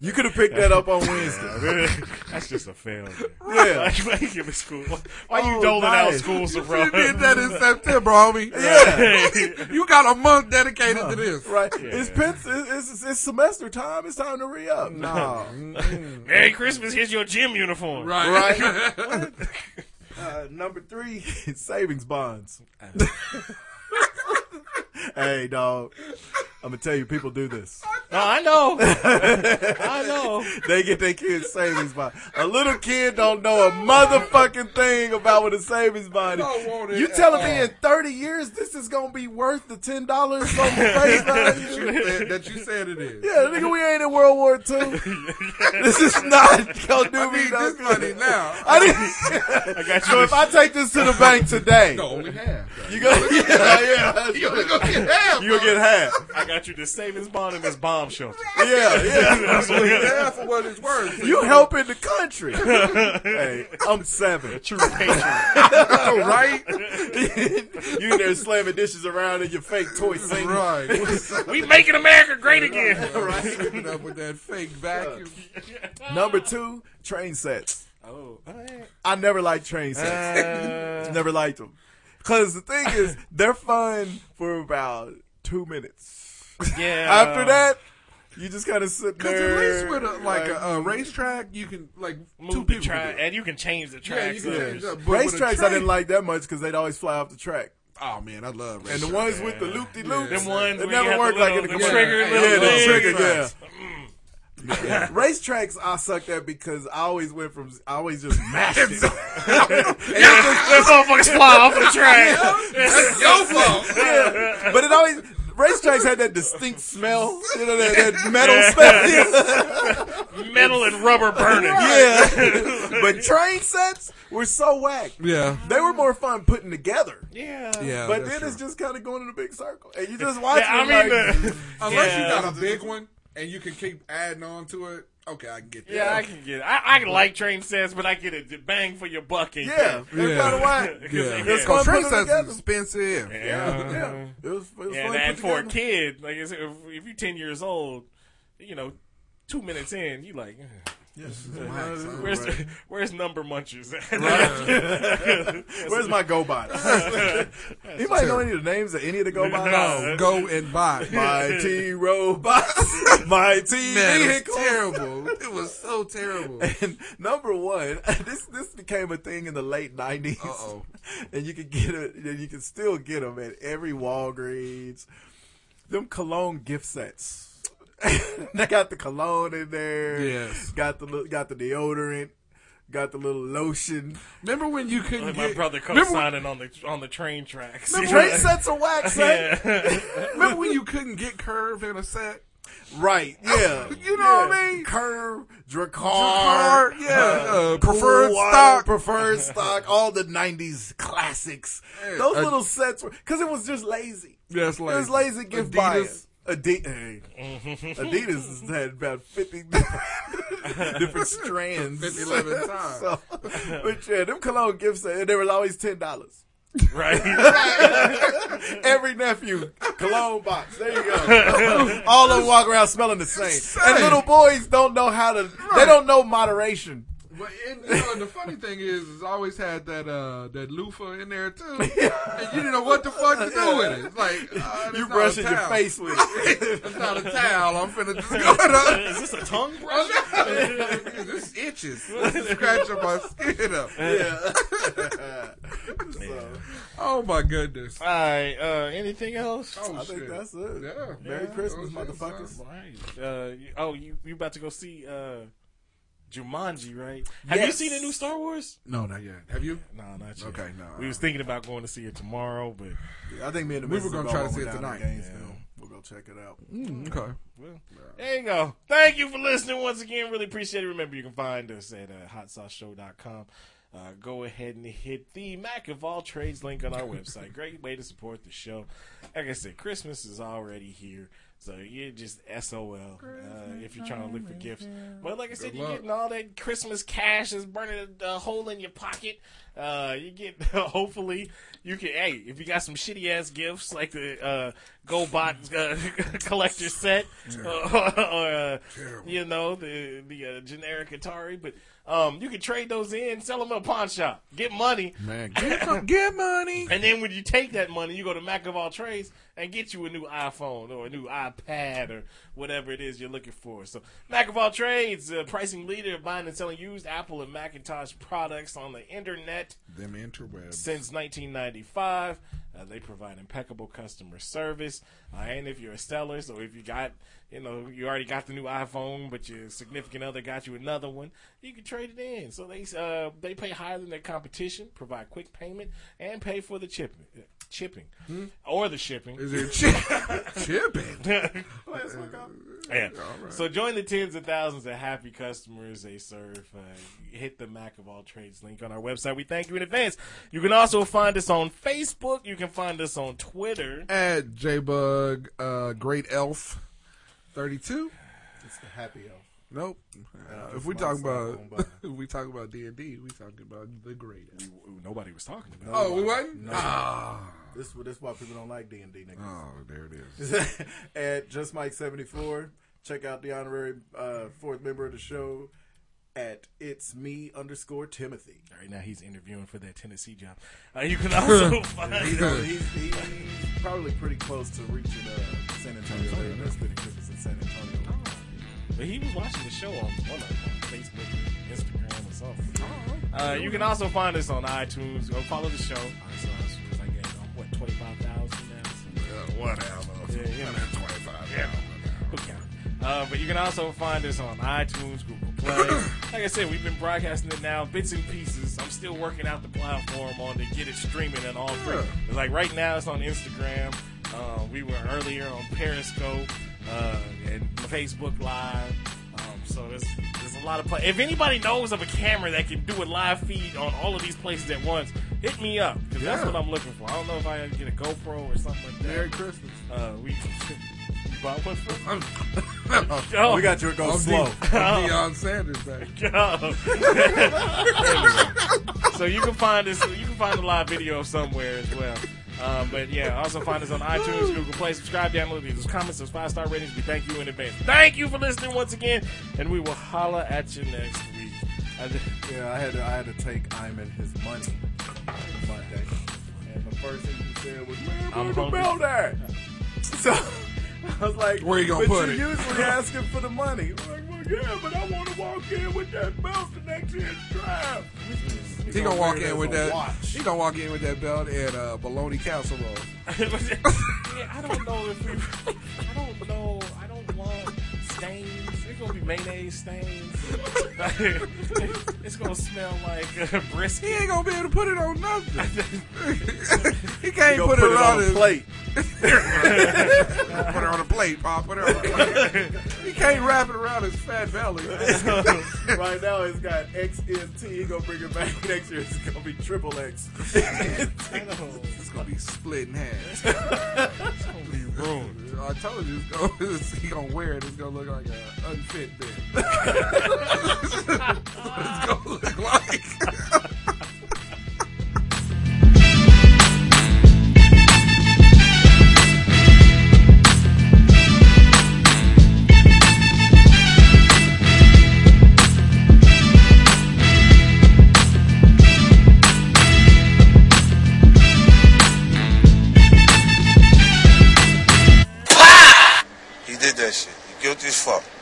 S11: You could have picked that up on Wednesday.
S13: Yeah, that's just a failure.
S11: Yeah.
S13: Like, why you giving school? Why you
S11: Oh,
S13: doling out
S11: nice.
S13: school
S11: You
S13: supplies?
S12: did
S11: should've
S12: that in September, homie. Yeah. you got a month dedicated to this.
S11: Right. It's, pens- it's, it's, it's semester time. It's time to re up. No.
S13: Mm. Merry Christmas. Here's your gym uniform.
S11: Right. Uh, number three, savings bonds. hey, dog. I'm gonna tell you, people do this.
S13: No, I know. I know.
S11: They get their kids savings bond. A little kid don't know a motherfucking thing about what a savings bond
S12: Don't want
S11: is.
S12: it
S11: You
S12: at
S11: telling me
S12: all.
S11: in 30 years this is gonna be worth the ten dollars on the face value?
S12: That, that you said it is.
S11: Yeah, nigga, we ain't in World War II. this is not gonna do
S12: I
S11: me
S12: need
S11: no
S12: this money now.
S11: I didn't.
S13: got
S11: so
S13: you.
S11: if I take this to the bank today,
S12: No, only half.
S11: you go, yeah, yeah, that's
S12: You only
S11: good.
S12: gonna get half.
S11: You'll get half.
S13: I got you this savings bond and this bomb shelter.
S11: Yeah, yeah.
S12: You only get half of what it's worth.
S11: You helping the country. hey, I'm seven.
S13: True patriot.
S12: right?
S11: you in there slamming dishes around in your fake toy sink.
S12: Right.
S13: We making America great again.
S12: Slipping up with that fake vacuum.
S11: Number two, train sets.
S13: Oh, all right.
S11: I never liked train sets.
S13: Uh,
S11: never liked them. Cause the thing is, they're fun for about two minutes.
S13: yeah.
S11: After that, you just kind of sit
S12: Because
S11: there.
S12: Uh, at least with a, like a, a racetrack, you can like two
S13: move the
S12: people. can
S13: track,
S12: do it.
S13: and you can change the
S12: Yeah, you
S13: tracks.
S12: can
S13: up.
S12: change up. But with a
S11: racetracks I
S12: train-
S11: didn't like that much because they'd always fly off the track.
S12: Oh man, I love racetracks.
S11: And the ones with the loop de loops,
S13: Them ones where
S11: it
S13: you
S11: never
S13: have
S11: worked
S13: the
S11: like in the
S13: little- mm.
S12: the
S11: commercial.
S12: trigger,
S11: yeah,
S12: little
S11: the
S12: thing.
S11: trigger, yeah. Yeah. Racetracks, I sucked at because I always went from, I always just mashed it.
S13: Them motherfuckers fly off the track.
S12: That's your fault.
S11: yeah. But it always, racetracks had that distinct smell, you know, that, that metal smell.
S13: Metal and rubber burning.
S11: Yeah. but train sets were so whack.
S12: Yeah,
S11: They were more fun putting together.
S13: Yeah.
S12: yeah.
S11: but
S12: that's
S11: then it's
S12: true.
S11: just kind of going in a big circle. And you just watch
S13: I
S11: it
S13: mean,
S11: like,
S13: the,
S12: unless
S13: Yeah.
S12: you got a big one and you can keep adding on to it. Okay, I can get that.
S13: Yeah, I can get it. I, I can like train sets, but I get a bang for your buck. in
S11: yeah, they're
S12: Yeah.
S11: kind of whack.
S13: there. 'Cause
S12: Yeah,
S13: they-
S11: It's
S13: yeah.
S12: it's
S11: fun
S12: called
S11: putting
S12: train
S11: it
S12: sets
S11: together.
S12: is expensive.
S13: Yeah.
S11: Yeah, it was, it was
S13: Yeah,
S11: fun.
S13: and
S11: put
S13: for a
S11: together.
S13: kid, like it's, if, if you're 10 years old, you know, two minutes in, you like, eh,
S12: Nice, huh?
S13: where's where's number munchers? at?
S11: Where's my go bots? Anybody know any of the names of any of the go bots?
S13: No.
S12: Go and buy.
S11: My T robots, my T
S12: Man, it
S11: vehicle.
S12: was terrible. It was so terrible.
S11: And number one, this this became a thing in the late nineties,
S12: Uh-oh.
S11: and you could get it. You can still get them at every Walgreens. Them cologne gift sets. they got the cologne in there.
S12: Yes.
S11: Got the li- got the deodorant. Got the little lotion.
S12: Remember when you couldn't
S13: Like
S12: get
S13: my brother
S12: remember when-
S13: co-signing on the on the train tracks. You know?
S11: Train sets are wax, eh?
S13: Yeah.
S12: Remember when you couldn't get curve in a set?
S11: Right. Yeah.
S12: You know what
S11: Yeah.
S12: I mean?
S11: Curve, Dracar,
S12: Dracar, yeah, uh, preferred
S11: Cool Water,
S12: stock.
S11: preferred stock, all the '90s classics. Those
S12: uh,
S11: little sets were because it was just lazy.
S12: Yeah, it's
S11: It was
S12: lazy.
S11: lazy gift
S12: Adidas.
S11: buying. Adidas, hey, Adidas has had about fifty different, different strands.
S12: 50, 11 times.
S11: So, but yeah, them cologne gifts, and they were always ten dollars.
S13: right.
S11: Every nephew, cologne box. There you go. All of them walk around smelling the same. And little boys don't know how to. They don't know moderation.
S12: But and, you know, and the funny thing is, is I always had that uh, that loofah in there too, and you didn't know what the fuck to do with it. It's like uh, that's
S11: You
S12: not a
S11: brushing your
S12: towel.
S11: face with. it.
S12: It's not a towel. I'm finna just go to.
S13: Is this a tongue brush?
S12: this itches. This is scratching my skin up.
S11: So,
S12: Oh my goodness.
S13: All right. Uh, anything else?
S12: Oh
S11: I
S12: shit.
S11: think that's it.
S12: Yeah.
S11: Merry
S12: Yeah.
S11: Christmas,
S12: Oh, shit,
S11: motherfuckers.
S12: son.
S13: All right. Uh, you, oh, you you about to go see uh, Jumanji, right? Have
S12: Yes.
S13: you seen the new Star Wars?
S12: No, not yet. Have you?
S13: No, not yet.
S12: Okay, no.
S13: We was thinking about going to see it tomorrow, but
S11: I think me and the
S12: We
S11: missus
S12: were gonna
S11: both
S12: try to
S11: went
S12: see it
S11: down
S12: tonight.
S11: Gainesville. We'll go check it out.
S12: Mm, okay.
S13: Well, there you go. Thank you for listening once again. Really appreciate it. Remember, you can find us at uh, hotsauceshow.com. Uh, go ahead and hit the Mac of all trades link on our website. Great way to support the show. Like I said, Christmas is already here. So you're just SOL uh, if you're trying to look for gifts. But like I said,
S12: Good
S13: you're
S12: luck.
S13: getting all that Christmas cash is burning a, a hole in your pocket. Uh, you get hopefully you can. Hey, if you got some shitty ass gifts like the uh, GoBot uh, collector set, or, or uh, you know the the uh, generic Atari, but um, you can trade those in, sell them at a pawn shop, get money,
S12: Man, get, some- get money.
S13: and then when you take that money, you go to Mac of all trades and get you a new iPhone or a new iPad or whatever it is you're looking for. So Mac of all trades, uh, pricing leader of buying and selling used Apple and Macintosh products on the internet
S12: Them interwebs.
S13: since 1995. Uh, they provide impeccable customer service. Uh, and if you're a seller, so if you got, you know, you already got the new iPhone, but your significant other got you another one, you can trade it in. So they uh, they pay higher than their competition, provide quick payment, and pay for the chipping, uh, chipping, or the shipping.
S12: Is it chi- chipping?
S13: Let's look up. Yeah. So join the tens of thousands of happy customers they serve. Uh, hit the Mac of all trades link on our website. We thank you in advance. You can also find us on Facebook. You can find us on Twitter.
S12: At JBug, uh, Great Elf, thirty-two.
S11: It's the happy elf.
S12: Nope.
S11: Uh,
S12: if we
S11: my
S12: talk
S11: son
S12: about
S11: won't buy.
S12: if we talk about D and D, we talking about the Great Elf.
S13: Nobody was talking about.
S12: Oh, we wasn't?
S11: No.
S12: Ah.
S11: This this is why people don't like D and D niggas.
S12: Oh, there it is.
S11: at Just Mike seventy four. Check out the honorary uh, fourth member of the show at It's Me underscore Timothy.
S13: Right now he's interviewing for that Tennessee job. Uh, you can also find
S11: He's, he's, he's probably pretty close to reaching uh, San Antonio. They invested in Christmas in San Antonio.
S13: But he was watching the show on one of them, on Facebook, Instagram, or something. Uh, you can also find us on iTunes. Go follow the show. iTunes, I get, uh, what, 25,000 now?
S12: Whatever.
S13: Yeah, you know.
S12: 125.
S13: Yeah. Who cares? Uh, but you can also find us on iTunes, Google Play. like I said, we've been broadcasting it now, bits and pieces. I'm still working out the platform on to get it streaming and all three.
S12: Yeah.
S13: Like right now, it's on Instagram. Uh, we were earlier on Periscope uh, and Facebook Live. Um, so it's, there's a lot of. Pla- if anybody knows of a camera that can do a live feed on all of these places at once, hit me up because that's
S12: Yeah.
S13: what I'm looking for. I don't know if I can get a GoPro or something like that.
S12: Merry Christmas.
S13: Uh, we. You bought one for
S12: I'm,
S13: Yo.
S11: We got you to go
S12: Oh. I'm
S11: slow.
S12: De- I'm Deion Sanders back.
S13: Yo. so you can find us. You can find a live video somewhere as well. Uh, but yeah, also find us on iTunes, Google Play, subscribe, download, leave us comments, those five star ratings. We thank you in advance. Thank you for listening once again, and we will holla at you next week. I just-
S11: Yeah, I had to, I had to take Iman his money Monday, and the first thing he said was, "Man,
S13: I'm
S11: where the
S13: hungry."
S11: bill at?" So I was like,
S12: Where you gonna
S11: but
S12: put
S11: you
S12: it?"
S11: usually asking for the money. I'm like, well, yeah, but I want to walk in with that belt the next year's draft.
S12: He gonna walk in with that.
S11: Watch.
S12: He gonna walk in with that belt and uh, bologna casserole.
S13: yeah, I don't know if we. I don't know. I don't want stains. It's gonna be mayonnaise stains. it's gonna smell like uh,
S12: He
S13: brisket.
S12: ain't gonna be able to put it on nothing. he
S11: He
S12: can't
S11: gonna
S12: put, it, on,
S11: a
S12: his
S11: plate.
S12: put it on a plate, Pop. Put it on a plate. he can't wrap it around his fat belly.
S11: right now, it's got XMT. He gonna bring it back next year. It's gonna be triple X.
S13: I don't-
S12: It's gonna be split in half.
S13: It's gonna be ruined.
S12: I told you, it's gonna, it's, he gonna wear it. It's gonna look like an unfit bit. it's gonna look like.
S9: He did that shit. You guilty as fuck.